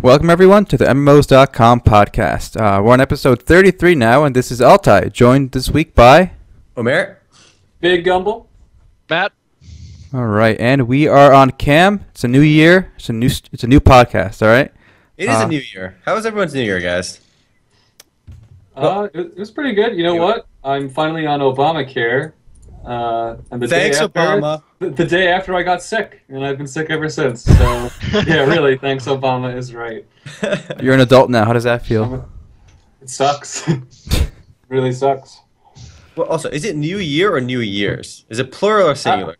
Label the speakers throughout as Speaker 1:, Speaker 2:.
Speaker 1: Welcome, everyone, to the MMOs.com podcast. Uh, we're on episode 33 now, and this is Altai, joined this week by.
Speaker 2: Omer?
Speaker 3: Big Gumble.
Speaker 4: Matt,
Speaker 1: All right, and we are on cam. It's a new year. It's a new. st- It's a new podcast. All right.
Speaker 2: It is
Speaker 1: Uh,
Speaker 2: a new year. How was everyone's new year, guys?
Speaker 3: Uh, it, it was pretty good. You know what? I'm finally on Obamacare. Uh, and the
Speaker 2: Thanks,
Speaker 3: day after,
Speaker 2: Obama.
Speaker 3: The, the day after I got sick, and I've been sick ever since. So yeah, really, thanks Obama is right.
Speaker 1: You're an adult now. How does that feel?
Speaker 3: It sucks. really sucks.
Speaker 2: well, also, is it new year or new years? Is it plural or singular?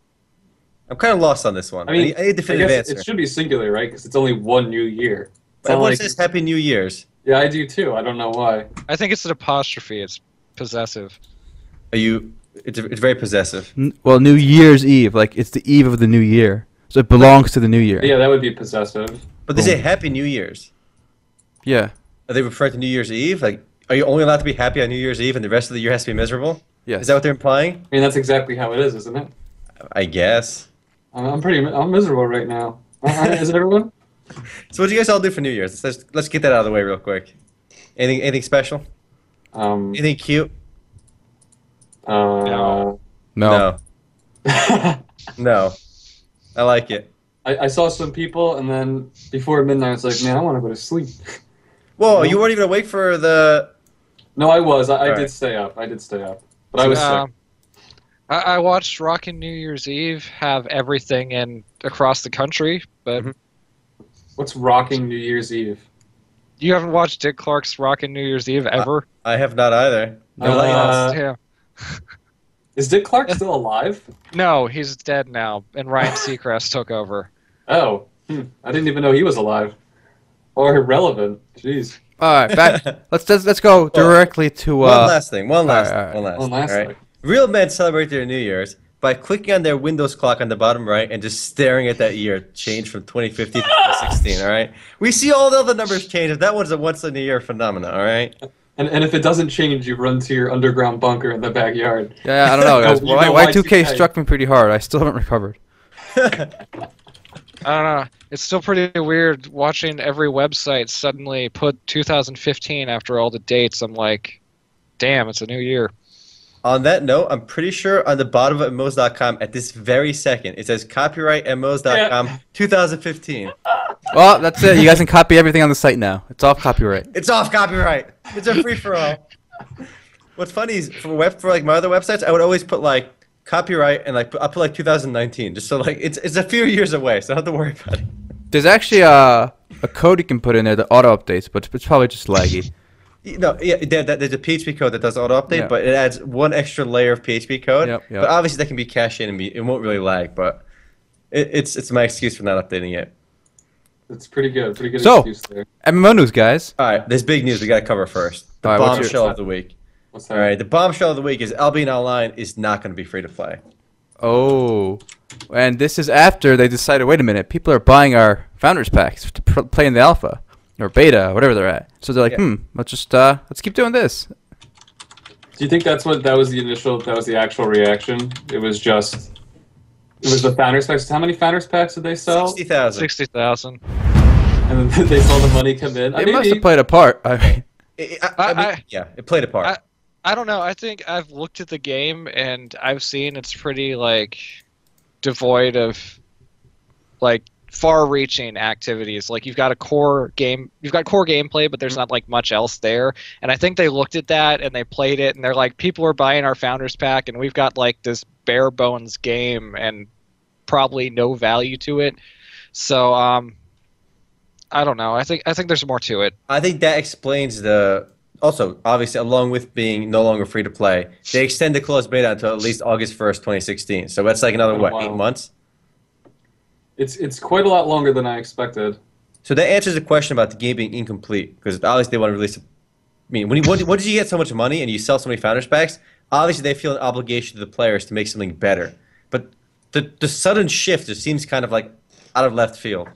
Speaker 2: I'm kind of lost on this one.
Speaker 3: Uh, I mean,
Speaker 2: need- I need a
Speaker 3: I
Speaker 2: definitive
Speaker 3: guess
Speaker 2: answer.
Speaker 3: it should be singular, right? Because it's only one new year. It's not
Speaker 2: Everyone
Speaker 3: like-
Speaker 2: says Happy New Year's.
Speaker 3: yeah, I do too. I don't know why.
Speaker 4: I think it's an apostrophe. It's possessive.
Speaker 2: Are you? It's, it's very possessive.
Speaker 1: N- well, New Year's Eve. Like it's the eve of the new year, so it belongs to the new year.
Speaker 3: But yeah, that would be possessive.
Speaker 2: But they say Happy New Year's.
Speaker 1: Yeah.
Speaker 2: Are they referring to New Year's Eve? Like, are you only allowed to be happy on New Year's Eve and the rest of the year has to be miserable?
Speaker 1: Yes.
Speaker 2: Is that what they're implying?
Speaker 3: I mean, that's exactly how it is, isn't it?
Speaker 2: I guess.
Speaker 3: I'm, I'm pretty. I'm miserable right now. Uh, is it everyone?
Speaker 2: So, what do you guys all do for New Year's? Let's, let's, let's get that out of the way real quick. Anything, anything special?
Speaker 3: Um,
Speaker 2: Anything cute?
Speaker 3: uh,
Speaker 1: no.
Speaker 3: I,
Speaker 2: No. I like it.
Speaker 3: I saw some people, and then before midnight, I was like, man, I want to go to sleep.
Speaker 2: Whoa,
Speaker 3: No.
Speaker 2: you weren't even awake for the.
Speaker 3: No, I was. I, I
Speaker 2: Alright.
Speaker 3: did stay up. I did stay up. But I was sick.
Speaker 4: Um, I, I watched Rockin' New Year's Eve have everything in across the country,
Speaker 3: Mm-hmm.
Speaker 4: but
Speaker 2: Mhm.
Speaker 3: What's rocking New Year's Eve?
Speaker 4: you haven't watched Dick Clark's Rockin' New Year's Eve ever.
Speaker 2: I have not either.
Speaker 1: No.
Speaker 2: Nobody
Speaker 3: Uh,
Speaker 2: else.
Speaker 4: yeah.
Speaker 3: Is Dick Clark still alive?
Speaker 4: No, he's dead now, and Ryan Seacrest took over.
Speaker 3: Oh, hmm. I didn't even know he was alive. Or irrelevant. Jeez.
Speaker 1: All right. Back. let's, let's let's go directly to. Uh,
Speaker 2: one last thing. One last.
Speaker 1: all right,
Speaker 2: One last.
Speaker 3: One last
Speaker 2: all right?
Speaker 3: thing.
Speaker 2: Real men celebrate their New Year's by clicking on their Windows clock on the bottom right and just staring at that year change from 2015 to 2016. All right. We see all the other numbers change. But that one's a once in a year phenomena. All right.
Speaker 3: And, and if it doesn't change, you run to your underground bunker in the backyard.
Speaker 1: yeah, I don't know. Guys.
Speaker 3: Oh, you know
Speaker 1: Y two K
Speaker 3: Y2K.
Speaker 1: struck me pretty hard. I still haven't recovered.
Speaker 4: I don't know. It's still pretty weird watching every website suddenly put 2015 after all the dates. I'm like, damn, it's a new year.
Speaker 2: on that note, I'm pretty sure on the bottom of MMOs.com at this very second it says copyright MMOs.com 2015.
Speaker 1: Well, that's it. You guys can copy everything on the site now. It's off copyright.
Speaker 2: It's off copyright. It's a free for all. What's funny is for web for like my other websites, I would always put like copyright and like put- I put like 2019, just so like it's it's a few years away, so don't have to worry about it.
Speaker 1: There's actually uh, a code you can put in there that auto updates, but it's probably just laggy.
Speaker 2: You know, yeah, there, that, there's a PHP code that does auto update,
Speaker 1: Yeah.
Speaker 2: but it adds one extra layer of PHP code.
Speaker 1: Yep, yep.
Speaker 2: But obviously that can be cached in and be, it won't really lag, but it, it's it's my excuse for not updating it.
Speaker 3: It's pretty good. Pretty good
Speaker 1: So-
Speaker 3: excuse there.
Speaker 1: MMO news, guys.
Speaker 2: All right, there's big news we got to cover first. The
Speaker 1: All right, what's your-
Speaker 2: bombshell of the week.
Speaker 3: What's that?
Speaker 2: All right, the bombshell of the week is Albion Online is not going to be free to play.
Speaker 1: Oh, and this is after they decided. Wait a minute, people are buying our founders packs to pr- play in the alpha or beta, whatever they're at. So they're like,
Speaker 2: Yeah.
Speaker 1: hmm, let's just uh, let's keep doing this.
Speaker 3: Do you think that's what that was the initial? That was the actual reaction. It was just. It was the founders packs. How many founders packs did they sell?
Speaker 2: 60,000.
Speaker 4: 60,000.
Speaker 3: and then they saw the money come in.
Speaker 1: They
Speaker 3: I mean,
Speaker 1: must have played a part. I mean,
Speaker 2: I- I- I
Speaker 4: I-
Speaker 2: mean, yeah, it played a part.
Speaker 4: I- I don't know. I think I've looked at the game and I've seen it's pretty like devoid of like far-reaching activities. Like you've got a core game, you've got core gameplay, but there's not like much else there. And I think they looked at that and they played it and they're like, people are buying our founders pack and we've got like this bare bones game and probably no value to it. So um, I don't know. I think I think there's more to it.
Speaker 2: I think that explains the. Also, obviously, along with being no longer free to play, they extend the closed beta until at least August 1st, 2016. So that's like another,
Speaker 3: Oh,
Speaker 2: what,
Speaker 3: wow.
Speaker 2: eight months?
Speaker 3: it's it's quite a lot longer than I expected.
Speaker 2: So that answers the question about the game being incomplete, because obviously they want to release. I mean, when you, when, when did you get so much money and you sell so many founders packs? Obviously, they feel an obligation to the players to make something better. But the, the sudden shift just seems kind of like out of left field.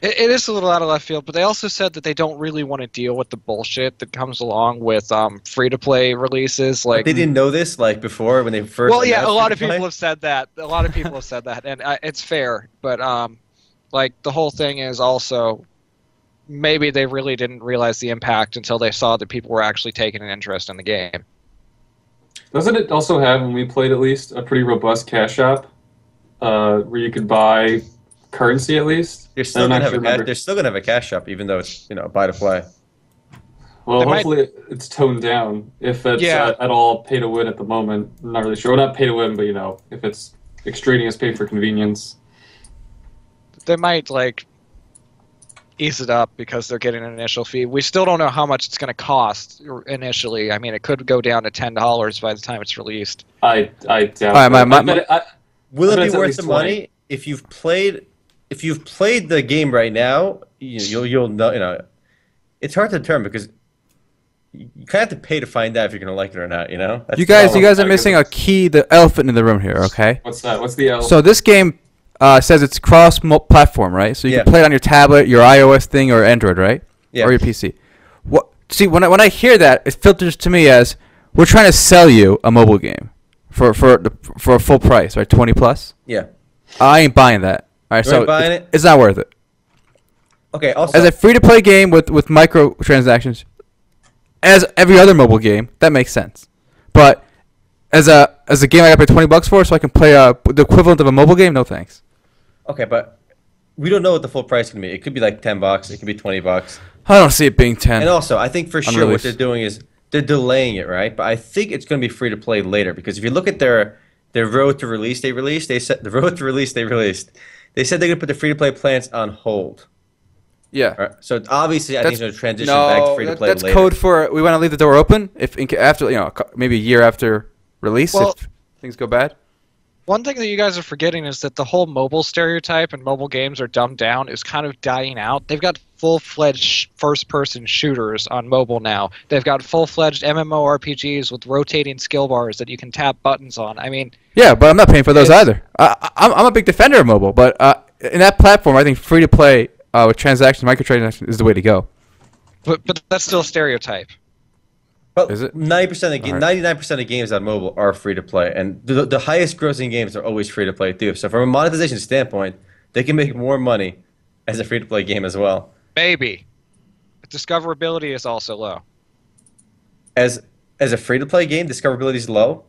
Speaker 4: It, it is a little out of left field, but they also said that they don't really want to deal with the bullshit that comes along with um, free to play releases.
Speaker 2: Like
Speaker 4: Like,
Speaker 2: they didn't know this like before when they first.
Speaker 4: well, yeah, a
Speaker 2: announced
Speaker 4: lot
Speaker 2: free
Speaker 4: of
Speaker 2: to play?
Speaker 4: people have said that. A lot of people have said that, and uh, it's fair. But um, like the whole thing is also maybe they really didn't realize the impact until they saw that people were actually taking an interest in the game.
Speaker 3: Doesn't it also have, when we played at least, a pretty robust cash app uh, where you could buy currency at least?
Speaker 2: They're
Speaker 3: I
Speaker 2: still
Speaker 3: don't
Speaker 2: gonna have a
Speaker 3: actually
Speaker 2: cash,
Speaker 3: remember.
Speaker 2: they're still gonna have a cash shop, even though it's you know buy to play.
Speaker 3: Well,
Speaker 4: They might-
Speaker 3: hopefully it's toned down. If it's uh,
Speaker 4: Yeah.
Speaker 3: at, at all pay to win at the moment, I'm not really sure. Well, not pay to win, but you know, if it's extraneous pay for convenience.
Speaker 4: They might like ease it up because they're getting an initial fee. We still don't know how much it's going to cost initially. I mean, it could go down to ten dollars by the time it's released.
Speaker 3: I I
Speaker 1: All
Speaker 3: doubt.
Speaker 1: right,
Speaker 3: it.
Speaker 1: my- my-
Speaker 3: I bet it- I-
Speaker 2: Will
Speaker 3: I bet
Speaker 2: it
Speaker 3: it's
Speaker 2: be
Speaker 3: at
Speaker 2: worth
Speaker 3: least
Speaker 2: the
Speaker 3: 20.
Speaker 2: money if you've played? If you've played the game right now, you, you'll you'll know. You know, it's hard to determine because you kind of have to pay to find out if you're gonna like it or not. You know, That's
Speaker 1: You
Speaker 2: the
Speaker 1: guys, you
Speaker 2: problem.
Speaker 1: guys are
Speaker 3: I
Speaker 1: missing
Speaker 3: agree.
Speaker 1: a key, the elephant in the room here. Okay.
Speaker 3: what's that? What's the L?
Speaker 1: So this game uh, says it's cross-platform, right? So you
Speaker 2: Yeah.
Speaker 1: can play it on your tablet, your iOS thing, or Android, right?
Speaker 2: Yeah.
Speaker 1: Or your PC. What? See, when I, when I hear that, it filters to me as we're trying to sell you a mobile game for for the- for a full price, right? Twenty plus.
Speaker 2: Yeah.
Speaker 1: I ain't buying that. All right,
Speaker 2: You
Speaker 1: so
Speaker 2: ain't buying
Speaker 1: it's-
Speaker 2: it?
Speaker 1: it's not worth it.
Speaker 2: Okay. Also,
Speaker 1: As a free-to-play game with with microtransactions, as every other mobile game, that makes sense. But as a as a game I got to pay twenty bucks for, so I can play uh, the equivalent of a mobile game, no thanks.
Speaker 2: okay, but we don't know what the full price can be. It could be like ten bucks. It could be twenty bucks.
Speaker 1: I don't see it being ten.
Speaker 2: And also, I think for sure what
Speaker 1: Unreleased.
Speaker 2: they're doing is they're delaying it, right? But I think it's going to be free to play later because if you look at their their road to release, they released they said the road to release they released. They said they're going to put the free to play plans on hold.
Speaker 1: yeah.
Speaker 2: Right? So obviously, I
Speaker 1: That's-
Speaker 2: think they're going to transition back to free to
Speaker 1: that-
Speaker 2: play
Speaker 1: that's
Speaker 2: later.
Speaker 1: code for we want to leave the door open if in, ca- after you know co- maybe a year after release
Speaker 4: Well-
Speaker 1: if things go bad.
Speaker 4: One thing that you guys are forgetting is that the whole mobile stereotype and mobile games are dumbed down is kind of dying out. They've got full-fledged sh- first-person shooters on mobile now. They've got full-fledged MMORPGs with rotating skill bars that you can tap buttons on. I mean,
Speaker 1: Yeah, but I'm not paying for those
Speaker 4: It's-
Speaker 1: either. I, I, I'm I'm a big defender of mobile, but uh, in that platform, I think free to play uh, with transactions, microtransactions is the way to go.
Speaker 4: but but that's still a stereotype.
Speaker 2: But
Speaker 1: Is it?
Speaker 2: ninety percent of
Speaker 1: All right.
Speaker 2: ninety nine percent of games on mobile are free to play, and the, the highest grossing games are always free to play too. So from a monetization standpoint, they can make more money as a free to play game as well
Speaker 4: Maybe. But discoverability is also low.
Speaker 2: as as a free to play game. Discoverability is low.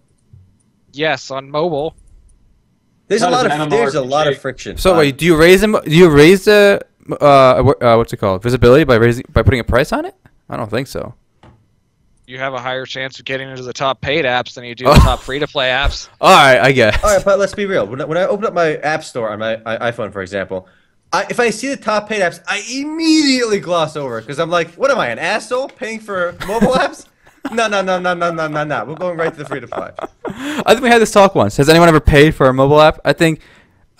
Speaker 4: Yes, on mobile.
Speaker 2: There's a
Speaker 3: Not
Speaker 2: lot
Speaker 3: as
Speaker 2: of
Speaker 3: an
Speaker 2: there's a lot of
Speaker 3: MMORPG.
Speaker 2: friction.
Speaker 1: So
Speaker 2: on-
Speaker 1: wait, do you raise them? Do you raise the uh, wh- uh what's it called visibility by raising by putting a price on it? I don't think so.
Speaker 4: You have a higher chance of getting into the top paid apps than you do the top free to play apps.
Speaker 1: All right, I guess.
Speaker 2: All right, but let's be real. When, I- when I open up my app store on my I, iPhone, for example, I, if I see the top paid apps, I immediately gloss over because I'm like, what am I, an asshole paying for mobile apps? No, no, no, no, no, no, no, no. We're going right to the free to play.
Speaker 1: I think we had this talk once. Has anyone ever paid for a mobile app? I think,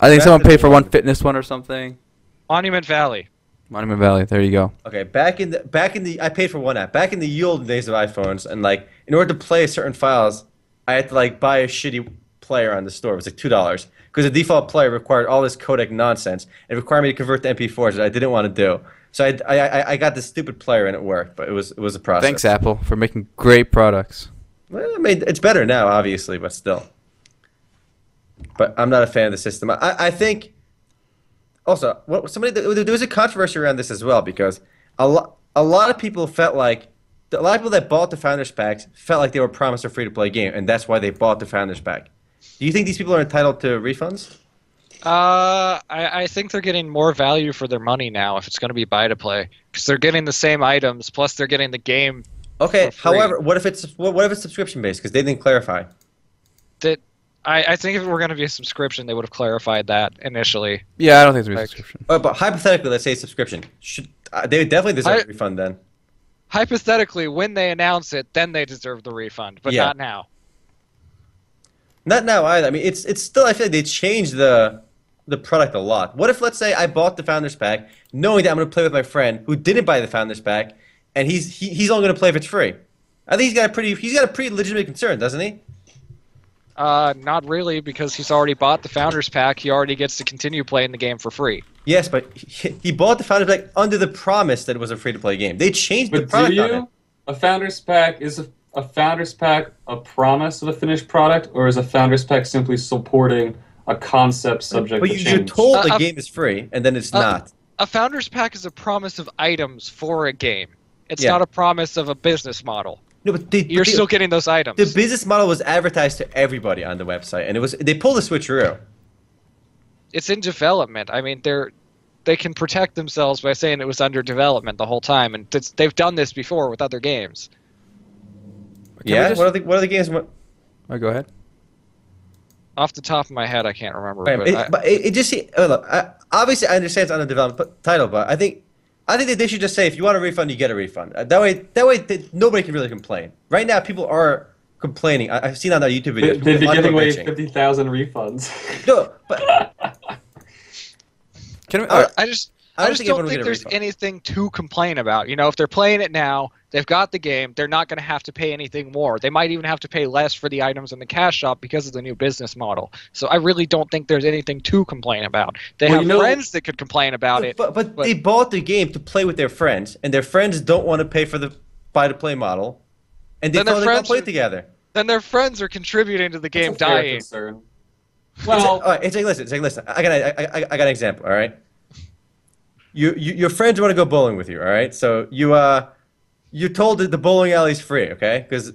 Speaker 1: I think
Speaker 2: Back
Speaker 1: someone
Speaker 2: to the
Speaker 1: paid for one
Speaker 2: one.
Speaker 1: fitness one or something.
Speaker 4: Monument Valley.
Speaker 1: Monument Valley. There you go.
Speaker 2: Okay, back in the back in the I paid for one app. Back in the ye olden days of iPhones, and like in order to play certain files, I had to like buy a shitty player on the store. It was like two dollars because the default player required all this codec nonsense and required me to convert to MP4s that I didn't want to do. So I, I I- I got this stupid player and it worked, but it was it was a process.
Speaker 1: Thanks, Apple, for making great products.
Speaker 2: Well, I mean, it's better now, obviously, but still. But I'm not a fan of the system. I, I think. Also, what somebody there was a controversy around this as well because a lot a lot of people felt like a lot of people that bought the founders packs felt like they were promised a free to play game, and that's why they bought the founders pack. Do you think these people are entitled to refunds?
Speaker 4: Uh, I, I think they're getting more value for their money now if it's going to be buy to play because they're getting the same items plus they're getting the game
Speaker 2: Okay.
Speaker 4: For free.
Speaker 2: However, what if it's what, what if it's subscription based? Because they didn't clarify.
Speaker 4: that. I, I think if it were going to be a subscription, they would have clarified that initially.
Speaker 1: Yeah, I don't think it's a
Speaker 4: Thanks.
Speaker 1: subscription.
Speaker 2: Uh, but hypothetically, let's say it's subscription. Should uh, they definitely deserve
Speaker 4: I-
Speaker 2: a refund then?
Speaker 4: Hypothetically, when they announce it, then they deserve the refund, but
Speaker 2: Yeah.
Speaker 4: not now.
Speaker 2: Not now either. I mean, it's it's still. I feel like they changed the the product a lot. What if, let's say, I bought the Founders Pack, knowing that I'm going to play with my friend who didn't buy the Founders Pack, and he's he, he's only going to play if it's free. I think he's got a pretty he's got a pretty legitimate concern, doesn't he?
Speaker 4: Uh, not really because he's already bought the Founders Pack. He already gets to continue playing the game for free.
Speaker 2: Yes, but he, he bought the Founders Pack under the promise that it was a free to play game. They changed the
Speaker 3: but do
Speaker 2: product on it.
Speaker 3: you? A founder's pack is a, a founder's pack a promise of a finished product, or is a founder's pack simply supporting a concept subject
Speaker 2: But
Speaker 3: to
Speaker 2: you,
Speaker 3: change?
Speaker 2: you're told
Speaker 4: Uh,
Speaker 2: the
Speaker 4: uh,
Speaker 2: game is free, and then it's
Speaker 4: uh,
Speaker 2: not.
Speaker 4: a founder's pack is a promise of items for a game. It's
Speaker 2: Yeah.
Speaker 4: not a promise of a business model.
Speaker 2: No, but they,
Speaker 4: You're
Speaker 2: but they-
Speaker 4: still getting those items.
Speaker 2: the business model was advertised to everybody on the website, and it was they pulled a switcheroo.
Speaker 4: it's in development. I mean, they're they can protect themselves by saying it was under development the whole time, and it's, they've done this before with other games.
Speaker 1: we
Speaker 2: yeah,
Speaker 1: just-
Speaker 2: what are the what are the games? What,
Speaker 1: Oh, go ahead.
Speaker 4: Off the top of my head, I can't remember.
Speaker 2: Right,
Speaker 4: But
Speaker 2: it,
Speaker 4: I,
Speaker 2: but it, it just se- oh, look, I, obviously I understand it's on a development title, but I think I think that they should just say if you want a refund, you get a refund. Uh, That way, that way th- nobody can really complain. Right now, people are complaining. I, I've seen on that YouTube
Speaker 3: They,
Speaker 2: video.
Speaker 3: they'd be
Speaker 2: people are
Speaker 3: giving away
Speaker 2: bitching.
Speaker 3: fifty thousand refunds.
Speaker 2: No, but
Speaker 1: Can we,
Speaker 2: All right.
Speaker 4: I just
Speaker 2: I don't
Speaker 4: I just
Speaker 2: think
Speaker 4: don't
Speaker 2: everyone will get
Speaker 4: think
Speaker 2: a
Speaker 4: there's
Speaker 2: refund.
Speaker 4: anything to complain about. You know, if they're playing it now, they've got the game. They're not going to have to pay anything more. They might even have to pay less for the items in the cash shop because of the new business model. So I really don't think there's anything to complain about. They
Speaker 3: Well,
Speaker 4: have
Speaker 3: you know-
Speaker 4: friends that could complain about it.
Speaker 2: but, but
Speaker 4: but-
Speaker 2: they bought the game to play with their friends, and their friends don't want to pay for the buy to play model, and they
Speaker 4: Then their
Speaker 2: thought they all
Speaker 4: friends
Speaker 2: play
Speaker 4: are-
Speaker 2: together.
Speaker 4: Then their friends are contributing to the game
Speaker 3: That's a fair
Speaker 4: dying.
Speaker 3: concern.
Speaker 2: It's
Speaker 3: Well,
Speaker 2: like, all right, it's like listen, it's like listen. I got, a, I, I, I got an example. All right, you, you your friends want to go bowling with you. All right, so you uh, you told that the bowling alley's free, okay? Because,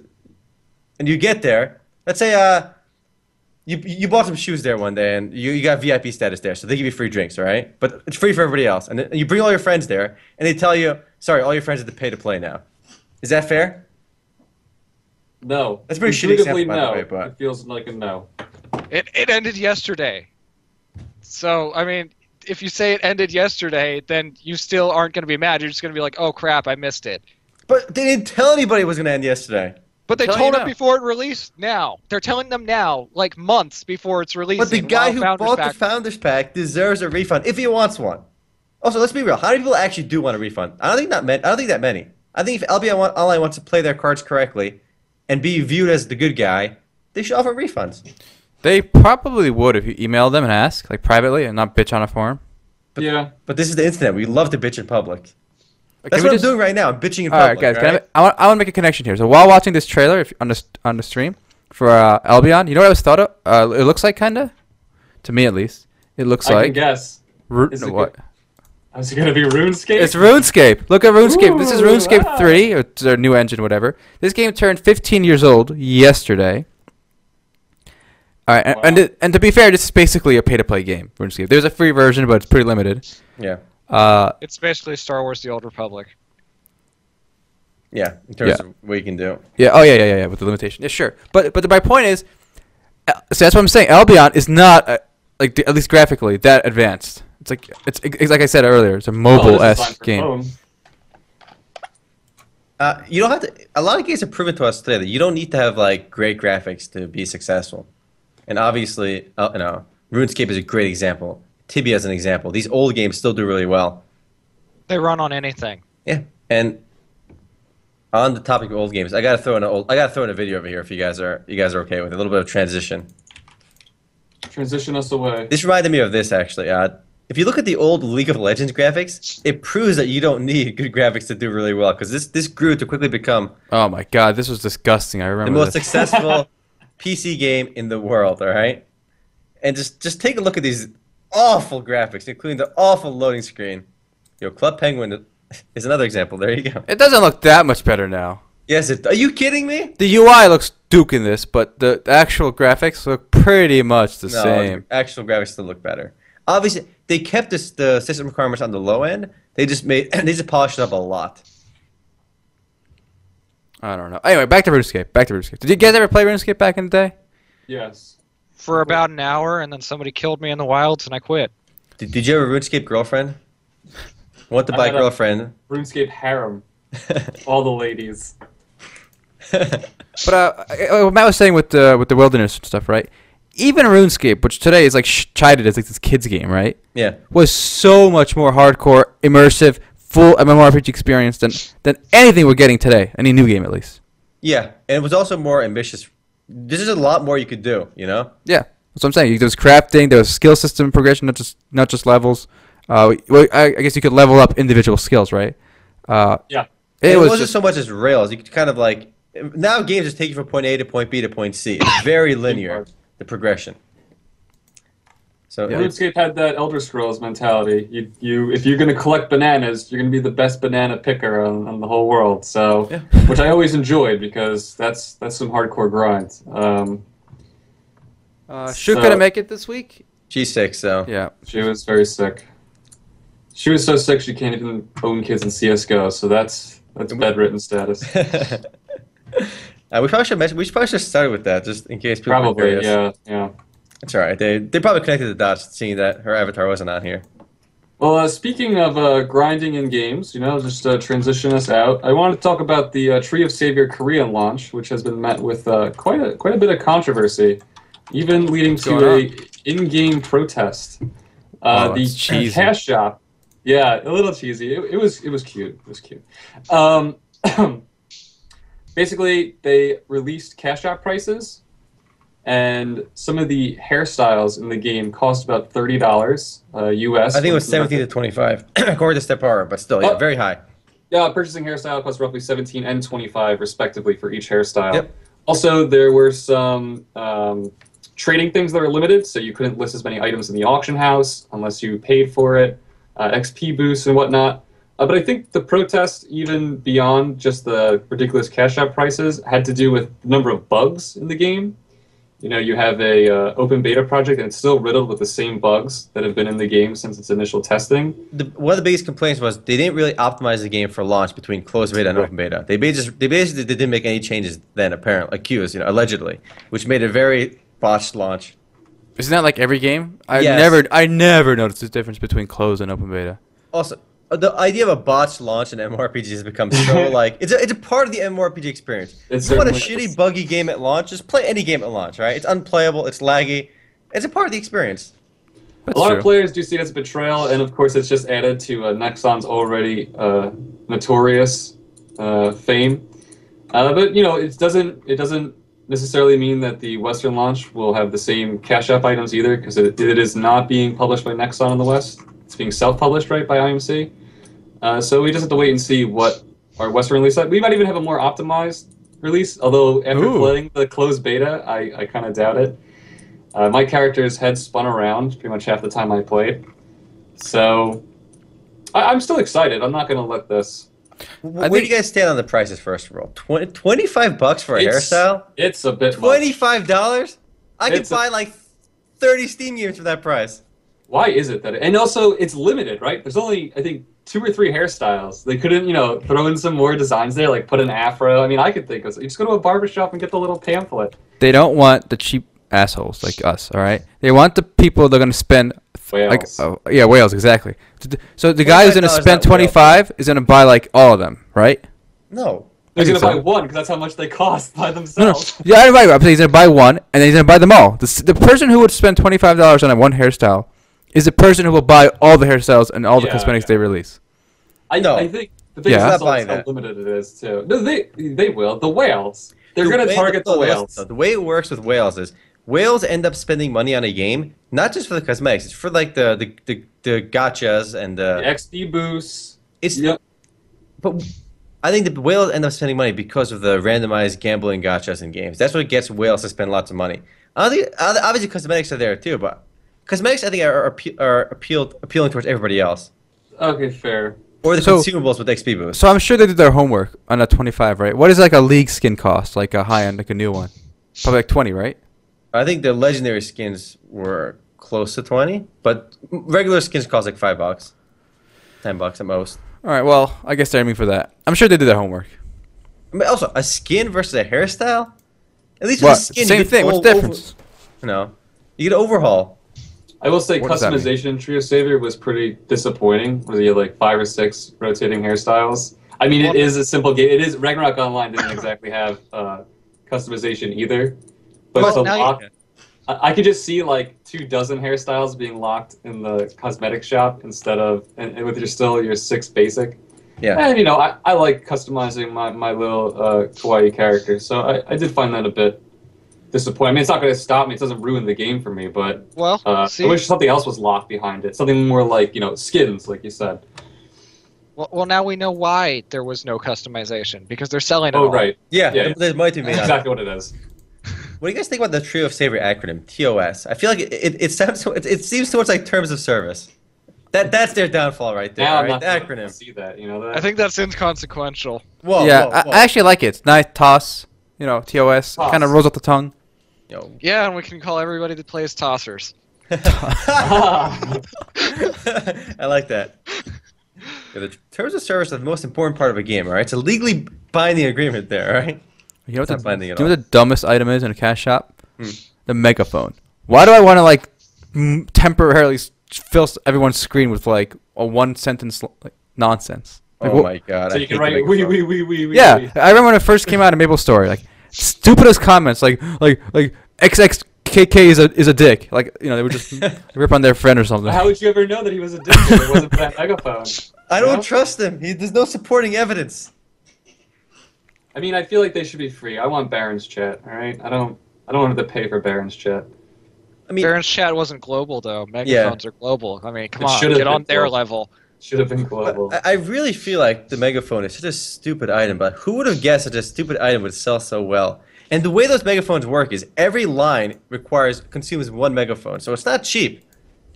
Speaker 2: and you get there. Let's say uh, you you bought some shoes there one day, and you, you got VIP status there, so they give you free drinks, all right? But it's free for everybody else, and, then- and you bring all your friends there, and they tell you, sorry, all your friends have to pay to play now. Is that fair?
Speaker 3: no.
Speaker 2: That's a pretty shitty
Speaker 3: Intuitively,
Speaker 2: example, by the
Speaker 3: no.
Speaker 2: way, but-
Speaker 3: It feels like a no.
Speaker 4: It it ended yesterday. So I mean, if you say it ended yesterday, then you still aren't going to be mad. You're just going to be like, "Oh crap, I missed it."
Speaker 2: But they didn't tell anybody it was going to end yesterday.
Speaker 4: But they
Speaker 1: Tell you
Speaker 4: told it
Speaker 1: now.
Speaker 4: before it released. Now they're telling them now, like months before it's released.
Speaker 2: But the guy who bought the Founders Pack deserves a refund if he wants one. Also, let's be real. How many people actually do want a refund? I don't think that many. I don't think that many. I think if LBI One- Online wants to play their cards correctly and be viewed as the good guy, they should offer refunds.
Speaker 1: they probably would if you emailed them and asked, like privately, and not bitch on a forum.
Speaker 3: yeah.
Speaker 2: But this is the internet. We love to bitch in public.
Speaker 1: Can
Speaker 2: That's
Speaker 1: we
Speaker 2: what
Speaker 1: just-
Speaker 2: I'm doing right now. I'm bitching in
Speaker 1: All right,
Speaker 2: public.
Speaker 1: guys.
Speaker 2: all
Speaker 1: Can
Speaker 2: right?
Speaker 1: I, I, want, I want to make a connection here. So while watching this trailer if, on the st- on the stream for uh, Albion, you know what I was thought of? Uh, it looks like kinda, to me at least, it looks
Speaker 3: I can
Speaker 1: like
Speaker 3: guess.
Speaker 1: Ru-
Speaker 3: Is
Speaker 1: no,
Speaker 3: it good?
Speaker 1: what?
Speaker 3: Is it gonna be RuneScape?
Speaker 1: It's RuneScape. Look at RuneScape. this is
Speaker 3: Ooh,
Speaker 1: RuneScape
Speaker 3: wow.
Speaker 1: 3, or it's their new engine, whatever. This game turned 15 years old yesterday. All right, and- and,
Speaker 3: Wow.
Speaker 1: it- and to be fair, this is basically a pay-to-play game. RuneScape. There's a free version, but it's pretty limited.
Speaker 2: Yeah,
Speaker 1: Uh,
Speaker 4: It's basically Star Wars: The Old Republic.
Speaker 2: yeah. In terms
Speaker 1: Yeah.
Speaker 2: of what you can do.
Speaker 1: yeah. Oh yeah, yeah, yeah, yeah. With the limitation. Yeah, sure. But but my point is, uh, so that's what I'm saying. Albion is not uh, like the, at least graphically that advanced. It's like it's, it's like I said earlier. It's a
Speaker 3: Oh,
Speaker 1: mobile
Speaker 3: this is fine
Speaker 1: s
Speaker 3: for
Speaker 1: game.
Speaker 3: phone.
Speaker 2: Uh, you don't have to. A lot of games have proven to us today that you don't need to have like great graphics to be successful. And obviously, uh, you know, RuneScape is a great example. Tibia is an example. These old games still do really well.
Speaker 4: They run on anything.
Speaker 2: Yeah. And on the topic of old games, I gotta throw in a old, I gotta throw in a video over here if you guys are you guys are okay with it. a little bit of transition.
Speaker 3: Transition us away.
Speaker 2: This reminded me of this actually. Uh, if you look at the old League of Legends graphics, it proves that you don't need good graphics to do really well because this this grew to quickly become
Speaker 1: Oh my god, this was disgusting. I
Speaker 2: the
Speaker 1: remember
Speaker 2: most
Speaker 1: this.
Speaker 2: successful PC game in the world. All right, and just just take a look at these awful graphics, including the awful loading screen. Yo, Club Penguin is another example. There you go.
Speaker 1: It doesn't look that much better now.
Speaker 2: Yes, it, are you kidding me?
Speaker 1: The UI looks duke in this, but the actual graphics look pretty much the
Speaker 2: No,
Speaker 1: same.
Speaker 2: actual graphics still look better. Obviously, they kept this, the system requirements on the low end. They just made they just polished it up a lot.
Speaker 1: I don't know. Anyway, back to RuneScape. Back to RuneScape. Did you guys ever play RuneScape back in the day?
Speaker 3: Yes.
Speaker 4: For about an hour, and then somebody killed me in the wilds, and I quit.
Speaker 2: Did, did you have a RuneScape girlfriend? Want to
Speaker 3: I
Speaker 2: buy
Speaker 3: had a-
Speaker 2: girlfriend?
Speaker 3: RuneScape harem. All the ladies.
Speaker 1: But uh, I- I- what Matt was saying with the with the wilderness and stuff, right? Even RuneScape, which today is like sh- chided as like this kids game, right,
Speaker 2: yeah.
Speaker 1: was so much more hardcore, immersive, full MMORPG experience than than anything we're getting today. Any new game, at least.
Speaker 2: Yeah, and it was also more ambitious. This is a lot more you could do, you know?
Speaker 1: Yeah, that's what I'm saying. There was crafting, there was skill system progression, not just not just levels. Uh, well, I, I guess you could level up individual skills, right? Uh,
Speaker 3: Yeah.
Speaker 1: it,
Speaker 2: It,
Speaker 1: was
Speaker 2: wasn't
Speaker 1: just,
Speaker 2: so much as rails. You could kind of like now games just take you from point A to point B to point C. It's very linear, the progression. So
Speaker 1: Yeah.
Speaker 2: it's-
Speaker 3: RuneScape had that Elder Scrolls mentality. You, you, if you're going to collect bananas, you're going to be the best banana picker on, on the whole world. So,
Speaker 2: Yeah.
Speaker 3: which I always enjoyed because that's that's some hardcore grind. Um,
Speaker 1: Uh, Shu
Speaker 3: So-
Speaker 1: couldn't make it this week.
Speaker 2: G6, so
Speaker 1: Yeah.
Speaker 3: she was very sick. She was so sick she can't even own kids in CS:GO. So that's that's bedridden status.
Speaker 2: Uh, we probably should mention. We should probably should start with that, just in case people. are
Speaker 3: Probably,
Speaker 2: curious.
Speaker 3: yeah, yeah.
Speaker 2: It's all right. They they probably connected the dots, seeing that her avatar wasn't on here.
Speaker 3: Well, uh, speaking of uh, grinding in games, you know, just uh, transition us out. I wanted to talk about the uh, Tree of Savior Korean launch, which has been met with uh, quite a quite a bit of controversy, even leading
Speaker 1: What's
Speaker 3: to
Speaker 1: going
Speaker 3: a in-game protest. Uh,
Speaker 1: Oh,
Speaker 3: the
Speaker 1: that's cheesy.
Speaker 3: cash shop, yeah, a little cheesy. It, it was it was cute. It was cute. Um, basically, they released cash shop prices and some of the hairstyles in the game cost about thirty dollars uh, U.S.
Speaker 2: I think it was 17 to 25, according to Stepara, but still, yeah,
Speaker 3: Oh.
Speaker 2: very high.
Speaker 3: Yeah, purchasing hairstyle costs roughly seventeen and twenty-five respectively for each hairstyle.
Speaker 2: Yep.
Speaker 3: Also, there were some um, trading things that are limited, so you couldn't list as many items in the auction house unless you paid for it, uh, XP boosts and whatnot. Uh, but I think the protest, even beyond just the ridiculous cash out prices, had to do with the number of bugs in the game. You know, you have a uh, open beta project, and it's still riddled with the same bugs that have been in the game since its initial testing.
Speaker 2: The, one of the biggest complaints was they didn't really optimize the game for launch between closed beta and open beta. They ba- just they basically didn't make any changes then, apparently, accused, you know, allegedly, which made a very botched launch.
Speaker 1: Isn't that like every game? I
Speaker 2: Yes.
Speaker 1: never, I never noticed the difference between closed and open beta.
Speaker 2: Also, uh, the idea of a botched launch in MMORPGs has become so like it's a, it's a part of the MMORPG experience.
Speaker 3: It
Speaker 2: you want a
Speaker 3: certainly is.
Speaker 2: shitty, buggy game at launch? Just play any game at launch, right? It's unplayable, it's laggy, it's a part of the experience.
Speaker 1: That's
Speaker 3: a lot
Speaker 1: true.
Speaker 3: of players do see it as a betrayal, and of course, it's just added to uh, Nexon's already uh, notorious uh, fame. Uh, but you know, it doesn't it doesn't necessarily mean that the Western launch will have the same cash app items either, because it, it is not being published by Nexon in the West. It's being self-published right by IMC. Uh, so we just have to wait and see what our Western release. We might even have a more optimized release, although after
Speaker 1: Ooh.
Speaker 3: playing the closed beta, I, I kind of doubt it. Uh, my character's head spun around pretty much half the time I played. So I, I'm still excited. I'm not going to let this.
Speaker 2: W-
Speaker 1: I
Speaker 2: Where do
Speaker 1: think-
Speaker 2: you guys stand on the prices, first of all? Twen- 25 bucks for a
Speaker 3: It's-
Speaker 2: hairstyle?
Speaker 3: It's a bit much.
Speaker 2: Twenty-five dollars? I could
Speaker 3: It's a-
Speaker 2: buy like thirty Steam games for that price.
Speaker 3: Why is it that? and also, it's limited, right? There's only, I think, two or three hairstyles. They couldn't, you know, throw in some more designs there, like put an afro. I mean, I could think of. You just go to a barber shop and get the little pamphlet.
Speaker 1: They don't want the cheap assholes like us. All right, they want the people that are gonna spend. th- Like,
Speaker 3: Whales.
Speaker 1: oh, yeah, whales exactly. So th- So the guy who's gonna
Speaker 2: $25
Speaker 1: spend
Speaker 2: not whale.
Speaker 1: twenty five is gonna buy like all of them, right?
Speaker 2: No.
Speaker 3: They're
Speaker 1: think
Speaker 3: gonna
Speaker 1: so.
Speaker 3: buy one because that's how much they cost by
Speaker 1: No, no.
Speaker 3: themselves.
Speaker 1: Yeah, I'm right. I'm saying he's gonna buy one, and then he's gonna buy them all. The, s- the person who would spend twenty five dollars on a one hairstyle is the person who will buy all the hairstyles and all the
Speaker 3: Yeah,
Speaker 1: cosmetics
Speaker 3: yeah.
Speaker 1: they release.
Speaker 3: I,
Speaker 2: No.
Speaker 3: I think the biggest
Speaker 1: Yeah.
Speaker 3: yeah,
Speaker 2: Not
Speaker 3: insult is
Speaker 2: buying
Speaker 3: how
Speaker 2: that.
Speaker 3: limited it is too. No, they they will. The whales. They're
Speaker 2: The
Speaker 3: gonna
Speaker 2: way-
Speaker 3: target the
Speaker 2: no, listen,
Speaker 3: whales.
Speaker 2: though, The way it works with whales is whales end up spending money on a game, not just for the cosmetics. It's for like the the, the, the gotchas and
Speaker 3: The
Speaker 2: the.
Speaker 3: XD boosts.
Speaker 2: It's
Speaker 3: Yep.
Speaker 2: but I think the whales end up spending money because of the randomized gambling gotchas in games. That's what gets whales to spend lots of money. I don't think ob- obviously cosmetics are there too, but cosmetics I think are are, appe- are appealed appealing towards everybody else.
Speaker 3: Okay, fair.
Speaker 2: Or the
Speaker 1: So-
Speaker 2: consumables with XP boost.
Speaker 1: So I'm sure they did their homework on a 25, right? What is like a league skin cost, like a high end, like a new one? Probably like 20, right?
Speaker 2: I think the legendary skins were close to twenty, but regular skins cost like five bucks, ten bucks at most.
Speaker 1: All right. Well, I guess they're aiming for that. I'm sure they did their homework.
Speaker 2: I mean, also a skin versus a hairstyle. At least
Speaker 1: What?
Speaker 2: with a skin,
Speaker 1: Same
Speaker 2: you could
Speaker 1: thing. What's
Speaker 2: o-
Speaker 1: the difference?
Speaker 2: Over, you know, you get overhaul.
Speaker 3: I will say
Speaker 1: What does that mean?
Speaker 3: customization in Trio Savior was pretty disappointing. Was he had like five or six rotating hairstyles? I mean, it is a simple game. It is Ragnarok Online didn't exactly have uh, customization either, but
Speaker 2: Well,
Speaker 3: to
Speaker 2: now you-
Speaker 3: lock, I, I could just see like two dozen hairstyles being locked in the cosmetic shop instead of and, and with your still your six basic.
Speaker 2: Yeah,
Speaker 3: And you know, I, I like customizing my, my little uh, kawaii character, so I, I did find that a bit disappointing. I mean, it's not going to stop me; it doesn't ruin the game for me, but.
Speaker 4: Well,
Speaker 3: Uh,
Speaker 4: see,
Speaker 3: I wish something else was locked behind it. Something more like, you know, skins, like you said.
Speaker 4: well, well, now we know why there was no customization because they're selling it.
Speaker 3: Oh,
Speaker 4: all.
Speaker 3: right.
Speaker 2: yeah.
Speaker 3: Yeah.
Speaker 2: There's money to be
Speaker 3: That's
Speaker 2: made. on it.
Speaker 3: exactly what it is.
Speaker 2: What do you guys think about the trio of savior acronym TOS? I feel like it, it, it sounds so, it, it seems so much like terms of service. That that's their downfall right there.
Speaker 3: Now
Speaker 2: all right?
Speaker 3: I'm not
Speaker 2: The
Speaker 3: gonna
Speaker 2: acronym.
Speaker 3: See that? You know that?
Speaker 4: I think that's inconsequential.
Speaker 2: Whoa,
Speaker 1: yeah,
Speaker 2: whoa, whoa.
Speaker 1: I, I actually like it. It's nice toss. You know, TOS
Speaker 3: Toss.
Speaker 1: kind of rolls off the tongue.
Speaker 2: Yo.
Speaker 4: Yeah, and we can call everybody that plays tossers.
Speaker 2: I like that. Yeah, the terms of service are the most important part of a game. All right, it's a legally binding agreement there. All right.
Speaker 1: You know what,
Speaker 2: Not
Speaker 1: the,
Speaker 2: binding at
Speaker 1: do you know
Speaker 2: all.
Speaker 1: what the dumbest item is in a cash shop?
Speaker 2: Hmm.
Speaker 1: The megaphone. Why do I want to like m- temporarily s- fill s- everyone's screen with like a one sentence l- like nonsense? Like,
Speaker 2: oh
Speaker 1: wha-
Speaker 2: my god.
Speaker 3: so
Speaker 2: I
Speaker 3: you can
Speaker 2: hate
Speaker 3: write
Speaker 2: the
Speaker 3: we
Speaker 2: microphone.
Speaker 3: we we we we.
Speaker 1: Yeah,
Speaker 3: we.
Speaker 1: I remember when it first came out in Maple Story, like stupidest comments, like like like XXKK is a is a dick. Like you know they would just rip on their friend or something.
Speaker 3: How would you ever know that he was addicted? if it wasn't for that megaphone.
Speaker 2: I don't
Speaker 3: No?
Speaker 2: trust him. He, there's no supporting evidence.
Speaker 3: I mean, I feel like they should be free. I want Baron's chat. All right, I don't. I don't want to pay for Baron's chat.
Speaker 2: I mean,
Speaker 4: Baron's chat wasn't global though. Megaphones are global. I mean, come
Speaker 3: It
Speaker 4: on,
Speaker 3: should've
Speaker 4: get
Speaker 3: been
Speaker 4: on their
Speaker 3: global.
Speaker 4: level.
Speaker 3: Should have been
Speaker 2: but uh,
Speaker 3: global.
Speaker 2: I, I really feel like the megaphone is such a stupid item. But who would have guessed such a stupid item would sell so well? And the way those megaphones work is every line requires consumes one megaphone, so it's not cheap.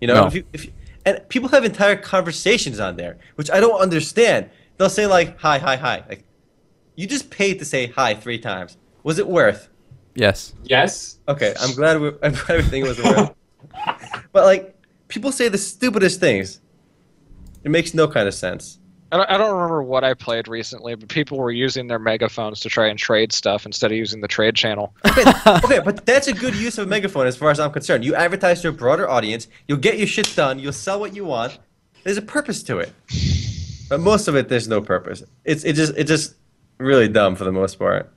Speaker 2: You know,
Speaker 1: No.
Speaker 2: if you, if you, and people have entire conversations on there, which I don't understand. They'll say like hi, hi, hi. Like, you just paid to say hi three times. Was it worth?
Speaker 1: Yes.
Speaker 3: Yes.
Speaker 2: Okay, I'm glad we I'm glad everything was aware. but like people say the stupidest things. It makes no kind of sense.
Speaker 4: I don't, I don't remember what I played recently, but people were using their megaphones to try and trade stuff instead of using the trade channel.
Speaker 2: Okay, okay, but that's a good use of a megaphone as far as I'm concerned. You advertise to a broader audience, you'll get your shit done, you'll sell what you want. There's a purpose to it. But most of it there's no purpose. It's it just it's just really dumb for the most part.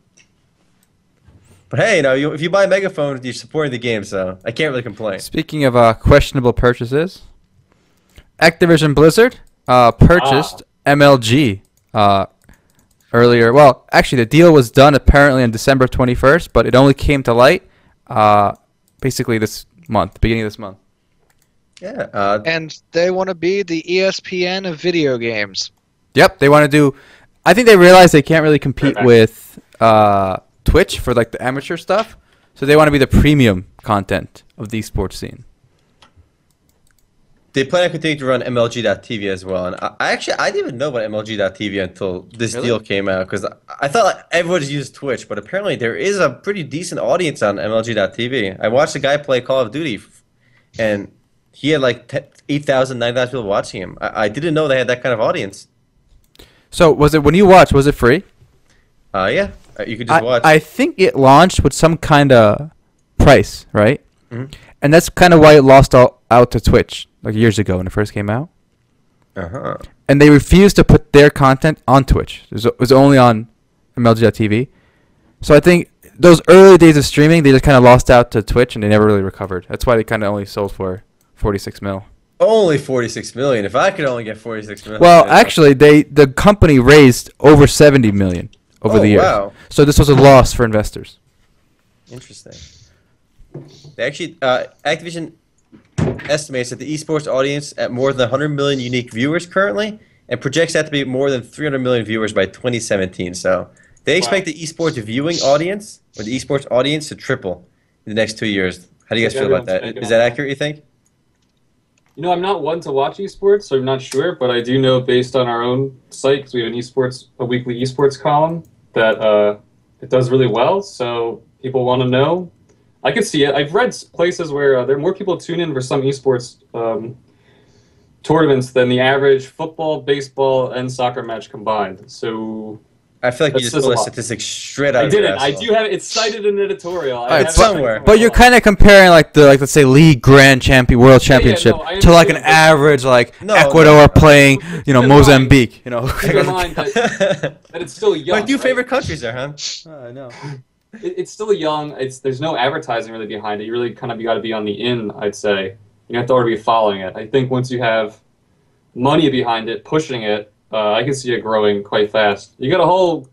Speaker 2: But hey, you know, you, if you buy megaphones, you're supporting the game, so I can't really complain.
Speaker 1: Speaking of uh, questionable purchases, Activision Blizzard uh, purchased MLG uh, earlier. Well, actually, the deal was done apparently on December 21st, but it only came to light uh, basically this month, beginning of this month.
Speaker 2: Yeah, uh,
Speaker 4: And they want to be the E ESPN of video games.
Speaker 1: Yep, they want to do. I think they realize they can't really compete
Speaker 3: Right.
Speaker 1: with uh, Twitch for like the amateur stuff, so they want to be the premium content of the esports scene.
Speaker 2: They plan on continuing to run MLG.TV as well, and I, I actually I didn't even know about MLG.TV until this
Speaker 1: Really?
Speaker 2: deal came out because I, I thought like, everyone just used Twitch, but apparently there is a pretty decent audience on MLG.TV. I watched a guy play Call of Duty, f- and he had like te- 8,000, 9,000 people watching him. I, I didn't know they had that kind of audience.
Speaker 1: So, was it when you watched? Was it free?
Speaker 2: Uh, yeah, uh, you could just
Speaker 1: I,
Speaker 2: watch.
Speaker 1: I think it launched with some kind of price, right?
Speaker 2: Mhm.
Speaker 1: And that's kind of why it lost all, out to Twitch like years ago when it first came out.
Speaker 2: uh-huh.
Speaker 1: And they refused to put their content on Twitch. It was, it was only on MLG.TV. So I think those early days of streaming, they just kind of lost out to Twitch and they never really recovered. That's why they kind of only sold for 46 mil.
Speaker 2: Only 46 million. If I could only get 46 million.
Speaker 1: Well, actually, they the company raised over 70 million over
Speaker 2: Oh,
Speaker 1: the years.
Speaker 2: wow.
Speaker 1: So this was a loss for investors.
Speaker 2: Interesting. They actually, uh, Activision estimates that the esports audience at more than 100 million unique viewers currently, and projects that to be more than 300 million viewers by 2017. So they expect the esports viewing audience or the esports audience to triple in the next two years. How do you guys
Speaker 3: Yeah,
Speaker 2: feel about that?
Speaker 3: everyone's
Speaker 2: Is that accurate? You think?
Speaker 3: You know, I'm not one to watch esports, so I'm not sure, but I do know based on our own site, because we have an esports, a weekly esports column, that uh, it does really well. So people want to know. I could see it. I've read s- places where uh, there are more people tune in for some esports um, tournaments than the average football, baseball, and soccer match combined. So
Speaker 2: I feel like
Speaker 3: That
Speaker 2: you just
Speaker 3: says a
Speaker 2: pulled a
Speaker 3: lot.
Speaker 2: statistic straight out.
Speaker 3: I
Speaker 2: of your
Speaker 3: didn't. I
Speaker 2: asshole.
Speaker 3: do have it's cited in an editorial. I
Speaker 1: Alright,
Speaker 3: have it
Speaker 2: but-
Speaker 3: somewhere.
Speaker 1: But you're kind of comparing like the like let's say league grand champion world championship
Speaker 3: no, I
Speaker 1: to like an
Speaker 3: understand, but-
Speaker 1: average like
Speaker 2: No,
Speaker 1: Ecuador
Speaker 2: no, no.
Speaker 1: playing you know
Speaker 3: Keep in mind-
Speaker 1: Mozambique you know.
Speaker 3: Keep in mind that, that it's still young.
Speaker 2: My two
Speaker 3: right?
Speaker 2: favorite countries are, huh?
Speaker 3: it, it's still young. It's there's no advertising really behind it. You really kind of got to be on the in. I'd say you have to already be following it. I think once you have money behind it, pushing it, uh, I can see it growing quite fast. You got a whole,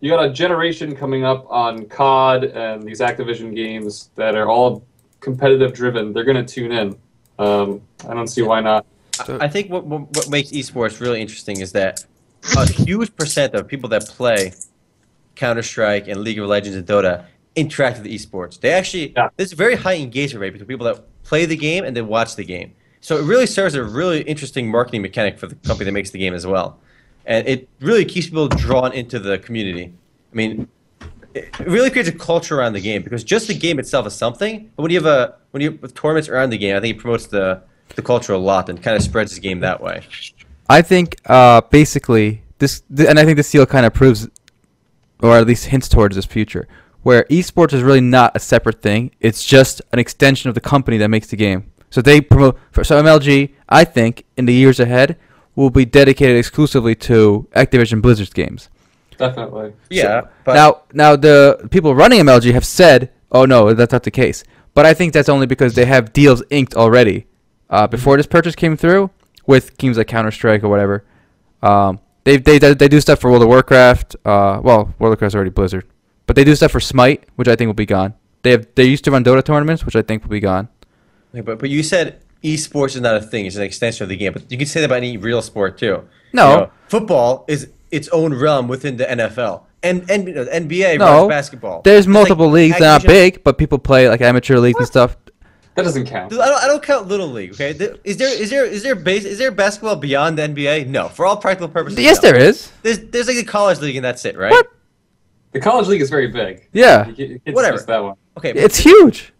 Speaker 3: you got a generation coming up on COD and these Activision games that are all competitive driven. They're gonna tune in. Um, I don't see why not.
Speaker 1: So-
Speaker 2: I think what, what what makes esports really interesting is that a huge percent of people that play Counter Strike and League of Legends and Dota interact with esports. They actually
Speaker 3: Yeah.
Speaker 2: there's a very high engagement rate between people that play the game and then watch the game. So it really serves a really interesting marketing mechanic for the company that makes the game as well, and it really keeps people drawn into the community. I mean, it it really creates a culture around the game because just the game itself is something. But when you have a when you have tournaments around the game, I think it promotes the the culture a lot and kind of spreads the game that way.
Speaker 1: I think uh, basically this, th- and I think this deal kind of proves, or at least hints towards this future, where esports is really not a separate thing. It's just an extension of the company that makes the game. So they promote. For, so MLG, I think, in the years ahead, will be dedicated exclusively to Activision Blizzard's games.
Speaker 3: Definitely.
Speaker 2: Yeah, but
Speaker 1: now, now the people running MLG have said, "Oh no, that's not the case." But I think that's only because they have deals inked already uh, before this purchase came through with games like Counter Strike or whatever. Um, they, they they do stuff for World of Warcraft. Uh, well, World of Warcraft's already Blizzard, but they do stuff for Smite, which I think will be gone. They have they used to run Dota tournaments, which I think will be gone.
Speaker 2: Okay, but but you said esports is not a thing; it's an extension of the game. But you can say that about any real sport too.
Speaker 1: No.
Speaker 2: You know, football is its own realm within the NFL, and and you know, the NBA
Speaker 1: No,
Speaker 2: runs basketball.
Speaker 1: There's
Speaker 2: It's like
Speaker 1: multiple leagues. They're not
Speaker 2: Activision-
Speaker 1: big, but people play like amateur leagues and stuff.
Speaker 3: That doesn't count.
Speaker 2: I don't, I don't count little league. Okay, Th- is there is there is there base is there basketball beyond the NBA? No, for all practical purposes.
Speaker 1: Yes,
Speaker 2: no.
Speaker 1: there is.
Speaker 2: There's there's like a college league and that's it, right?
Speaker 1: What?
Speaker 3: The college league is very big.
Speaker 1: Yeah,
Speaker 3: You get- you get
Speaker 2: Whatever.
Speaker 3: just That one.
Speaker 2: Okay,
Speaker 1: it's huge.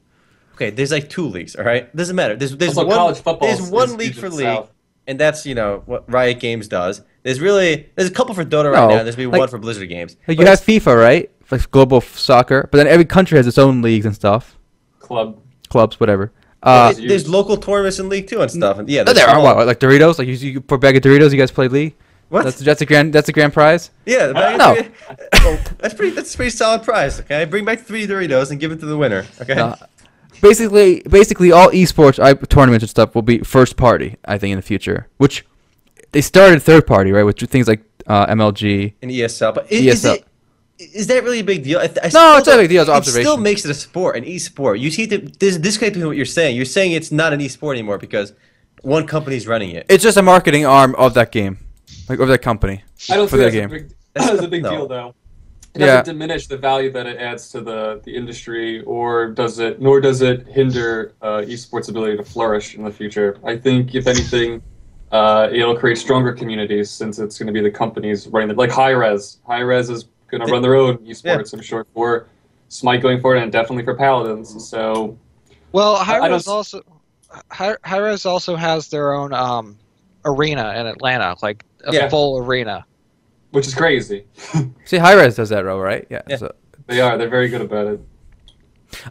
Speaker 2: okay. There's like two leagues. All right, doesn't matter. There's there's
Speaker 3: Also,
Speaker 2: one
Speaker 3: college football
Speaker 2: there's
Speaker 3: is-
Speaker 2: one
Speaker 3: is
Speaker 2: league
Speaker 3: huge
Speaker 2: for
Speaker 3: in the
Speaker 2: league,
Speaker 3: South.
Speaker 2: and that's you know what Riot Games does. There's really there's a couple for Dota right
Speaker 1: No,
Speaker 2: now. There's maybe
Speaker 1: like-
Speaker 2: one for Blizzard games.
Speaker 1: Like
Speaker 2: But
Speaker 1: you have FIFA, right? Like global f- soccer, but then every country has its own leagues and stuff,
Speaker 3: Club.
Speaker 1: clubs, whatever.
Speaker 2: Yeah,
Speaker 1: Uh,
Speaker 2: there's- there's local tournaments in League Two and stuff. And yeah,
Speaker 1: no,
Speaker 2: there's
Speaker 1: there are
Speaker 2: small-
Speaker 1: what, like Doritos. Like you, you for a bag of Doritos, you guys play league.
Speaker 2: What?
Speaker 1: That's that's a grand that's a grand prize.
Speaker 2: yeah, the bag
Speaker 1: No.
Speaker 2: of Doritos- Oh, that's pretty. That's a pretty solid prize. Okay, bring back three Doritos and give it to the winner. Okay,
Speaker 1: Uh, basically, basically all esports I, tournaments and stuff will be first party. I think in the future, which they started third party, right? With things like uh, MLG.
Speaker 2: in ESL, but is,
Speaker 1: ESL.
Speaker 2: is it? Is that really a big deal? I, th- I
Speaker 1: E No,
Speaker 2: still
Speaker 1: it's not a big deal, it's
Speaker 2: don't- It still
Speaker 1: observation.
Speaker 2: makes it a sport, an e-sport. You see, the, this disconnect between what you're saying. You're saying it's not an e-sport anymore because one company's running it.
Speaker 1: It's just a marketing arm of that game, like of that company.
Speaker 3: I don't
Speaker 1: For their
Speaker 3: think that's
Speaker 1: game.
Speaker 3: a big,
Speaker 2: That's
Speaker 3: that's a
Speaker 2: not-
Speaker 3: big
Speaker 2: no.
Speaker 3: deal, though. It
Speaker 1: Yeah.
Speaker 3: doesn't diminish the value that it adds to the, the industry, or does it? Nor does it hinder uh, esports' ability to flourish in the future. I think, if anything, uh, it'll create stronger communities since it's going to be the companies running the like high res. High res is going to run their own esports. I'm sure for Smite going forward, and definitely for Paladins. So
Speaker 4: Well,
Speaker 3: I don't
Speaker 4: Hyros
Speaker 3: s-
Speaker 4: also Hy- Hyros also has their own um, arena in Atlanta, like a
Speaker 3: Yeah.
Speaker 4: full arena.
Speaker 3: which is crazy.
Speaker 1: See, High Res does that, though, right? Yeah.
Speaker 2: Yeah.
Speaker 1: So.
Speaker 3: They are. They're very good about it.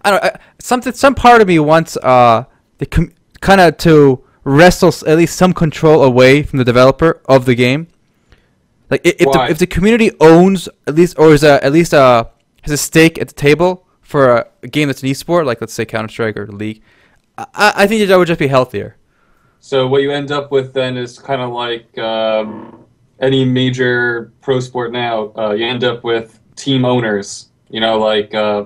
Speaker 1: I don't. I, something. Some part of me wants uh the com- kind of to wrestle s- at least some control away from the developer of the game. Like i- if the,
Speaker 3: Why?
Speaker 1: if the community owns at least or is a, at least uh has a stake at the table for a, a game that's an esport, like let's say Counter Strike or League, I, I I think that would just be healthier.
Speaker 3: So what you end up with then is kind of like um, any major pro sport now. Uh, you end up with team owners. You know, like uh,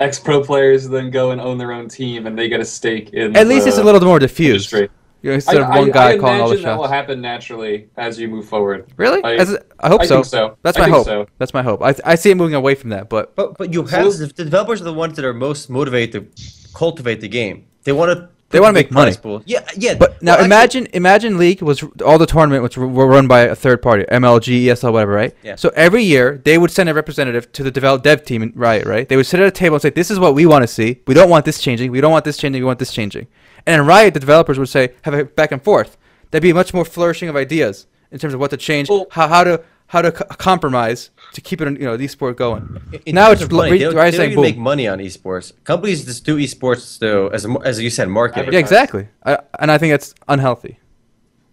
Speaker 3: ex pro players then go and own their own team, and they get a stake in.
Speaker 1: At least
Speaker 3: the
Speaker 1: it's a little more diffused.
Speaker 3: Mm. industry.
Speaker 1: You know,
Speaker 3: I,
Speaker 1: instead of
Speaker 3: I-
Speaker 1: one guy
Speaker 3: I
Speaker 1: calling all the
Speaker 3: imagine that will
Speaker 1: shots.
Speaker 3: happen naturally as you move forward.
Speaker 1: Really?
Speaker 3: I-
Speaker 1: As- I hope
Speaker 3: I
Speaker 1: so.
Speaker 3: think so.
Speaker 1: That's
Speaker 3: I
Speaker 1: my
Speaker 3: think
Speaker 1: hope.
Speaker 3: so.
Speaker 1: That's my hope. I, I see it moving away from that, but
Speaker 2: But but you
Speaker 3: So-
Speaker 2: have the developers are the ones that are most motivated to cultivate the game. They want to.
Speaker 1: They wanna make money.
Speaker 2: Pool. Yeah, yeah.
Speaker 1: But now
Speaker 2: well, actually-
Speaker 1: imagine, imagine league was all the tournament was were run by a third party, MLG, ESL, E whatever, right?
Speaker 2: Yeah.
Speaker 1: So every year they would send a representative to the develop dev team, in Riot, right? They would sit at a table and say, "This is what we want to see. We don't want this changing. We don't want this changing. We want this changing." And in Riot, the developers would say, "Have a back and forth." That'd be much more flourishing of ideas in terms of what to change,
Speaker 3: Well-
Speaker 1: how, how to how to c- compromise to keep it, you know, the sport going.
Speaker 2: in
Speaker 1: now
Speaker 2: terms
Speaker 1: it's
Speaker 2: of money,
Speaker 1: re-
Speaker 2: they don't,
Speaker 1: Riot
Speaker 2: they don't
Speaker 1: saying,
Speaker 2: even
Speaker 1: "Boom."
Speaker 2: make money on esports. Companies just do esports to as a- as you said marketing.
Speaker 1: yeah, exactly. I, and I think that's unhealthy.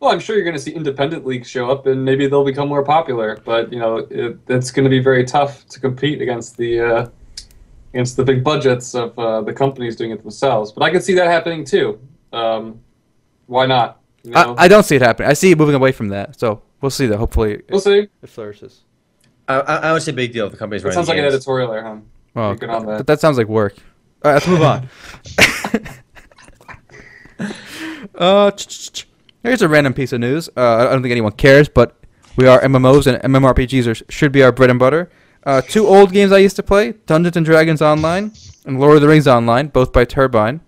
Speaker 3: Well, I'm sure you're going to see independent leagues show up, and maybe they'll become more popular. But you know, it, it's going to be very tough to compete against the uh, against the big budgets of uh, the companies doing it themselves. But I could see that happening too. Um, why not? You know?
Speaker 1: I, I don't see it happening. I see it moving away from that. So we'll see. That hopefully
Speaker 3: we'll see.
Speaker 1: It flourishes.
Speaker 2: I, I, I would say big deal if the companies
Speaker 3: It
Speaker 2: running.
Speaker 3: sounds
Speaker 2: the
Speaker 3: like an
Speaker 2: games.
Speaker 3: editorial there, huh?
Speaker 1: Well,
Speaker 3: Working on
Speaker 1: that.
Speaker 3: that.
Speaker 1: that sounds like work. All right, let's move on. uh, ch- ch- ch- here's a random piece of news. Uh, I don't think anyone cares, but we are MMOs and MMORPGs are, should be our bread and butter. Uh, two old games I used to play: Dungeons and Dragons Online and Lord of the Rings Online, both by Turbine.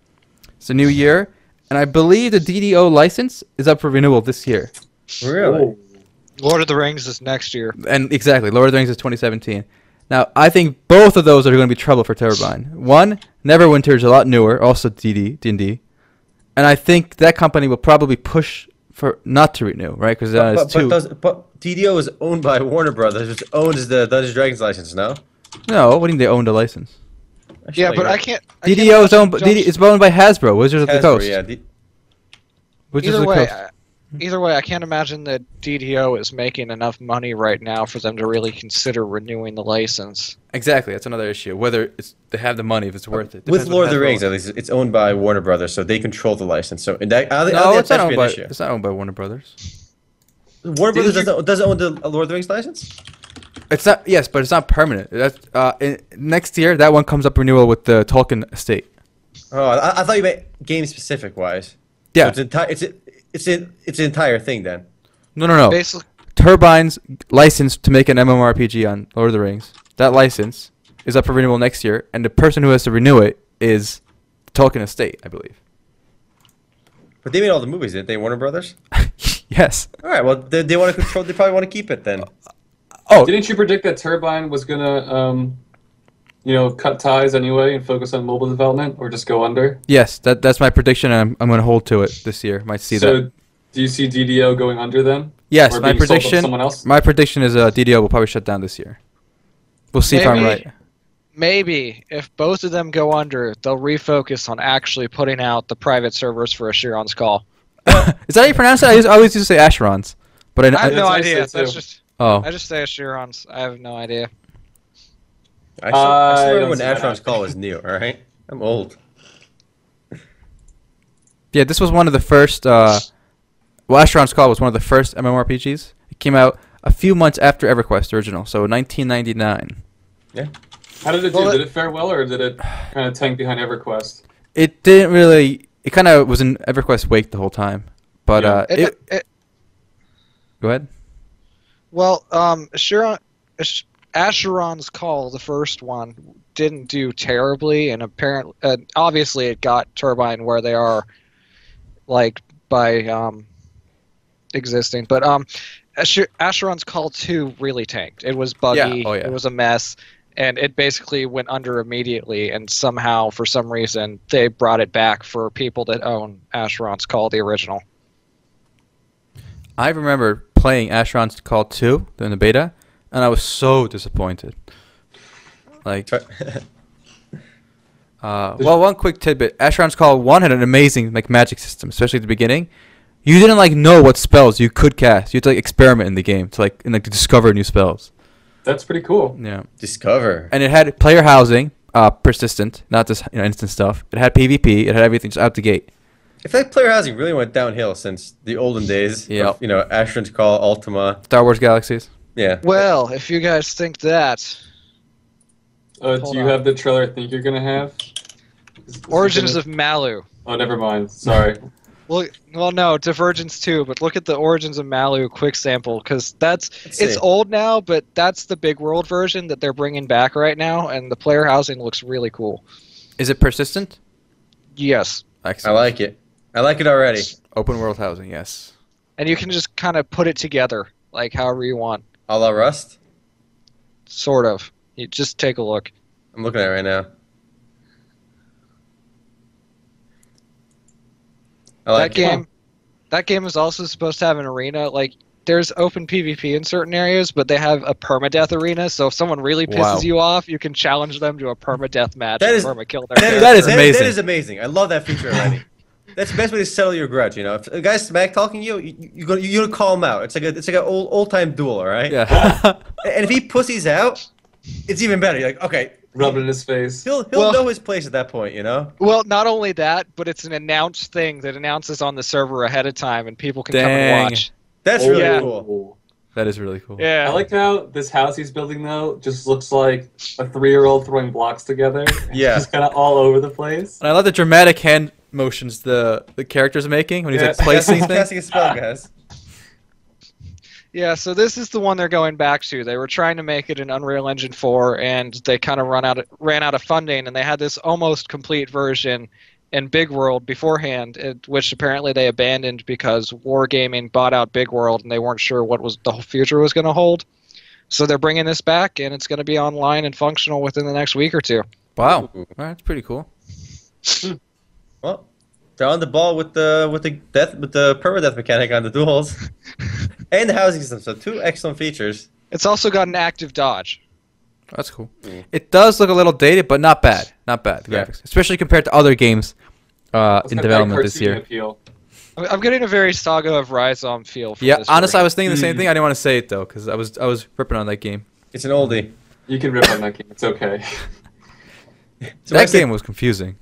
Speaker 1: It's a new year, and I believe the DDO license is up for renewal this year.
Speaker 2: Really?
Speaker 3: Oh.
Speaker 4: Lord of the Rings is next year.
Speaker 1: And exactly, Lord of the Rings is 2017. Now, I think both of those are going to be trouble for Turbine. One, Neverwinter is a lot newer, also DD, D&D. And I think that company will probably push for not to renew, right? Because uh,
Speaker 2: But,
Speaker 1: it's
Speaker 2: but,
Speaker 1: too.
Speaker 2: but, does, but DDO is owned by Warner Brothers, which owns the Dungeons and Dragons license, no?
Speaker 1: no, what do you mean they owned a license?
Speaker 2: Actually,
Speaker 4: Yeah,
Speaker 2: no,
Speaker 4: but
Speaker 2: you're
Speaker 4: I
Speaker 3: uh,
Speaker 2: right.
Speaker 4: can't. I can't
Speaker 1: DDO is
Speaker 4: imagine
Speaker 1: owned, by- DD,
Speaker 4: Josh-
Speaker 1: it's owned by Hasbro, Wizards of the
Speaker 2: Hasbro,
Speaker 1: Coast.
Speaker 2: yeah, D-
Speaker 1: Wizards of
Speaker 4: either
Speaker 1: the
Speaker 4: way,
Speaker 1: Coast.
Speaker 4: I- either way, I can't imagine that DDO is making enough money right now for them to really consider renewing the license.
Speaker 1: Exactly, that's another issue. Whether it's, they have the money, if it's worth it.
Speaker 2: with
Speaker 1: Depends
Speaker 2: Lord
Speaker 1: what
Speaker 2: of the
Speaker 1: Hasbro
Speaker 2: Rings,
Speaker 1: owns.
Speaker 2: at least it's owned by Warner Brothers, so they control the license. So and that, I don't think- I
Speaker 1: No,
Speaker 2: don't
Speaker 1: it's not,
Speaker 2: think that
Speaker 1: owned
Speaker 2: should
Speaker 1: by,
Speaker 2: be an issue.
Speaker 1: it's not owned by Warner Brothers.
Speaker 2: Warner Brothers
Speaker 4: you-
Speaker 2: doesn't, doesn't own the uh, Lord of the Rings license.
Speaker 1: It's not yes, but it's not permanent. That's uh, in, next year that one comes up renewal with the Tolkien estate.
Speaker 2: Oh, I, I thought you meant game specific wise.
Speaker 1: Yeah,
Speaker 2: So it's enti- it's it's an, it's an entire thing then.
Speaker 1: no, no, no.
Speaker 4: Basically,
Speaker 1: Turbine's license to make an MMORPG on Lord of the Rings. That license is up for renewal next year, and the person who has to renew it is Tolkien estate, I believe.
Speaker 2: But they made all the movies, didn't they, Warner Brothers?
Speaker 1: yes.
Speaker 2: All right, well they, they want to control. They probably want to keep it then.
Speaker 1: Oh,
Speaker 3: Didn't you predict that Turbine was gonna, um, you know, cut ties anyway and focus on mobile development or just go under?
Speaker 1: yes. That that's my prediction, and I'm I'm gonna hold to it this year. Might see
Speaker 3: so,
Speaker 1: that.
Speaker 3: do you see DDO going under then?
Speaker 1: Yes,
Speaker 3: or
Speaker 1: my
Speaker 3: being sold to
Speaker 1: prediction.
Speaker 3: Someone else.
Speaker 1: My prediction is uh, DDO will probably shut down this year. We'll see if I'm
Speaker 4: Maybe.
Speaker 1: right.
Speaker 4: maybe if both of them go under, they'll refocus on actually putting out the private servers for Asheron's Call.
Speaker 1: is that how you pronounce it? I, used, I always used to say Asheron's, but I,
Speaker 4: I have
Speaker 1: I-
Speaker 4: no
Speaker 3: That's what I
Speaker 4: idea.
Speaker 3: say,
Speaker 4: That's
Speaker 3: too.
Speaker 4: just
Speaker 1: oh.
Speaker 4: I just say Asheron's. I have no idea.
Speaker 1: Uh,
Speaker 2: I still, I still
Speaker 3: I
Speaker 2: remember
Speaker 3: don't
Speaker 2: when
Speaker 3: see that
Speaker 2: Astron's Call was new. All right, I'm old.
Speaker 1: Yeah, this was one of the first. Uh, well, Astron's Call was one of the first MMORPGs. It came out a few months after EverQuest original, so 1999.
Speaker 3: How did it do?
Speaker 4: Well,
Speaker 3: did it fare well or did it kind of tank behind EverQuest?
Speaker 1: It didn't really. It kind of was in EverQuest wake the whole time, but
Speaker 3: Yeah.
Speaker 1: uh,
Speaker 4: It,
Speaker 1: it,
Speaker 4: it,
Speaker 1: go ahead.
Speaker 4: well, um, Asheron, Ash- Asheron's Call, the first one, didn't do terribly, and apparently, uh, obviously, it got Turbine where they are, like by um, existing. But um, Asher- Asheron's Call two really tanked. It was buggy.
Speaker 1: oh, yeah.
Speaker 4: It was a mess. And it basically went under immediately, and somehow, for some reason, they brought it back for people that own Asheron's Call, the original.
Speaker 1: I remember playing Astron's Call 2 during the beta, and I was so disappointed. Like,
Speaker 2: Try-
Speaker 1: Uh, well, one quick tidbit: Asheron's Call One had an amazing like magic system, especially at the beginning. You didn't like know what spells you could cast. You had to like experiment in the game to like and like to discover new spells.
Speaker 3: That's pretty cool.
Speaker 1: Yeah,
Speaker 2: Discover.
Speaker 1: and it had player housing, uh, persistent, not just you know instant stuff. It had PvP. It had everything just out the gate.
Speaker 2: I feel like player housing really went downhill since the olden days.
Speaker 1: Yeah.
Speaker 2: of, You know, Astron's Call, Ultima.
Speaker 1: Star Wars Galaxies.
Speaker 2: Yeah.
Speaker 4: Well, if you guys think that,
Speaker 3: Uh,
Speaker 4: Hold
Speaker 3: do you
Speaker 4: on.
Speaker 3: have the trailer I think you're going to have? Is- is it
Speaker 4: Origins
Speaker 3: gonna-
Speaker 4: of Malu.
Speaker 3: Oh, never mind. Sorry.
Speaker 4: Well, well, no, Divergence too. But look at the Origins of Malu quick sample because that's
Speaker 2: Let's
Speaker 4: it's
Speaker 2: see.
Speaker 4: old now, but that's the big world version that they're bringing back right now, and the player housing looks really cool.
Speaker 1: Is it persistent?
Speaker 4: Yes,
Speaker 2: I
Speaker 1: Excellent.
Speaker 2: like it. I like it already.
Speaker 1: open world housing. Yes.
Speaker 4: and you can just kind of put it together like however you want,
Speaker 2: A la Rust.
Speaker 4: sort of. You just take a look.
Speaker 2: I'm looking at it right now. I like
Speaker 4: that
Speaker 2: it.
Speaker 4: game, that game is also supposed to have an arena. Like there's open PvP in certain areas, but they have a permadeath arena. So if someone really pisses
Speaker 1: Wow.
Speaker 4: you off, you can challenge them to a permadeath match
Speaker 2: That
Speaker 4: and
Speaker 2: is-
Speaker 4: permakill their.
Speaker 2: That is,
Speaker 4: character.
Speaker 1: That is amazing.
Speaker 2: That is amazing. I love that feature already. That's the best way to settle your grudge. You know, if a guy's smack talking you, you you gonna you gonna call him out. It's like a it's like an old old time duel, all right?
Speaker 1: Yeah.
Speaker 2: And if he pussies out, it's even better. You're like, okay,
Speaker 3: Rub it in his face.
Speaker 2: he'll he'll
Speaker 4: Well-
Speaker 2: know his place at that point. You know.
Speaker 4: Well, not only that, but it's an announced thing that announces on the server ahead of time, and people can come
Speaker 1: Dang.
Speaker 4: and watch.
Speaker 2: That's
Speaker 3: Oh,
Speaker 2: really
Speaker 4: Yeah.
Speaker 2: cool.
Speaker 1: that is really cool.
Speaker 4: Yeah,
Speaker 3: I like how this house he's building though just looks like a three-year-old throwing blocks together.
Speaker 2: Yeah.
Speaker 3: just kind of all over the place.
Speaker 1: And I love the dramatic hand motions the the characters making when he's
Speaker 3: Yeah.
Speaker 1: like placing
Speaker 2: Casting-
Speaker 1: things.
Speaker 2: casting a spell, guys.
Speaker 4: Yeah, so this is the one they're going back to. They were trying to make it an Unreal Engine 4, and they kind of run out of, ran out of funding, and they had this almost complete version in Big World beforehand, it, which apparently they abandoned because Wargaming bought out Big World, and they weren't sure what was the future was going to hold. So they're bringing this back, and it's going to be online and functional within the next week or two.
Speaker 1: Wow,
Speaker 2: Ooh.
Speaker 1: that's pretty cool.
Speaker 2: Well, they're on the ball with the with the death with the permadeath mechanic on the duels, and the housing system. So two excellent features.
Speaker 4: It's also got an active dodge.
Speaker 1: That's cool. It does look a little dated, but not bad. Not bad. The
Speaker 2: Yeah.
Speaker 1: graphics, especially compared to other games uh,
Speaker 3: It's
Speaker 1: in
Speaker 3: got that
Speaker 1: development this
Speaker 3: cartoony
Speaker 1: year.
Speaker 3: Appeal.
Speaker 4: I'm- I'm getting a very Saga of Rhizome feel. From
Speaker 1: Yeah,
Speaker 4: this
Speaker 1: honestly, I
Speaker 4: version.
Speaker 1: was thinking the same
Speaker 3: Mm.
Speaker 1: thing. I didn't want to say it though, because I was I was ripping on that game.
Speaker 2: It's an oldie.
Speaker 3: You can rip on that game. It's okay.
Speaker 2: So
Speaker 1: that game was confusing.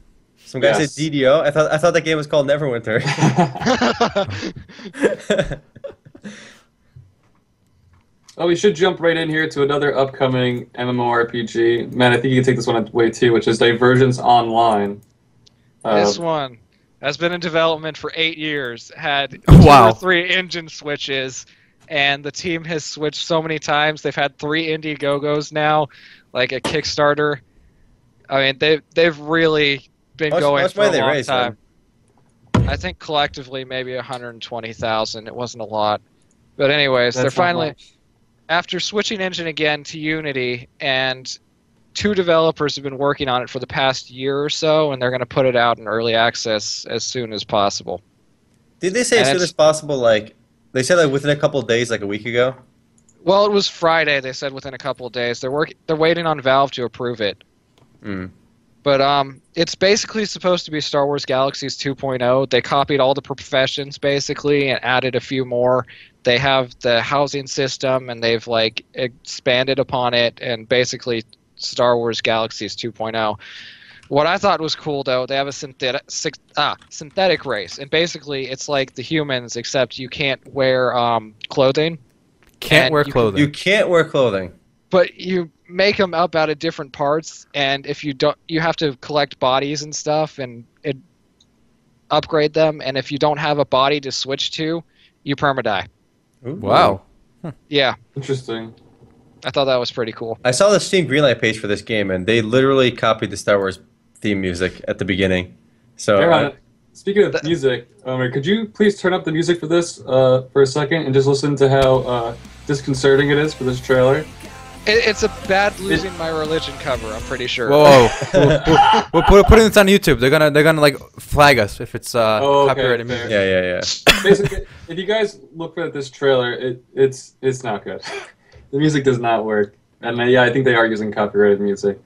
Speaker 2: Some guy
Speaker 3: Yes.
Speaker 2: said DDO. I thought I thought that game was called Neverwinter.
Speaker 3: oh, we should jump right in here to another upcoming MMORPG. Man, I think you can take this one away too, which is Divergence Online. Uh,
Speaker 4: This one has been in development for eight years, had
Speaker 1: Wow.
Speaker 4: two or three engine switches, and the team has switched so many times. They've had three Indiegogos now, like a Kickstarter. I mean, they they've really been
Speaker 2: How much- how
Speaker 4: going
Speaker 2: much
Speaker 4: for a
Speaker 2: money they
Speaker 4: long
Speaker 2: raised,
Speaker 4: time. I think collectively maybe 120,000. It wasn't a lot, but anyways,
Speaker 3: that's
Speaker 4: they're
Speaker 3: not
Speaker 4: finally
Speaker 3: much.
Speaker 4: after switching engine again to Unity, and two developers have been working on it for the past year or so, and they're going to put it out in early access as soon as possible.
Speaker 2: Did they say
Speaker 4: And
Speaker 2: as soon
Speaker 4: it's-
Speaker 2: as possible? Like they said, like within a couple of days, like a week ago.
Speaker 4: Well, it was Friday. They said within a couple of days. They're work- They're waiting on Valve to approve it.
Speaker 2: Mm.
Speaker 4: But um, it's basically supposed to be Star Wars Galaxies 2.0. They copied all the professions basically and added a few more. They have the housing system and they've like expanded upon it and basically Star Wars Galaxies 2.0. What I thought was cool though, they have a synthetic ah, synthetic race and basically it's like the humans except you can't wear um, clothing
Speaker 1: Can't
Speaker 4: And
Speaker 1: wear
Speaker 4: you can-
Speaker 1: clothing.
Speaker 2: You can't wear clothing.
Speaker 4: but you make them up out of different parts and if you don't you have to collect bodies and stuff and it, upgrade them and if you don't have a body to switch to you permadie
Speaker 2: Ooh.
Speaker 1: wow.
Speaker 4: yeah
Speaker 3: Interesting.
Speaker 4: i thought that was pretty cool
Speaker 2: I saw the Steam Greenlight page for this game, and they literally copied the Star Wars theme music at the beginning. So
Speaker 3: Aaron,
Speaker 2: uh,
Speaker 3: speaking of
Speaker 4: Th-
Speaker 3: music, Omer, could you please turn up the music for this uh, for a second and just listen to how uh, disconcerting it is for this trailer?
Speaker 4: it, it's a bad losing my religion cover i'm pretty sure
Speaker 1: Whoa, whoa. we're, we're, we're putting this on YouTube. They're gonna they're gonna like flag us if it's uh,
Speaker 3: Oh, okay,
Speaker 1: copyrighted
Speaker 3: fair.
Speaker 1: music.
Speaker 2: yeah, yeah, yeah.
Speaker 3: Basically, if you guys look at this trailer, it, it's it's not good. the music does not work, and uh, yeah, I think they are using copyrighted music.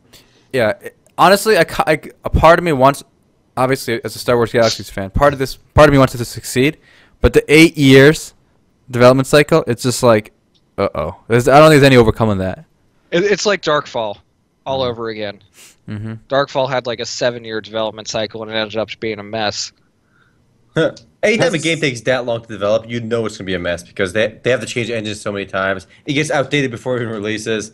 Speaker 1: Yeah, it- honestly, I, ca- I- a part of me wants, obviously, as a Star Wars Galaxies fan, part of this, part of me wants it to succeed, but the eight years development cycle, it's just like, uh oh, I don't think there's any overcoming that.
Speaker 4: It, it's like darkfall all over again
Speaker 1: Mm-hmm.
Speaker 4: darkfall had like a seven year development cycle and it ended up being a mess
Speaker 2: Huh. Anytime a
Speaker 3: That's-
Speaker 2: game takes that long to develop, you know it's gonna be a mess because they they have to change engines so many times. It gets outdated before it even releases.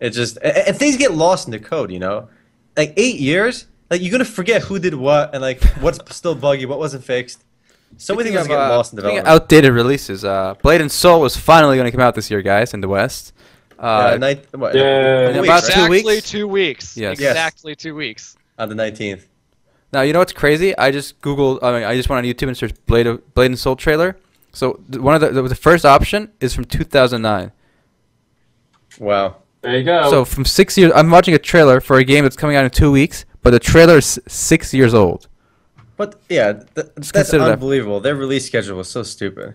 Speaker 2: It just and, and things get lost in the code, you know. Like eight years, like you're gonna forget who did what and like what's still buggy, what wasn't fixed. So many things just get lost in development.
Speaker 1: outdated releases. Uh, Blade and Soul was finally going to come out this year, guys, in the West. Uh,
Speaker 2: yeah, night, what,
Speaker 3: Yeah.
Speaker 2: a week,
Speaker 1: About
Speaker 2: right?
Speaker 1: two
Speaker 4: exactly
Speaker 1: weeks?
Speaker 4: two weeks
Speaker 1: Yes.
Speaker 2: Yes.
Speaker 4: exactly two weeks
Speaker 2: on the nineteenth.
Speaker 1: Now you know what's crazy? I just googled. I mean, I just went on YouTube and searched Blade of, Blade and Soul trailer. So th- one of the the, the first option is from 2009.
Speaker 2: Wow.
Speaker 3: There you go.
Speaker 1: So from six years, I'm watching a trailer for a game that's coming out in two weeks, but the trailer is s- six years old.
Speaker 2: But yeah, th- that's
Speaker 1: consider that.
Speaker 2: unbelievable. Their release schedule was so stupid.